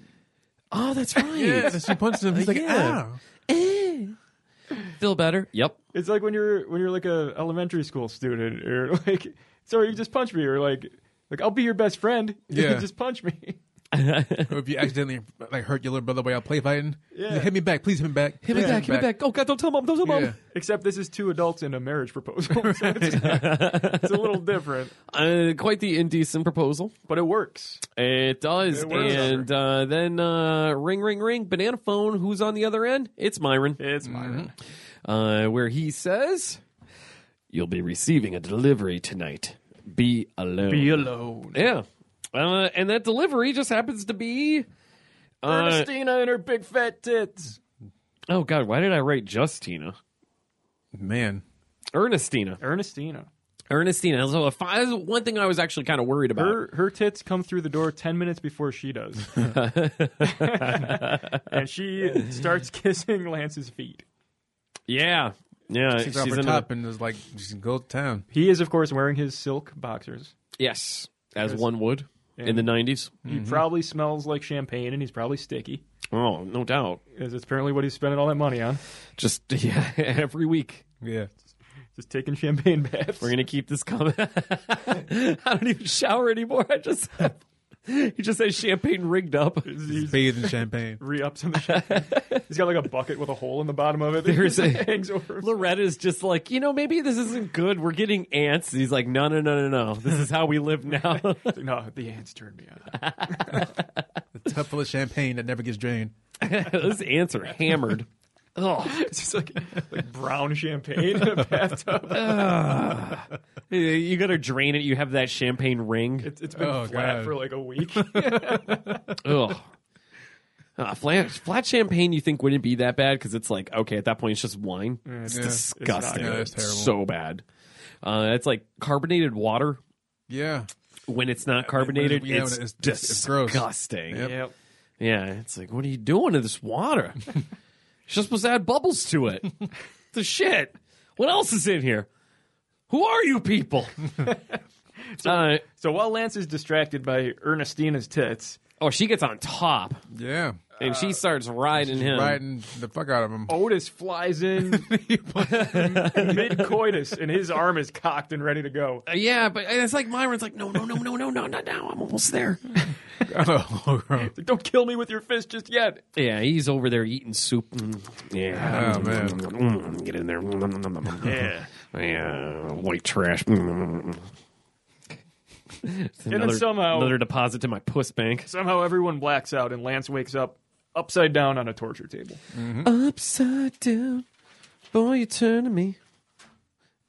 Speaker 7: Oh, that's right.
Speaker 5: Yeah. So she punches him. He's like,
Speaker 7: Yeah.
Speaker 5: ah.
Speaker 7: Feel better. Yep.
Speaker 6: It's like when you're when you're like a elementary school student, or *laughs* like, "Sorry, you just punch me," or like, "Like I'll be your best friend. *laughs*
Speaker 5: Yeah.
Speaker 6: just punch me." *laughs*
Speaker 5: Or if you accidentally like hurt your little brother while play fighting,
Speaker 6: Yeah.
Speaker 5: hit me back, please hit me back,
Speaker 7: Hit me back. Hit me back. Oh God! Don't tell mom. Don't tell mom.
Speaker 5: Yeah.
Speaker 6: Except this is two adults in a marriage proposal, *laughs* so it's, it's a little different.
Speaker 7: Uh, quite the indecent proposal.
Speaker 6: but it works.
Speaker 7: It does.
Speaker 6: It works.
Speaker 7: and uh, then uh, ring, ring, ring. Banana phone. Who's on the other end? It's Myron.
Speaker 6: It's Myron.
Speaker 7: Uh, where he says, "You'll be receiving a delivery tonight. Be alone.
Speaker 6: alone.
Speaker 7: Yeah. Uh, and that delivery just happens to be. Uh,
Speaker 6: Christina and her big fat tits.
Speaker 7: oh God! Why did I write Justina?
Speaker 5: Man,
Speaker 7: Ernestina.
Speaker 6: Ernestina.
Speaker 7: Ernestina. So if I, one thing I was actually kind of worried about.
Speaker 6: Her her tits come through the door ten minutes before she does, *laughs* and she starts kissing Lance's feet.
Speaker 7: yeah. Yeah.
Speaker 5: she's off her
Speaker 7: in
Speaker 5: top
Speaker 7: the-
Speaker 5: and is like, she goes to town.
Speaker 6: He is, of course, wearing his silk boxers.
Speaker 7: yes, as one would in
Speaker 6: And-
Speaker 7: the 90s.
Speaker 6: He probably smells like champagne, and he's probably sticky,
Speaker 7: Oh, no doubt.
Speaker 6: as it's apparently what he's spending all that money on.
Speaker 7: Just *laughs* yeah, every week.
Speaker 5: Yeah.
Speaker 6: Just taking champagne baths.
Speaker 7: *laughs* We're gonna keep this coming. I don't even shower anymore. I just he just has champagne
Speaker 6: *laughs*
Speaker 7: rigged up.
Speaker 6: He's
Speaker 5: bathed in
Speaker 7: *laughs*
Speaker 5: champagne.
Speaker 6: *laughs* re-ups on the champagne. He's got like a bucket with a hole in the bottom of it.
Speaker 7: There's a-
Speaker 6: *laughs* hangs
Speaker 7: *laughs*
Speaker 6: over. him.
Speaker 7: Loretta's just like, you know, maybe this isn't good. We're getting ants. And he's like, no, no, no, no, no. This is how we live now. *laughs*
Speaker 6: No, the ants turned me on.
Speaker 5: A tub full of champagne that never gets drained.
Speaker 7: Those ants
Speaker 6: *laughs*
Speaker 7: are hammered. Ugh.
Speaker 6: It's just like like brown champagne in a bathtub.
Speaker 7: You got to drain it. You have that champagne ring.
Speaker 6: It's, it's been
Speaker 5: Oh,
Speaker 6: flat
Speaker 5: God.
Speaker 6: for like a week.
Speaker 7: Ugh. *laughs* Uh, flat, flat champagne, you think wouldn't be that bad because it's like, okay, at that point, it's just wine. It's
Speaker 5: Yeah. It's
Speaker 6: not
Speaker 7: disgusting.
Speaker 6: good.
Speaker 5: Yeah, it's terrible.
Speaker 7: so bad. Uh, it's like carbonated water.
Speaker 5: Yeah.
Speaker 7: When it's not carbonated,
Speaker 5: yeah, when
Speaker 7: it's,
Speaker 5: it's- it's- it's gross.
Speaker 7: disgusting.
Speaker 5: Yep.
Speaker 6: yep.
Speaker 7: Yeah, it's like, what are you doing to
Speaker 5: *laughs*
Speaker 7: this water? You're just supposed to add bubbles to it. the shit. What else is in here? Who are
Speaker 5: *laughs*
Speaker 7: you people? uh,
Speaker 6: So while Lance is distracted by Ernestina's tits,
Speaker 7: oh, she gets on top
Speaker 5: Yeah.
Speaker 7: and she starts riding him.
Speaker 5: Uh,
Speaker 7: *laughs*
Speaker 5: Riding the fuck out of him.
Speaker 6: Otis flies in mid coitus and his arm is cocked and ready to go.
Speaker 7: Uh, yeah, but it's like Myron's like, no, no, no, no, no, no, not now. I'm almost there.
Speaker 5: Oh, bro.
Speaker 6: Like, Don't kill me with your fist just yet.
Speaker 7: yeah, he's over there eating soup. Mm, Yeah.
Speaker 5: Oh, man.
Speaker 7: Mm, Get in there. Yeah. Yeah. White trash. Mm.
Speaker 6: then somehow-
Speaker 7: another deposit to my puss bank.
Speaker 6: Somehow everyone blacks out and Lance wakes up upside down on a torture table.
Speaker 7: Upside down, boy, you turn to me.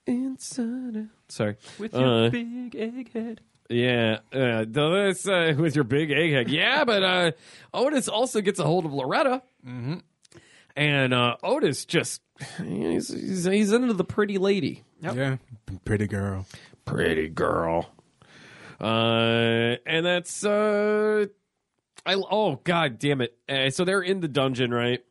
Speaker 7: Inside out. Sorry. Uh, With your big egghead. Yeah. Uh, though that's uh, *laughs* with your big egghead. Yeah, but uh, Otis also gets a hold of Loretta. Mm-hmm. And uh, Otis just, he's, he's, he's into the pretty lady.
Speaker 5: Yeah. Pretty girl.
Speaker 7: Pretty girl. Uh, and that's, uh, I, oh, god damn it. Uh, so they're in the dungeon, right?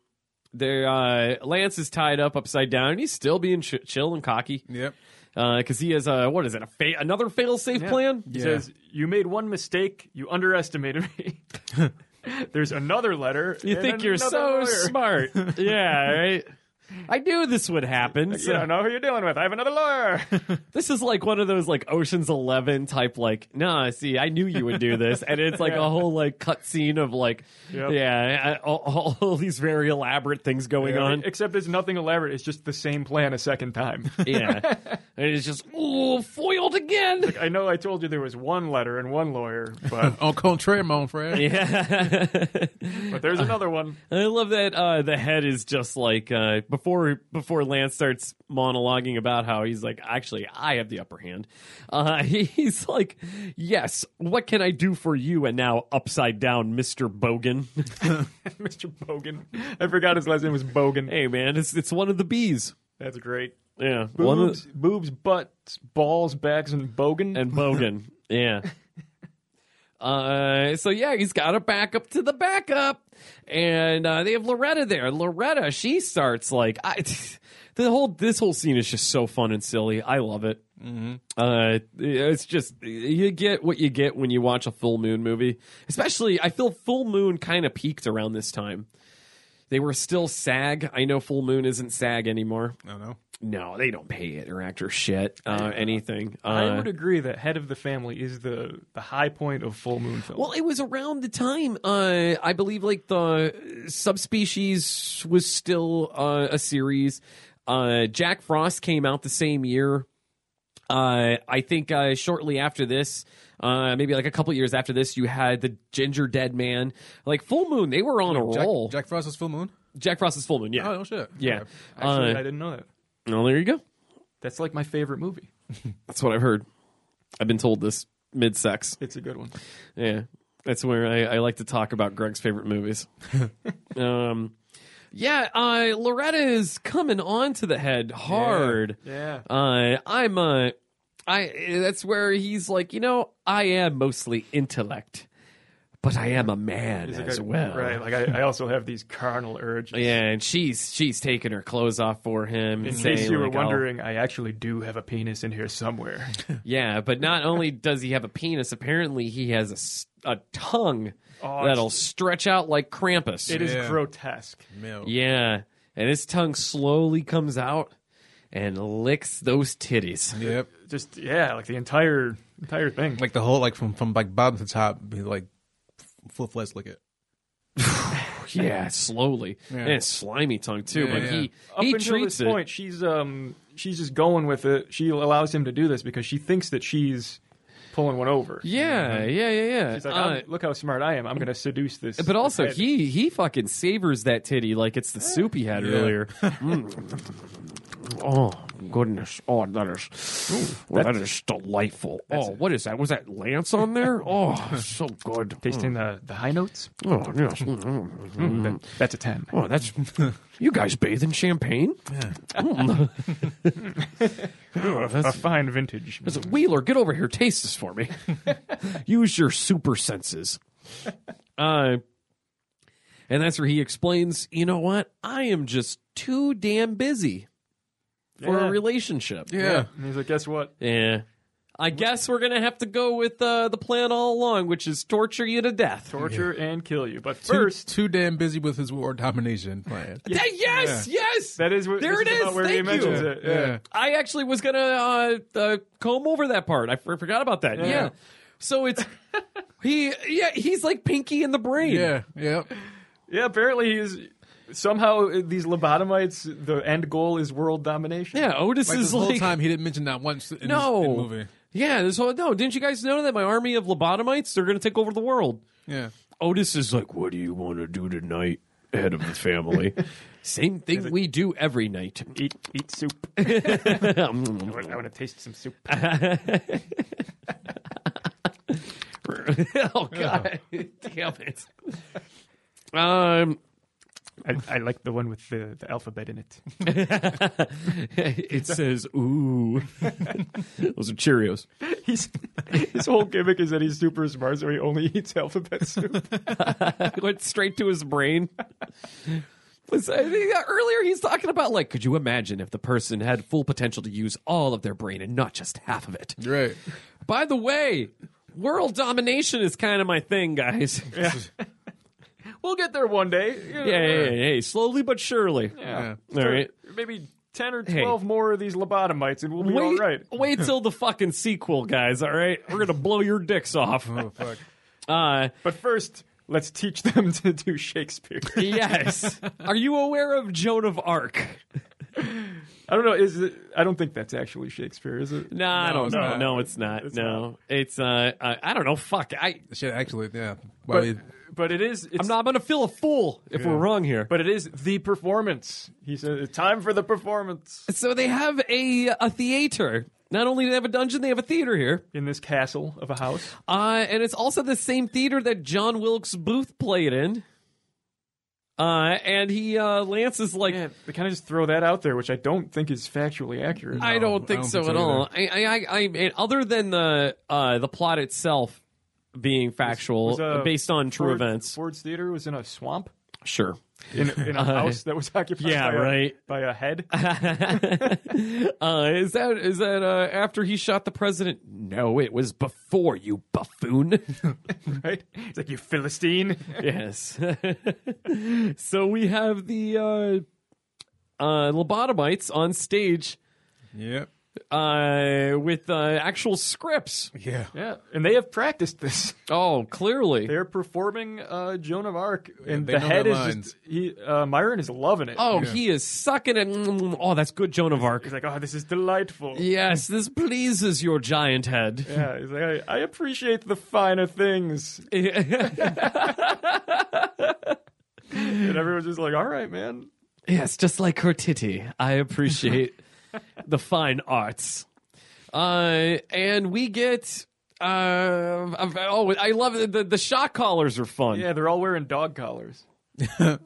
Speaker 7: They're, uh, Lance is tied up upside down, and he's still being ch- chill and cocky.
Speaker 5: Yep.
Speaker 7: Because he has a what is it? A fa- another fail safe
Speaker 6: Yeah.
Speaker 7: plan?
Speaker 6: He says, You made one mistake. You underestimated me. *laughs* There's another letter.
Speaker 7: You
Speaker 6: and
Speaker 7: think you're
Speaker 6: another
Speaker 7: so
Speaker 6: lawyer. *laughs*
Speaker 7: smart? yeah, right. I knew this would happen.
Speaker 6: You
Speaker 7: So
Speaker 6: don't know who you're dealing with. I have another
Speaker 7: *laughs*
Speaker 6: lawyer.
Speaker 7: this is like one of those like Ocean's Eleven type like. Nah, see, I knew you would do this, and
Speaker 6: *laughs*
Speaker 7: it's like a whole like cutscene of like,
Speaker 6: Yep.
Speaker 7: yeah, I- all, all these very elaborate things going on.
Speaker 6: Except it's nothing elaborate. It's just the same plan a second time. *laughs*
Speaker 7: yeah, and it's just ooh foiled again.
Speaker 6: I know I told you there was one letter and one lawyer, but,
Speaker 5: On contrary, mon frere.
Speaker 7: *laughs* Yeah.
Speaker 6: but there's another one. *laughs*
Speaker 7: I love that uh, the head is just like uh, before before Lance starts monologuing about how he's like actually I have the upper hand. Uh, *laughs* he's like, yes, what can I do for you? And now upside down, Mister Bogan. *laughs*
Speaker 6: Mr. Bogan. I forgot his last name was Bogan.
Speaker 7: hey man, it's it's one of the bees.
Speaker 6: That's great.
Speaker 7: Yeah, one of
Speaker 6: Boobs, boobs, butts, balls, bags, and Bogan.
Speaker 7: and Bogan. yeah. Uh, so yeah, he's got a backup to the backup, and uh, they have Loretta there. Loretta, she starts like I, *laughs* the whole this whole scene is just so fun and silly. I love it. Uh, it's just you get what you get when you watch a full moon movie. Especially, I feel full moon kind of peaked around this time. They were still SAG. I know full moon isn't SAG anymore.
Speaker 5: I don't know.
Speaker 7: No, they don't pay it or actor shit uh, anything. Uh,
Speaker 6: I would agree that Head of the Family is the, the high point of full moon film.
Speaker 7: Well, it was around the time uh, I believe, like the subspecies was still uh, a series. Uh, Jack Frost came out the same year. Uh, I think uh, shortly after this, uh, maybe like a couple years after this, you had the Ginger Dead Man, like Full Moon. They were on a
Speaker 5: Jack,
Speaker 7: roll. Jack,
Speaker 5: Jack Frost was full moon?
Speaker 7: Frost's Full Moon, yeah,
Speaker 5: Oh, no shit.
Speaker 7: yeah.
Speaker 6: Actually, I
Speaker 7: uh,
Speaker 6: didn't know that.
Speaker 7: well, there you go.
Speaker 6: That's like my favorite movie.
Speaker 7: That's what I've heard. I've been told this mid sex.
Speaker 6: It's a good one.
Speaker 7: Yeah, that's where I, I like to talk about Greg's
Speaker 6: *laughs*
Speaker 7: favorite movies. um, yeah, uh, Loretta is coming on to the head hard.
Speaker 6: Yeah.
Speaker 7: Uh, I'm uh, I that's where he's like, you know, I am mostly intellect, but I am a man
Speaker 6: He's like,
Speaker 7: as
Speaker 6: I-
Speaker 7: well.
Speaker 6: Right. Like, I, I also have these carnal urges.
Speaker 7: Yeah, and she's she's taking her clothes off for him.
Speaker 6: In
Speaker 7: and
Speaker 6: case
Speaker 7: saying,
Speaker 6: you were
Speaker 7: like, oh, I'll-
Speaker 6: wondering, I actually do have a penis in here somewhere.
Speaker 7: yeah, but not only does he have a penis, apparently he has a s- a, tongue
Speaker 6: Oh,
Speaker 7: that'll stretch out like Krampus.
Speaker 6: *laughs* It is
Speaker 5: Yeah.
Speaker 6: grotesque.
Speaker 5: Milk.
Speaker 7: Yeah. And his tongue slowly comes out and licks
Speaker 6: *laughs*
Speaker 7: those titties.
Speaker 5: Yep.
Speaker 6: Just yeah, like the entire entire thing.
Speaker 5: Like the whole, like from, from like bottom to top, he like full fledged lick it.
Speaker 7: yeah, slowly. And it's slimy tongue too,
Speaker 5: Yeah,
Speaker 7: but
Speaker 5: yeah.
Speaker 7: he
Speaker 6: Up
Speaker 7: he
Speaker 6: until
Speaker 7: treats
Speaker 6: this
Speaker 7: it.
Speaker 6: point, she's um she's just going with it. She allows him to do this because she thinks that she's pulling one over.
Speaker 7: Yeah, yeah, yeah, yeah.
Speaker 6: She's like,
Speaker 7: Uh,
Speaker 6: "I'm- look how smart I am. I'm going to seduce this.
Speaker 7: but also
Speaker 6: this head."
Speaker 7: he he fucking savors that titty like it's the soup he had
Speaker 6: *laughs*
Speaker 7: earlier. Mm. Oh goodness! Oh, that is well, that is delightful. Oh, what is that? Was that Lance on *laughs* there? Oh, so good.
Speaker 6: tasting the, the high notes.
Speaker 7: Oh yes. Mm.
Speaker 6: That- that's a ten.
Speaker 7: Oh, that's you guys bathe in champagne.
Speaker 6: *laughs*
Speaker 7: Mm. *laughs* Oh,
Speaker 6: A
Speaker 7: that's-
Speaker 6: fine vintage.
Speaker 7: I said, Wheeler, get over here. Taste this for me. *laughs* Use your super senses. *laughs* Uh, and that's where he explains, you know what? I am just too damn busy for
Speaker 6: Yeah.
Speaker 7: a relationship.
Speaker 5: Yeah.
Speaker 6: And he's like, guess what?
Speaker 7: Yeah. I guess we're going to have to go with uh, the plan all along, which is torture you to death.
Speaker 6: Torture and kill you. But
Speaker 5: Too-
Speaker 6: first,
Speaker 5: too, damn busy with his war domination
Speaker 7: *laughs*
Speaker 5: plan.
Speaker 7: Yeah, yes, yes.
Speaker 6: that is what
Speaker 7: There
Speaker 6: this
Speaker 7: it
Speaker 6: is about
Speaker 7: is.
Speaker 6: where he
Speaker 7: Thank
Speaker 6: mentions
Speaker 7: you.
Speaker 6: it. Yeah.
Speaker 7: I actually was gonna uh, uh, comb over that part. I for- forgot about that. Yeah. So it's he. Yeah, he's like Pinky in the brain.
Speaker 5: yeah, yeah. yeah.
Speaker 6: Yeah, apparently he's somehow uh, these lobotomites. The end goal is world domination.
Speaker 7: Yeah. Otis
Speaker 5: Like
Speaker 7: is
Speaker 5: this whole
Speaker 7: like
Speaker 5: time he didn't mention that once in
Speaker 7: no
Speaker 5: this in the movie.
Speaker 7: Yeah. This whole no. Didn't you guys know that my army of lobotomites they're gonna take over the world?
Speaker 5: Yeah,
Speaker 7: Otis is like, what do you want to do tonight? Head of the family. Same thing we do every night.
Speaker 6: Eat, eat soup. *laughs* I want to taste some soup.
Speaker 7: *laughs* oh God, damn it. Um. *laughs*
Speaker 6: I, I like the one with the, the alphabet in it.
Speaker 7: it says ooh. *laughs* Those are Cheerios.
Speaker 6: *laughs* He's, his whole gimmick is that he's super smart, so he only eats alphabet soup.
Speaker 7: *laughs*
Speaker 6: *laughs*
Speaker 7: Went straight to his brain. Was- I think uh, earlier he's talking about like, could you imagine if the person had full potential to use all of their brain and not just half of it?
Speaker 5: you're right.
Speaker 7: By the way, world domination is kind of my thing, guys. Yeah,
Speaker 6: we'll get there one day. you know.
Speaker 7: *laughs* yeah, yeah, yeah, yeah. slowly but surely.
Speaker 5: Yeah.
Speaker 7: All right.
Speaker 6: Maybe 10 or
Speaker 7: Hey.
Speaker 6: 12 more of these lobotomites, and we'll be all
Speaker 7: Wait,
Speaker 6: right. *laughs*
Speaker 7: wait till the fucking sequel, guys. All right, we're gonna blow your dicks off.
Speaker 5: Oh fuck.
Speaker 7: Uh,
Speaker 6: But first, let's teach them *laughs* to do Shakespeare.
Speaker 7: yes. Are you aware of Joan of Arc?
Speaker 6: *laughs* I don't know. Is it, I don't think that's actually Shakespeare, is it?
Speaker 7: No, I don't
Speaker 5: it's
Speaker 7: know.
Speaker 5: not.
Speaker 7: No, it's not. no, it's uh, I, I don't know. Fuck, I,
Speaker 5: Shit, actually, yeah. Why
Speaker 6: But,
Speaker 5: we-
Speaker 6: but it is. It's,
Speaker 7: I'm not. I'm gonna feel a fool if we're wrong here.
Speaker 6: But it is the performance. He said, "It's time for the performance
Speaker 7: so they have a a theater. Not only do they have a dungeon, they have a theater here,
Speaker 6: in this castle of a house."
Speaker 7: uh, and it's also the same theater that John Wilkes Booth played in. Uh, and he uh, Lance is like,
Speaker 6: Yeah, they kind of just throw that out there, which I don't think is factually accurate.
Speaker 7: I don't think
Speaker 5: I don't
Speaker 7: so
Speaker 5: think so
Speaker 7: at all. I, I, I, I mean, other than the uh, the plot itself being factual,
Speaker 6: was, uh,
Speaker 7: based on true
Speaker 6: Ford-
Speaker 7: events,
Speaker 6: Ford's Theater was in a swamp
Speaker 7: sure. *laughs*
Speaker 6: in, in a house that was occupied
Speaker 7: yeah,
Speaker 6: by, a,
Speaker 7: right.
Speaker 6: by a
Speaker 7: *laughs*
Speaker 6: head.
Speaker 7: uh, is that is that uh, after he shot the president? No, it was before you buffoon.
Speaker 6: Right? It's like you Philistine.
Speaker 7: yes. *laughs* so we have the uh, uh, lobotomites on stage
Speaker 5: yeah,
Speaker 7: uh, with uh, actual scripts.
Speaker 5: yeah.
Speaker 6: yeah, and they have practiced this.
Speaker 7: Oh, clearly.
Speaker 6: They're performing uh, Joan of Arc, and
Speaker 5: they
Speaker 6: the
Speaker 5: know
Speaker 6: head
Speaker 5: their
Speaker 6: is
Speaker 5: lines.
Speaker 6: just he. Uh, Myron is loving it.
Speaker 7: oh, he is sucking it. Mm, Oh, that's good, Joan of Arc.
Speaker 6: he's like, oh, this is delightful.
Speaker 7: Yes, this pleases your giant head. *laughs*
Speaker 6: Yeah, he's like, I, I appreciate the finer things. And everyone's just like, all right, man.
Speaker 7: Yes, just like her titty. I appreciate the fine arts. Uh, and we get. Uh, oh, I love it. The, the shock collars are fun.
Speaker 6: Yeah, they're all wearing dog collars. *laughs* that,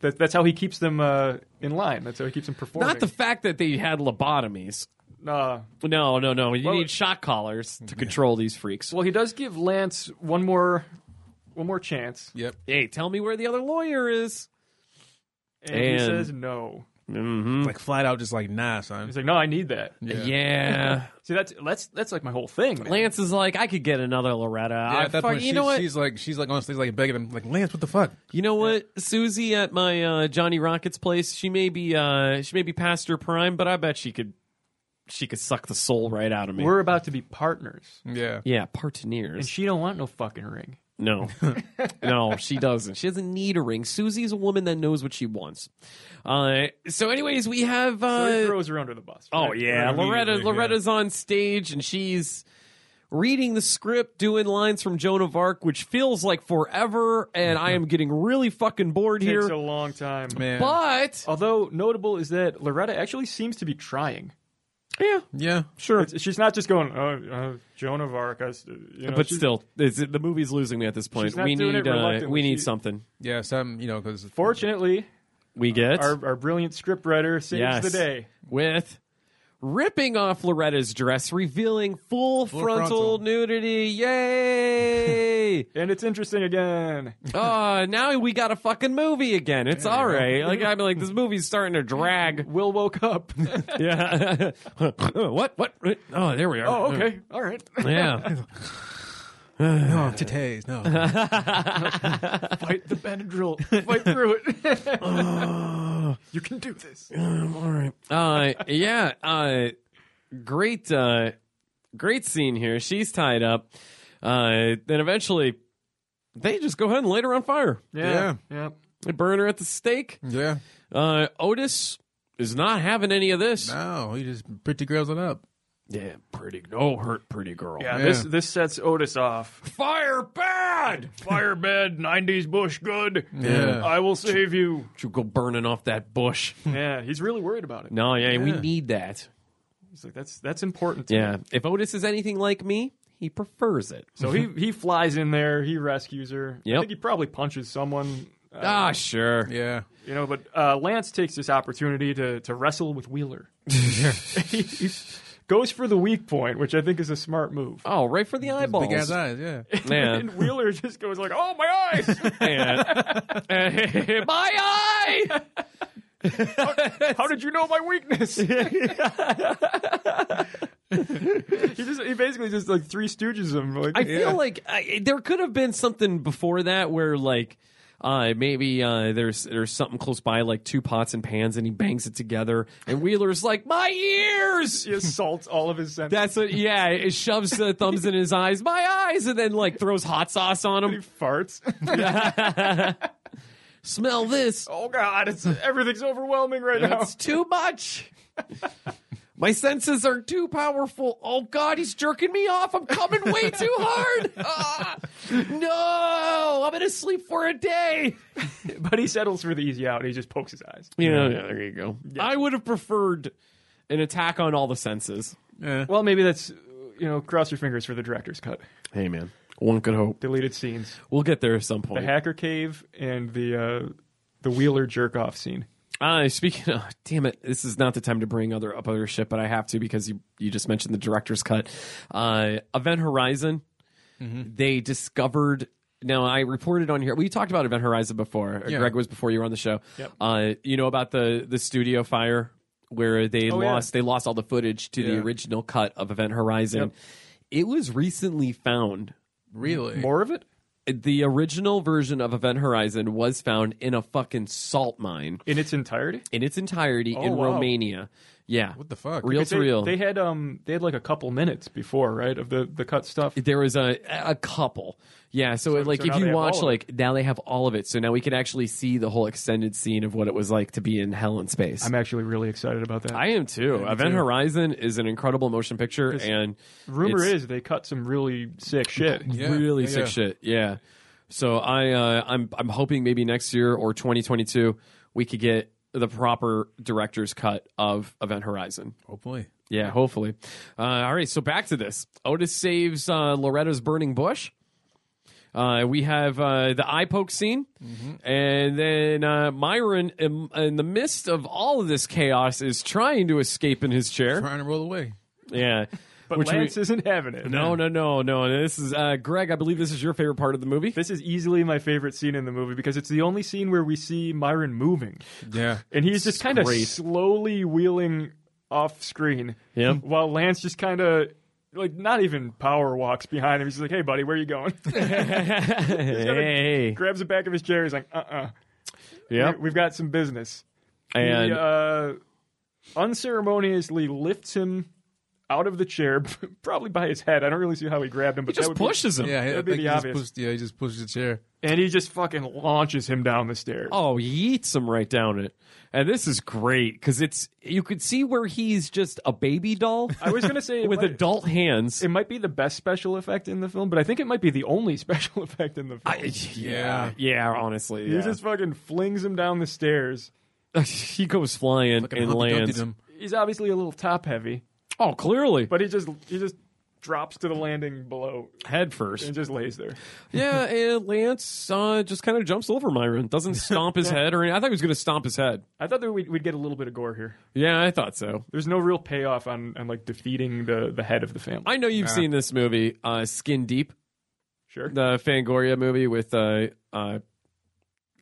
Speaker 6: that's how he keeps them uh, in line. That's how he keeps them performing.
Speaker 7: Not the fact that they had lobotomies.
Speaker 6: uh,
Speaker 7: No, no, no. You
Speaker 6: Well-
Speaker 7: need shock collars to control these freaks.
Speaker 6: well, he does give Lance one more, one more chance,
Speaker 5: Yep.
Speaker 7: hey, tell me where the other lawyer is.
Speaker 6: and, he
Speaker 7: And-
Speaker 6: says no.
Speaker 5: Like flat out, just like nah, son.
Speaker 6: He's like, no, I need that.
Speaker 7: Mm. Yeah.
Speaker 6: See, that's that's that's like my whole thing. man.
Speaker 7: Lance is like, I could get another Loretta.
Speaker 5: Yeah,
Speaker 7: I
Speaker 5: at that
Speaker 7: fuck-
Speaker 5: point,
Speaker 7: you
Speaker 5: she-
Speaker 7: know what?
Speaker 5: she's like, she's like on stage, like begging him, like Lance, what the fuck?
Speaker 7: You know what, Susie at my uh, Johnny Rockets place, she may be uh, she may be past her prime, but I bet she could she could suck the soul right out of me.
Speaker 6: We're about to be partners,
Speaker 5: Yeah,
Speaker 7: yeah,
Speaker 6: and
Speaker 7: partners.
Speaker 6: she don't want no fucking ring.
Speaker 5: *laughs*
Speaker 7: No, no, she doesn't. She doesn't need a ring. Susie's a woman that knows what she wants. Uh, so, anyways, we have.
Speaker 6: Loretta
Speaker 7: Uh,
Speaker 6: throws her under the bus.
Speaker 7: oh
Speaker 6: right?
Speaker 7: yeah, Loretta.
Speaker 5: immediately, yeah.
Speaker 7: Loretta's on stage and she's reading the script, doing lines from Joan of Arc, which feels like forever. And I am getting really fucking bored
Speaker 6: Takes
Speaker 7: here.
Speaker 6: a long time.
Speaker 5: Man.
Speaker 7: But
Speaker 6: Although notable is that Loretta actually seems to be trying.
Speaker 7: yeah,
Speaker 5: yeah.
Speaker 7: sure.
Speaker 6: It's- she's not just going, oh, uh, Joan of Arc. I s- you know,
Speaker 7: but
Speaker 6: she's-
Speaker 7: still, it's, the movie's losing me at this point.
Speaker 6: She's not
Speaker 7: We
Speaker 6: doing it
Speaker 7: need uh,
Speaker 6: reluctantly.
Speaker 7: we need
Speaker 6: She-
Speaker 7: something.
Speaker 5: Yeah, some, you know, because.
Speaker 6: Fortunately,
Speaker 7: We get
Speaker 6: our, our brilliant scriptwriter saves
Speaker 7: Yes.
Speaker 6: the day.
Speaker 7: with ripping off Loretta's dress, revealing full, frontal,
Speaker 5: frontal.
Speaker 7: nudity. Yay!
Speaker 6: *laughs* And it's interesting again.
Speaker 7: uh, now we got a fucking movie again. It's all right.
Speaker 6: *laughs*
Speaker 7: Like I'm like this movie's starting to drag.
Speaker 6: Will woke *laughs* up.
Speaker 7: Yeah. *laughs* what? What? Oh, there we are.
Speaker 6: oh, okay. All right.
Speaker 7: Yeah.
Speaker 5: No, *laughs* today's, no.
Speaker 6: Fight the Benadryl. Fight through it. *laughs* you can do this.
Speaker 7: Um, all right. Uh, yeah. Uh, great. Uh, great scene here. She's tied up. Uh, then eventually, they just go ahead and light her on fire.
Speaker 5: Yeah.
Speaker 6: Yeah.
Speaker 7: They burn her at the stake.
Speaker 5: yeah.
Speaker 7: Uh, Otis is not having any of this.
Speaker 5: No, Oh, he just pretty girls it up.
Speaker 7: Yeah, pretty. Oh, hurt, pretty girl.
Speaker 6: Yeah,
Speaker 5: Yeah.
Speaker 6: this this sets Otis off.
Speaker 7: Fire bad.
Speaker 6: *laughs* Firebed, '90s Bush, good.
Speaker 5: Yeah.
Speaker 6: I will save you.
Speaker 7: You go burning off that bush. *laughs*
Speaker 6: Yeah, he's really worried about it.
Speaker 7: No, yeah, we need that.
Speaker 6: He's like, that's that's important. To
Speaker 7: Yeah,
Speaker 6: me.
Speaker 7: if Otis is anything like me, he prefers it.
Speaker 6: So he he flies in there. He rescues her.
Speaker 7: Mm-hmm. Yep.
Speaker 6: I think he probably punches someone. uh,
Speaker 7: ah, sure.
Speaker 5: Yeah.
Speaker 6: You know, but uh, Lance takes this opportunity to to wrestle with
Speaker 7: *laughs*
Speaker 6: Wheeler. he, he goes for the weak point, which I think is a smart move.
Speaker 7: Oh, right for the eyeballs.
Speaker 5: Big ass eyes,
Speaker 6: *laughs*
Speaker 5: yeah.
Speaker 7: Yeah.
Speaker 6: And Wheeler *laughs* just goes like, "Oh my eyes!"
Speaker 7: *laughs* Yeah. *laughs* my eye.
Speaker 6: How did you know my weakness? he just *laughs* he basically just like three stooges him. Like,
Speaker 7: I feel like I, there could have been something before that where like. Uh, maybe uh, there's there's something close by, like two pots and pans, and he bangs it together. And Wheeler's like, "My ears!"
Speaker 6: he assaults all of his senses.
Speaker 7: That's what, yeah. It shoves the thumbs in his eyes, my eyes, and then like throws hot sauce on
Speaker 6: he
Speaker 7: him.
Speaker 6: farts. *laughs*
Speaker 7: *laughs* Smell this.
Speaker 6: oh god, it's everything's overwhelming
Speaker 7: *laughs*
Speaker 6: right now.
Speaker 7: That's too much. *laughs* My senses are too powerful. Oh God, he's jerking me off. I'm coming *laughs* way too hard. Ah, no, I'm gonna sleep for a day.
Speaker 6: But he settles for the easy out. He just pokes his eyes.
Speaker 7: You know, yeah, there you go. I would have preferred an attack on all the senses.
Speaker 5: Yeah.
Speaker 6: Well, maybe that's you know, cross your fingers for the director's cut.
Speaker 7: Hey man, one could hope
Speaker 6: Deleted scenes.
Speaker 7: we'll get there at some
Speaker 6: The
Speaker 7: point.
Speaker 6: hacker cave and the uh the Wheeler jerk off scene.
Speaker 7: Uh, speaking of, *laughs* damn it, this is not the time to bring other up other shit, but I have to because you, you just mentioned the director's cut. Uh, Event Horizon, they discovered. Now, I reported on here. We talked about Event Horizon before.
Speaker 5: Yeah.
Speaker 7: Greg was before you were on the show.
Speaker 6: Yep.
Speaker 7: Uh, you know about the, the studio fire where they
Speaker 6: yeah.
Speaker 7: lost they lost all the footage to the
Speaker 5: Yeah.
Speaker 7: original cut of Event Horizon. It was recently found
Speaker 5: Really?
Speaker 6: More of it?
Speaker 7: the original version of Event Horizon was found in a fucking salt mine
Speaker 6: In its entirety?
Speaker 7: in its entirety
Speaker 6: Oh,
Speaker 7: in
Speaker 6: wow.
Speaker 7: Romania. Yeah.
Speaker 5: What the fuck?
Speaker 7: Real
Speaker 6: They,
Speaker 7: to real.
Speaker 6: they had um they had like a couple minutes before, right, of the, the cut stuff.
Speaker 7: there was a a couple. Yeah, so, it, like
Speaker 6: so
Speaker 7: if
Speaker 6: now they
Speaker 7: you
Speaker 6: have
Speaker 7: watch
Speaker 6: all of
Speaker 7: like now they have all of it. So now we could actually see the whole extended scene of what it was like to be in hell in space.
Speaker 6: I'm actually really excited about that.
Speaker 7: I am too. Event Horizon is an incredible motion picture and
Speaker 6: Rumor
Speaker 7: it's
Speaker 6: is they cut some really sick
Speaker 7: *laughs*
Speaker 6: shit.
Speaker 5: Yeah,
Speaker 7: really
Speaker 5: yeah,
Speaker 7: sick
Speaker 5: yeah.
Speaker 7: shit. Yeah. So I uh, I'm I'm hoping maybe next year or 2022 we could get the proper director's cut of Event Horizon.
Speaker 5: Hopefully.
Speaker 7: Yeah, hopefully. Uh, all right, so back to this. Otis saves uh, Loretta's burning bush. Uh, we have uh, the eye poke scene,
Speaker 6: Mm-hmm.
Speaker 7: and then uh, Myron, in, in the midst of all of this chaos, is trying to escape in his chair.
Speaker 5: Trying to roll away.
Speaker 7: Yeah,
Speaker 6: *laughs* But
Speaker 7: Which we-
Speaker 6: Lance isn't having it.
Speaker 7: no, no, no, no. This is uh, Greg. I believe this is your favorite part of the movie.
Speaker 6: This is *laughs* easily my favorite scene in the movie because it's the only scene where we see Myron moving.
Speaker 5: Yeah.
Speaker 6: And he's just kind of
Speaker 7: Great.
Speaker 6: slowly wheeling off screen.
Speaker 7: Yep.
Speaker 6: While Lance just kind of like not even power walks behind him. He's like, "Hey buddy, where you
Speaker 7: *laughs*
Speaker 6: going?"
Speaker 7: hey,
Speaker 6: Grabs the back of his chair. He's like, "Uh-uh.
Speaker 7: yep,
Speaker 6: We- We've got some business."
Speaker 7: and
Speaker 6: he uh, unceremoniously lifts him out of the chair, *laughs* probably by his head. I don't really see how he grabbed him, but
Speaker 7: He just
Speaker 6: that would be-
Speaker 7: pushes him.
Speaker 5: Yeah, I
Speaker 6: That'd be
Speaker 5: think
Speaker 6: the
Speaker 5: he just
Speaker 6: obvious.
Speaker 5: pushed- yeah, he just pushed the chair.
Speaker 6: and he just fucking launches him down the stairs.
Speaker 7: Oh, he eats him right down it. And this is great because it's you could see where he's just a baby doll
Speaker 6: I was gonna
Speaker 7: *laughs*
Speaker 6: say it
Speaker 7: with
Speaker 6: might-
Speaker 7: adult hands.
Speaker 6: It might be the best special effect in the film, but I think it might be the only *laughs* special effect in the film.
Speaker 7: yeah, yeah. Honestly,
Speaker 6: he
Speaker 7: yeah.
Speaker 6: just fucking flings him down the stairs.
Speaker 7: *laughs* he goes flying
Speaker 5: Fucking
Speaker 7: and
Speaker 5: Humpty Dumpty
Speaker 7: lands.
Speaker 5: them.
Speaker 6: He's obviously a little top heavy,
Speaker 7: Oh, clearly,
Speaker 6: but he just he just drops to the landing below
Speaker 7: head
Speaker 6: and
Speaker 7: first.
Speaker 6: just lays there. *laughs*
Speaker 7: yeah, and Lance uh, just kind of jumps over Myron. Doesn't stomp his head or anything. I thought he was going to stomp his head.
Speaker 6: I thought that we'd, we'd get a little bit of gore here.
Speaker 7: Yeah, I thought so.
Speaker 6: There's no real payoff on, on like defeating the, the head of the family.
Speaker 7: I know you've seen this movie, uh, Skin Deep,
Speaker 6: Sure.
Speaker 7: the Fangoria movie with uh, uh,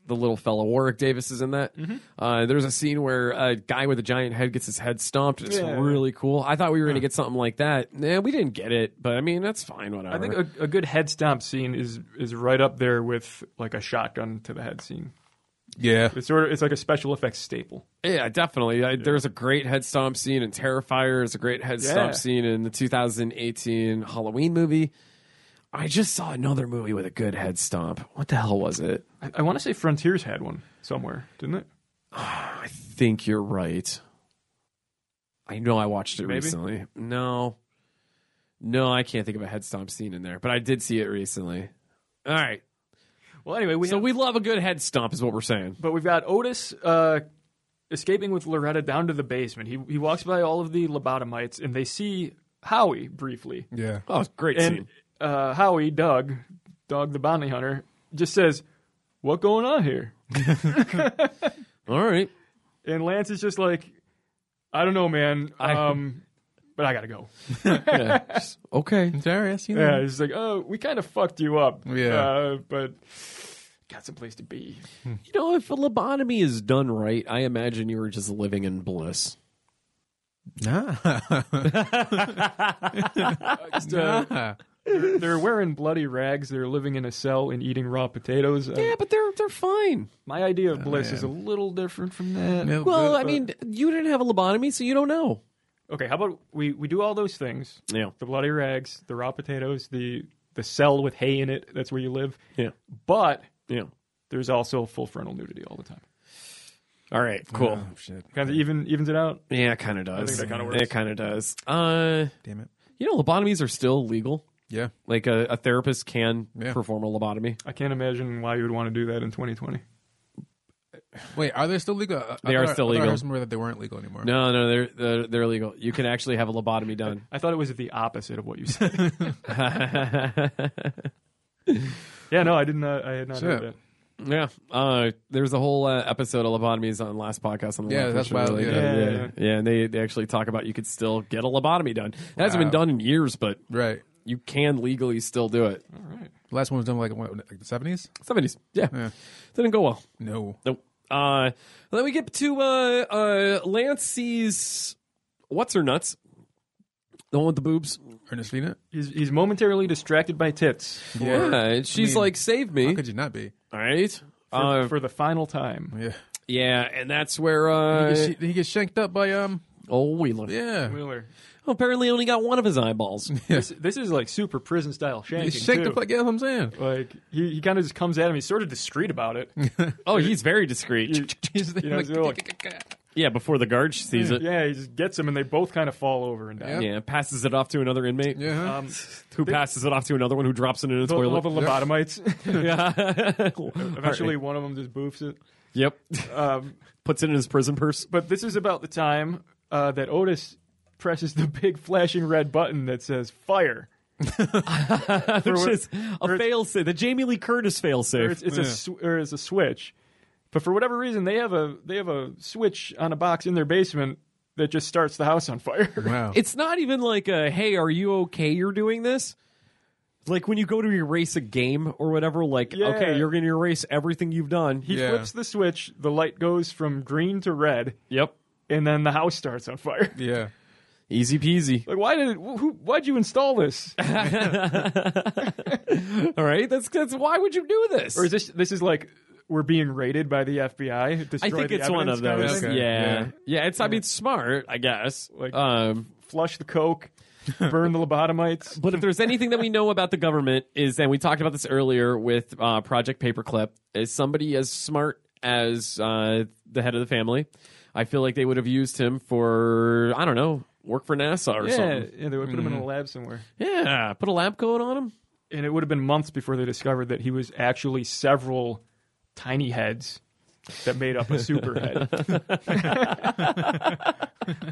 Speaker 7: the little fella Warwick Davis is in that.
Speaker 6: Mm-hmm.
Speaker 7: Uh, there's a scene where a guy with a giant head gets his head stomped. It's
Speaker 6: Yeah.
Speaker 7: really cool. I thought we were going to get something like that. Nah, we didn't get it, but I mean that's fine. Whatever.
Speaker 6: I think uh, a, a good head stomp scene is is right up there with like a shotgun to the head scene.
Speaker 5: Yeah,
Speaker 6: It's sort of it's like a special effects staple.
Speaker 7: Yeah, definitely. I, There's a great head stomp scene in Terrifier. There's a great head
Speaker 6: Yeah.
Speaker 7: stomp scene in the 2018 Halloween movie. I just saw another movie with a good head stomp. What the hell was it?
Speaker 6: I, I want to say Frontiers had one somewhere, didn't it?
Speaker 7: I think you're right. I know I watched it
Speaker 6: Maybe?
Speaker 7: recently. No. No, I can't think of a head stomp scene in there, but I did see it recently. All right.
Speaker 6: Well, anyway, we
Speaker 7: so we love a good head stomp, is what we're saying.
Speaker 6: But we've got Otis uh, escaping with Loretta down to the basement. He he walks by all of the lobotomites, and they see Howie briefly.
Speaker 5: yeah.
Speaker 7: Oh, great
Speaker 6: And
Speaker 7: scene.
Speaker 6: uh, Howie, Doug, Doug the bounty hunter, just says, "What going on here?"
Speaker 7: All *laughs* right.
Speaker 6: And Lance is just like, "I don't know, man.
Speaker 7: I-
Speaker 6: Um, but I gotta go."
Speaker 7: Yeah. Just, okay.
Speaker 5: Sorry, I seen
Speaker 6: Yeah,
Speaker 5: that.
Speaker 6: he's like, "Oh, we kind of fucked you up.
Speaker 5: Yeah.
Speaker 6: uh, but got some place to be."
Speaker 7: You know, if a lobotomy is done right, I imagine you were just living in bliss.
Speaker 6: Just, uh,
Speaker 5: Nah.
Speaker 6: they're wearing bloody rags. They're living in a cell and eating raw potatoes. Uh,
Speaker 7: Yeah, but they're they're fine.
Speaker 6: My idea of bliss is a little different from that.
Speaker 5: Yeah,
Speaker 7: Well,
Speaker 5: but-
Speaker 7: I mean, you didn't have a lobotomy, so you don't know.
Speaker 6: Okay, how about we, we do all those things?
Speaker 7: Yeah,
Speaker 6: The bloody rags, the raw potatoes, the the cell with hay in it, that's where you live.
Speaker 7: yeah,
Speaker 6: But
Speaker 7: yeah.
Speaker 6: there's also full frontal nudity all the time.
Speaker 7: All right, cool.
Speaker 5: Oh, shit.
Speaker 6: Kind of even evens it out.
Speaker 7: Yeah, it kind of does.
Speaker 6: think that kinda works.
Speaker 7: It kind of does. Uh,
Speaker 5: *laughs* Damn it.
Speaker 7: you know, lobotomies are still legal.
Speaker 5: Yeah.
Speaker 7: Like a, a therapist can
Speaker 5: Yeah.
Speaker 7: perform a lobotomy.
Speaker 6: I can't imagine why you would want to do that in 2020.
Speaker 5: Wait, are they still legal? I- I
Speaker 7: They are
Speaker 5: thought-
Speaker 7: still
Speaker 5: I thought I
Speaker 7: legal.
Speaker 5: heard somewhere that they weren't legal anymore.
Speaker 7: No, no, they're they're, they're legal. You can actually have a lobotomy done. *laughs*
Speaker 6: I thought it was the opposite of what you *laughs* said. yeah, no, I didn't. Uh, I had not
Speaker 5: Shit.
Speaker 6: heard that.
Speaker 7: Yeah, uh, there's a whole uh, episode of lobotomies on last podcast on the
Speaker 5: Yeah,
Speaker 7: Left,
Speaker 5: that's
Speaker 7: which are
Speaker 5: wild,
Speaker 7: really
Speaker 5: yeah.
Speaker 7: good.
Speaker 6: Yeah,
Speaker 7: yeah,
Speaker 6: yeah,
Speaker 7: yeah, and they, they actually talk about you could still get a lobotomy done. It hasn't been
Speaker 5: Wow.
Speaker 7: done in years, but
Speaker 5: Right.
Speaker 7: you can legally still do it.
Speaker 6: All right.
Speaker 5: The last one was done like what, like the seventies.
Speaker 7: Seventies, yeah.
Speaker 5: Yeah.
Speaker 7: didn't go well.
Speaker 5: No.
Speaker 7: Nope. Uh, then we get to uh, uh, Lance sees what's her nuts, the one with the boobs.
Speaker 5: Ernestina.
Speaker 6: He's, he's momentarily distracted by tits for,
Speaker 7: Yeah, and
Speaker 5: I
Speaker 7: she's
Speaker 5: mean,
Speaker 7: like, "Save
Speaker 5: How
Speaker 7: me!"
Speaker 5: could you not be?
Speaker 7: All right. Uh,
Speaker 6: for the final time.
Speaker 5: Yeah.
Speaker 7: yeah, and that's where uh,
Speaker 5: He gets- he gets shanked up by um.
Speaker 7: oh Wheeler
Speaker 5: Yeah.
Speaker 6: Wheeler,
Speaker 7: apparently only got one of his eyeballs. *laughs*
Speaker 6: this, this is like super prison style
Speaker 5: He
Speaker 6: shanking.
Speaker 5: shanked
Speaker 6: too.
Speaker 5: up like yeah. That's what I'm saying.
Speaker 6: Like he, he kind of just comes at him. He's sort of discreet about
Speaker 7: *laughs*
Speaker 6: it.
Speaker 7: Oh, he's very discreet.
Speaker 6: You-
Speaker 7: *laughs*
Speaker 6: you know, so like-
Speaker 7: Yeah, before the guard sees it.
Speaker 6: yeah, he just gets him, and they both kind of fall over and die.
Speaker 5: Yeah.
Speaker 7: Yeah, passes it off to another inmate
Speaker 5: Yeah. huh?
Speaker 7: *laughs*
Speaker 6: Um,
Speaker 7: who passes it off to another one who drops it in a
Speaker 6: the- all the
Speaker 7: toilet.
Speaker 6: lobotomites.
Speaker 7: *laughs*
Speaker 6: *laughs*
Speaker 7: Yeah.
Speaker 6: Eventually,
Speaker 7: All right.
Speaker 6: one of them just boofs it.
Speaker 7: Yep. *laughs*
Speaker 6: Um,
Speaker 7: Puts it in his prison purse.
Speaker 6: but this is about the time uh, that Otis presses the big flashing red button that says "fire." *laughs*
Speaker 7: Which is a
Speaker 6: it's-
Speaker 7: fail safe. The Jamie Lee Curtis fail
Speaker 6: Or
Speaker 7: safe.
Speaker 6: it's, it's a sw- or it's a switch. But for whatever reason, they have a they have a switch on a box in their basement that just starts the house on fire. *laughs*
Speaker 5: Wow.
Speaker 7: It's not even like a hey, are you okay? You're doing this. Like when you go to erase a game or whatever, like
Speaker 6: Yeah.
Speaker 7: okay, you're gonna erase everything you've done.
Speaker 6: He
Speaker 5: Yeah.
Speaker 6: flips the switch. The light goes from green to red,
Speaker 7: yep,
Speaker 6: and then the house starts on fire. *laughs*
Speaker 5: yeah.
Speaker 7: easy peasy.
Speaker 6: Like, why did who? Why'd you install this?
Speaker 7: All right, that's that's why would you do this?
Speaker 6: Or is this this is like we're being raided by the FBI?
Speaker 7: I
Speaker 6: Destroy
Speaker 7: think
Speaker 6: the
Speaker 7: it's one of
Speaker 6: evidence kind
Speaker 7: those.
Speaker 6: thing?
Speaker 5: Okay.
Speaker 7: Yeah. yeah,
Speaker 5: Yeah.
Speaker 7: It's I mean, it's smart, I guess.
Speaker 6: Like-
Speaker 7: um,
Speaker 6: Flush the coke. burn the
Speaker 7: *laughs*
Speaker 6: lobotomites.
Speaker 7: But if there's anything that we know about the government is, and we talked about this earlier with uh, Project Paperclip, is somebody as smart as uh, the head of the family. I feel like they would have used him for I don't know, work for NASA or
Speaker 6: yeah,
Speaker 7: something.
Speaker 6: yeah, they would put him in a lab somewhere.
Speaker 7: Yeah, put a lab coat on him.
Speaker 6: and it would have been months before they discovered that he was actually several tiny heads that made up a super
Speaker 7: *laughs*
Speaker 6: head.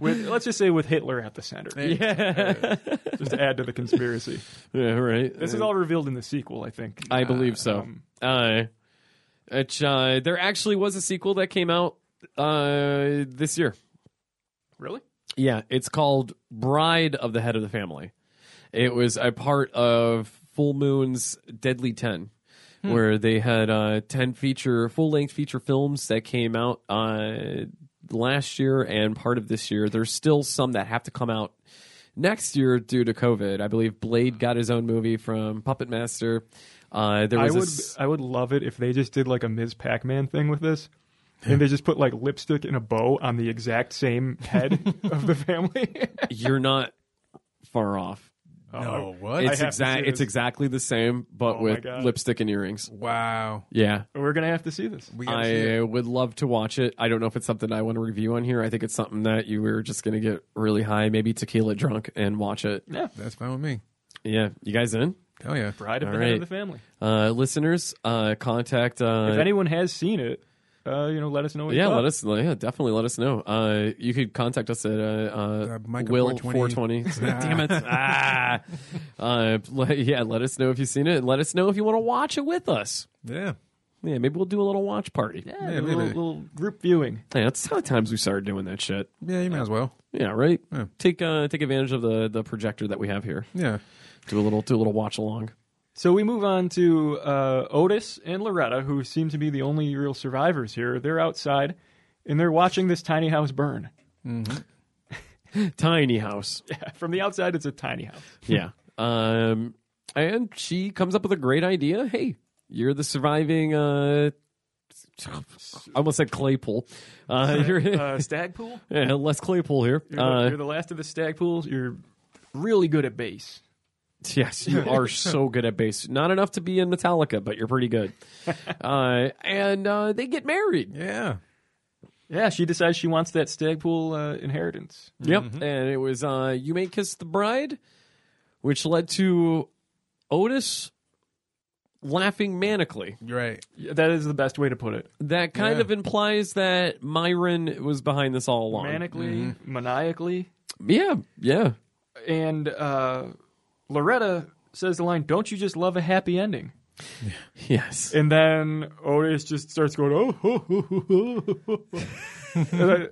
Speaker 6: with, let's just say with Hitler at the center.
Speaker 7: Yeah,
Speaker 6: *laughs* Just to add to the conspiracy.
Speaker 7: *laughs* yeah, right.
Speaker 6: This is all revealed in the sequel, I think.
Speaker 7: I believe so.
Speaker 6: Um,
Speaker 7: uh, it's, uh, there actually was a sequel that came out uh, this year.
Speaker 6: really?
Speaker 7: Yeah, it's called Bride of the Head of the Family. It was a part of Full Moon's Deadly Ten,
Speaker 6: Hmm.
Speaker 7: where they had uh, ten feature full length feature films that came out uh, last year and part of this year. There's still some that have to come out next year due to COVID. I believe Blade got his own movie from Puppet Master. Uh, there
Speaker 6: I
Speaker 7: was a
Speaker 6: would
Speaker 7: s-
Speaker 6: I would love it if they just did like a Ms. Pac-Man thing with this. And they just put like lipstick and a bow on the exact same
Speaker 7: *laughs*
Speaker 6: head of the family. *laughs*
Speaker 7: you're not far off.
Speaker 5: No, Oh, what?
Speaker 7: It's
Speaker 6: have to
Speaker 7: exact.
Speaker 6: see
Speaker 7: It's
Speaker 6: this.
Speaker 7: exactly the same, but
Speaker 6: Oh my
Speaker 7: with
Speaker 6: God.
Speaker 7: lipstick and earrings.
Speaker 5: wow.
Speaker 7: Yeah,
Speaker 6: We're gonna have to see this.
Speaker 5: We gotta see it.
Speaker 7: I uh, would love to watch it. I don't know if it's something I want to review on here. I think it's something that you were just going to get really high, maybe tequila drunk, and watch it.
Speaker 5: That's fine with me.
Speaker 7: Yeah, you guys in?
Speaker 5: Hell yeah.
Speaker 6: Bride of
Speaker 7: All
Speaker 6: the head
Speaker 7: right.
Speaker 6: of the family.
Speaker 7: Uh, listeners, uh, contact. Uh,
Speaker 6: if anyone has seen it, uh, you know, let us know. What you
Speaker 7: yeah,
Speaker 6: thought.
Speaker 7: let us. Yeah, definitely let us know. Uh, you could contact us at uh, uh,
Speaker 5: Uh, Micah
Speaker 7: Will
Speaker 5: 420.
Speaker 7: 420. Damn it! Ah. *laughs* Uh, let- yeah, let us know if you've seen it. and Let us know if you want to watch it with us.
Speaker 5: Yeah.
Speaker 7: Yeah, maybe we'll do a little watch party. Yeah,
Speaker 6: Yeah,
Speaker 5: maybe.
Speaker 6: little, little group viewing.
Speaker 7: that's how times we started doing that shit.
Speaker 5: Yeah, you might as well.
Speaker 7: Yeah, right.
Speaker 5: Yeah.
Speaker 7: Take uh, take advantage of the the projector that we have here.
Speaker 5: Yeah.
Speaker 7: Do a little do a little watch along.
Speaker 6: So we move on to uh, Otis and Loretta, who seem to be the only real survivors here. They're outside, and they're watching this tiny house burn. *laughs*
Speaker 7: Tiny house.
Speaker 6: From the outside, it's a tiny house.
Speaker 7: Yeah. um, and she comes up with a great idea. Hey, you're the surviving. Uh, I almost said Claypool. Uh, *laughs* you're
Speaker 6: Uh, stag pool.
Speaker 7: yeah, Les Claypool here.
Speaker 6: You're, the,
Speaker 7: Uh,
Speaker 6: you're the last of the stag pools. You're really good at bass.
Speaker 7: *laughs* Yes,
Speaker 6: *laughs*
Speaker 7: you are so good at bass. Not enough to be in Metallica, but you're
Speaker 6: *laughs*
Speaker 7: pretty good. Uh, and uh, they get married.
Speaker 5: Yeah.
Speaker 6: Yeah, she decides she wants that stag pool uh, inheritance.
Speaker 7: Yep. And it was uh, You May Kiss the Bride, which led to Otis laughing manically.
Speaker 5: You're right.
Speaker 6: Yeah, That is the best way to put it.
Speaker 7: That kind
Speaker 5: Yeah.
Speaker 7: of implies that Myron was behind this all along.
Speaker 6: Manically, maniacally.
Speaker 7: Yeah, yeah.
Speaker 6: and uh, Loretta says the line, "Don't you just love a happy ending?"
Speaker 7: Yes.
Speaker 6: And then Otis just starts going, "Oh, ho, ho, ho, ho, ho." And I-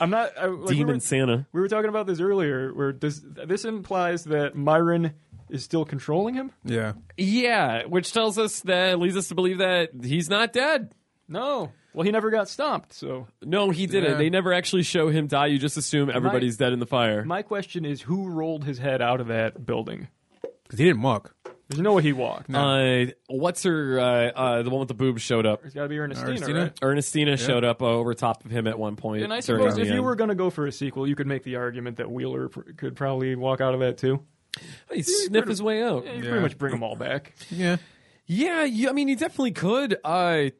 Speaker 6: I'm not." I, like, we,
Speaker 7: Demon
Speaker 6: were,
Speaker 7: Santa.
Speaker 6: we were talking about this earlier, where does this implies that Myron is still controlling him?
Speaker 5: Yeah.
Speaker 7: Yeah, which tells us that leads us to believe that he's not dead.
Speaker 6: No. Well, he never got stomped. So
Speaker 7: No, he didn't.
Speaker 5: Yeah.
Speaker 7: They never actually show him die. You just assume everybody's dead in the fire.
Speaker 6: my question is, who rolled his head out of that building?
Speaker 5: Because he didn't walk.
Speaker 6: There's no way he walked.
Speaker 7: uh, what's her? Uh, uh, the one with the boobs showed up.
Speaker 6: There's got to be Ernestina,
Speaker 5: Ernestina?
Speaker 6: right?
Speaker 7: Ernestina showed up uh, over top of him at one point.
Speaker 6: And I
Speaker 7: during
Speaker 6: suppose
Speaker 7: the
Speaker 6: if you
Speaker 7: end.
Speaker 6: were going to go for a sequel, you could make the argument that Wheeler pr- could probably walk out of that too.
Speaker 7: he sniff his way out.
Speaker 6: You
Speaker 5: Yeah.
Speaker 6: pretty much bring them all back.
Speaker 5: Yeah.
Speaker 7: Yeah, you, I mean, he definitely could. I,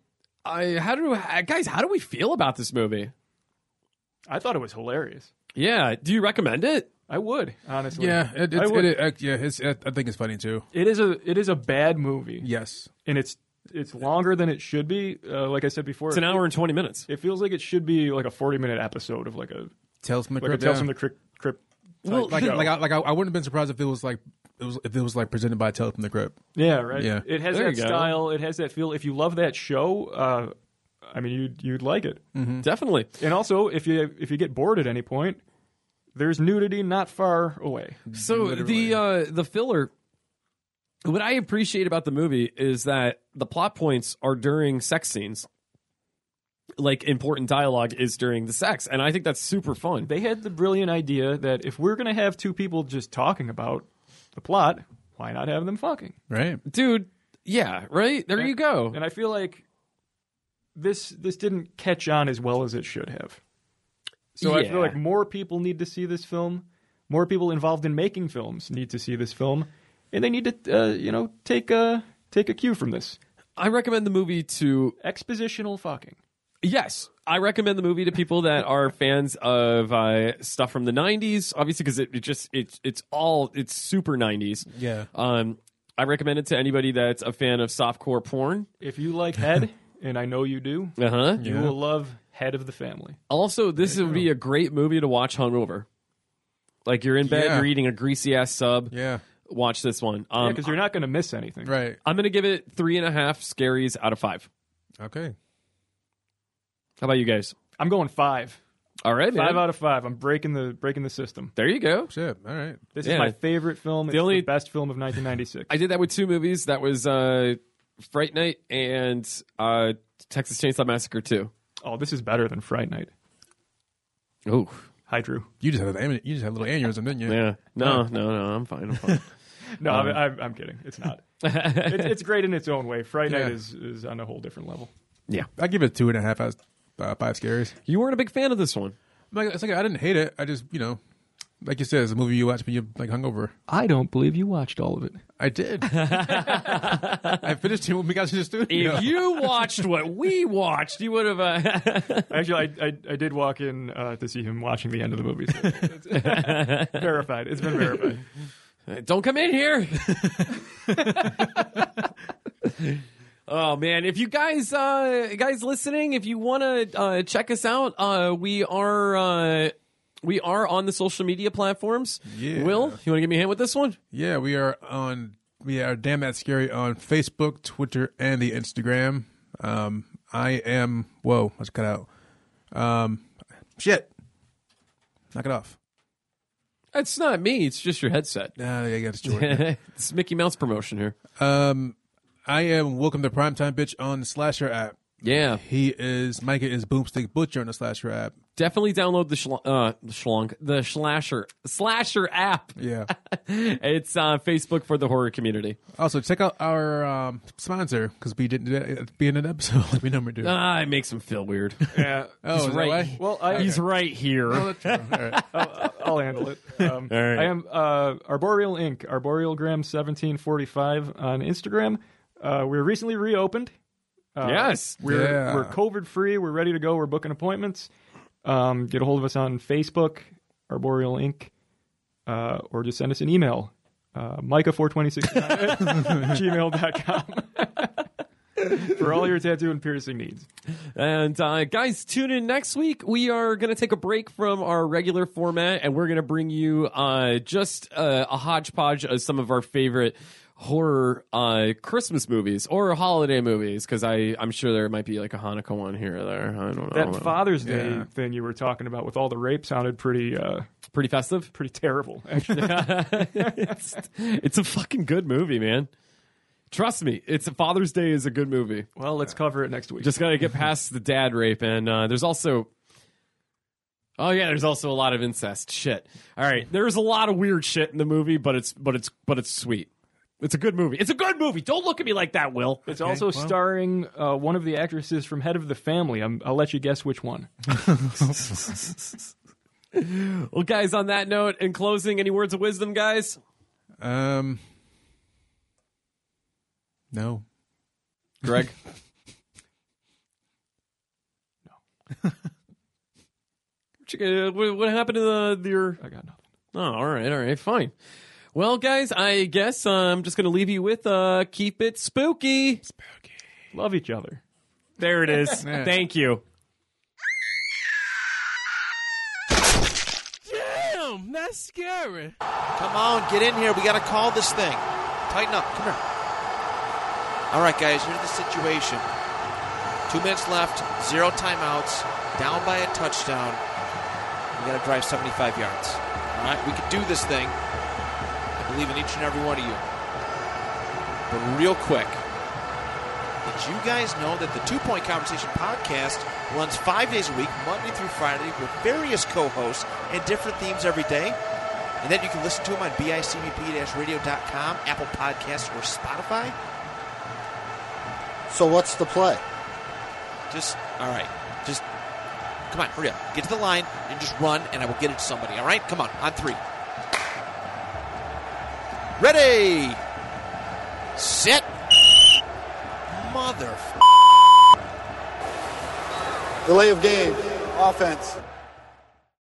Speaker 7: I, how do I- guys? How do we feel about this movie?
Speaker 6: I thought it was hilarious.
Speaker 7: Yeah, do you recommend it?
Speaker 6: I would honestly.
Speaker 5: Yeah. It, it's,
Speaker 6: I would-
Speaker 5: it, it- yeah. It's, it, I think it's funny too.
Speaker 6: it is a it is a bad movie,
Speaker 5: Yes.
Speaker 6: and it's it's longer than it should be. Uh, like I said before,
Speaker 7: It's an hour and twenty minutes.
Speaker 6: It feels like it should be like a forty minute episode of like a
Speaker 5: Tells me
Speaker 6: like a Tales from the Crypt. Crypt type
Speaker 7: Well,
Speaker 5: like,
Speaker 6: show.
Speaker 5: like, I, like I, I wouldn't have been surprised if it was like it was if it was like presented by Tales from the Crypt.
Speaker 6: yeah, right.
Speaker 5: Yeah.
Speaker 6: it has
Speaker 7: There
Speaker 6: that
Speaker 7: you go.
Speaker 6: style. It has that feel. If you love that show, uh, I mean, you'd you'd like it.
Speaker 7: Mm-hmm. Definitely.
Speaker 6: And also, if you if you get bored at any point, there's nudity not far away.
Speaker 7: So the uh, the filler. What I appreciate about the movie is that the plot points are during sex scenes. Like important dialogue is during the sex, and I think that's super fun.
Speaker 6: They had the brilliant idea that if we're gonna have two people just talking about the plot, why not have them fucking?
Speaker 5: Right.
Speaker 7: Dude, yeah, right? There you go.
Speaker 6: and I feel like this this didn't catch on as well as it should have. So I
Speaker 7: Yeah.
Speaker 6: feel like more people need to see this film. more people involved in making films need to see this film, and they need to, uh, you know, take a take a cue from this
Speaker 7: I recommend the movie to
Speaker 6: expositional fucking.
Speaker 7: Yes, I recommend the movie to people that are fans of uh, stuff from the '90s. Obviously, because it, it just it's it's all it's super '90s.
Speaker 5: Yeah.
Speaker 7: Um, I recommend it to anybody that's a fan of softcore porn.
Speaker 6: If you
Speaker 7: *laughs*
Speaker 6: like Head, and I know you do,
Speaker 7: Uh huh.
Speaker 6: you will love Head of the Family.
Speaker 7: Also, this would be a great movie to watch hungover. Like you're in bed,
Speaker 5: Yeah.
Speaker 7: you're eating a greasy ass sub.
Speaker 5: Yeah.
Speaker 7: Watch this one.
Speaker 6: Yeah,
Speaker 7: Um,
Speaker 6: because you're not going to miss anything.
Speaker 5: Right.
Speaker 7: I'm gonna give it three and a half scaries out of five.
Speaker 5: Okay.
Speaker 7: How about you guys?
Speaker 6: I'm going five,
Speaker 7: All right, man.
Speaker 6: five out of five. I'm breaking the breaking the system.
Speaker 7: there you go.
Speaker 5: Shit. All right.
Speaker 6: This
Speaker 7: Yeah.
Speaker 6: is my favorite film. It's the,
Speaker 7: only-
Speaker 6: best film of 1996.
Speaker 7: I did that with two movies. That was uh, Fright Night and uh, Texas Chainsaw Massacre 2.
Speaker 6: oh, this is better than Fright Night.
Speaker 7: Oh,
Speaker 6: Hi, Drew.
Speaker 5: You just had an am- you just had a little aneurysm, didn't you?
Speaker 7: yeah. No, no, no. I'm fine. I'm fine.
Speaker 6: No, I I'm, I'm kidding. It's *laughs* not. it's, it's great in its own way. Fright Night
Speaker 5: Yeah.
Speaker 6: is, is on a whole different level.
Speaker 5: I give it two and a half out of uh, five scaries.
Speaker 7: *laughs* you weren't a big fan of this one.
Speaker 5: I'm Like, it's like I didn't hate it. I just you know, like you said, it's a movie you watch when you're like hungover.
Speaker 6: I don't believe you watched all of it.
Speaker 5: I
Speaker 7: *laughs*
Speaker 5: did. I finished it when we got to the
Speaker 7: If
Speaker 5: studio.
Speaker 7: you watched what we watched, you would have. Uh,
Speaker 6: Actually, I, I, I did walk in uh, to see him watching the end of the movie. so *laughs* it's- verified. It's been verified.
Speaker 7: *laughs* don't come in here. *laughs* oh man! If you guys, uh, guys listening, if you want to uh, check us out, uh, we are. Uh, we are on the social media platforms.
Speaker 5: Yeah.
Speaker 7: Will, you want to give me a hand with this one?
Speaker 5: Yeah, we are on. We are damn that scary on Facebook, Twitter, and the Instagram. Um, I am. Whoa, let's cut out. Um, shit, knock it off.
Speaker 7: It's not me. It's just your headset.
Speaker 5: Ah, yeah, yeah, it's Jordan.
Speaker 7: *laughs* it's Mickey Mouse promotion here.
Speaker 5: um, I am. Welcome to Primetime Bitch on the Slasher app.
Speaker 7: Yeah,
Speaker 5: He is Micah is Boomstick Butcher on the Slasher app.
Speaker 7: definitely download the schl- uh, the schlong, the slasher slasher app.
Speaker 5: Yeah.
Speaker 7: *laughs* It's on Facebook for the horror community.
Speaker 5: also, check out our um, sponsor because we didn't do that at the beginning of the episode *laughs* like we normally do.
Speaker 7: Ah, it makes him feel weird. *laughs*
Speaker 6: Yeah.
Speaker 5: oh, is that
Speaker 7: right.
Speaker 5: why?
Speaker 6: Well, I,
Speaker 7: He's right here.
Speaker 5: Oh, that's true. All right.
Speaker 6: I'll handle it. Um,
Speaker 7: All right.
Speaker 6: I am uh, Arboreal Inc. Arborealgram seventeen forty five on Instagram. Uh, we were recently reopened. Uh,
Speaker 7: Yes.
Speaker 6: we're
Speaker 5: Yeah.
Speaker 6: we're COVID free. We're ready to go. We're booking appointments. Um, get a hold of us on Facebook, Arboreal Inc. Uh, or just send us an email, uh, Micah four twenty six
Speaker 5: *laughs*
Speaker 6: gmail.com *laughs* for all your tattoo and piercing needs.
Speaker 7: And uh, guys, tune in next week. We are going to take a break from our regular format, and we're going to bring you uh, just uh, a hodgepodge of some of our favorite horror uh, Christmas movies or holiday movies. Because I, I'm sure there might be like a Hanukkah one here or there. I don't know.
Speaker 6: That Father's Day
Speaker 5: Oh, Yeah.
Speaker 6: thing you were talking about with all the rape sounded pretty uh,
Speaker 7: Pretty festive.
Speaker 6: pretty *laughs* terrible. Actually.
Speaker 7: it's, it's a fucking good movie, man. Trust me, it's Father's Day is a good movie.
Speaker 6: Well, let's cover it next week.
Speaker 7: Just gotta get past the dad rape, and uh, there's also, oh yeah, there's also a lot of incest shit. All right, there's a lot of weird shit in the movie, but it's but it's but it's sweet. It's a good movie. It's a good movie. Don't look at me like that, Will.
Speaker 6: it's also starring uh, one of the actresses from Head of the Family. I'm, I'll let you guess which one.
Speaker 7: Well, guys, on that note, in closing, any words of wisdom, guys?
Speaker 5: Um, no. *laughs*
Speaker 7: Greg, no. what, what happened to the, the your
Speaker 6: I got nothing.
Speaker 7: Oh, all right, all right, fine. Well, guys, I guess uh, I'm just going to leave you with uh, keep it spooky.
Speaker 6: Love each other.
Speaker 7: There
Speaker 6: *laughs*
Speaker 7: it is. Thank you.
Speaker 4: Damn, that's scary.
Speaker 8: Come on, get in here. We got to call this thing. Tighten up. Come here. All right, guys, here's the situation. Two minutes left, zero timeouts, down by a touchdown. We got to drive 75 yards. All right, we can do this thing. I believe in each and every one of you. But real quick, did you guys know that the Two Point Conversation podcast runs five days a week, Monday through Friday, with various co hosts and different themes every day? And then you can listen to them on bicbp-radio.com, Apple Podcasts, or Spotify.
Speaker 9: So what's the play?
Speaker 8: Just, all right, just, come on, hurry up. Get to the line and just run, and I will get it to somebody, all right? Come on, on three.
Speaker 10: Ready, set, mother.
Speaker 8: Delay of game, offense.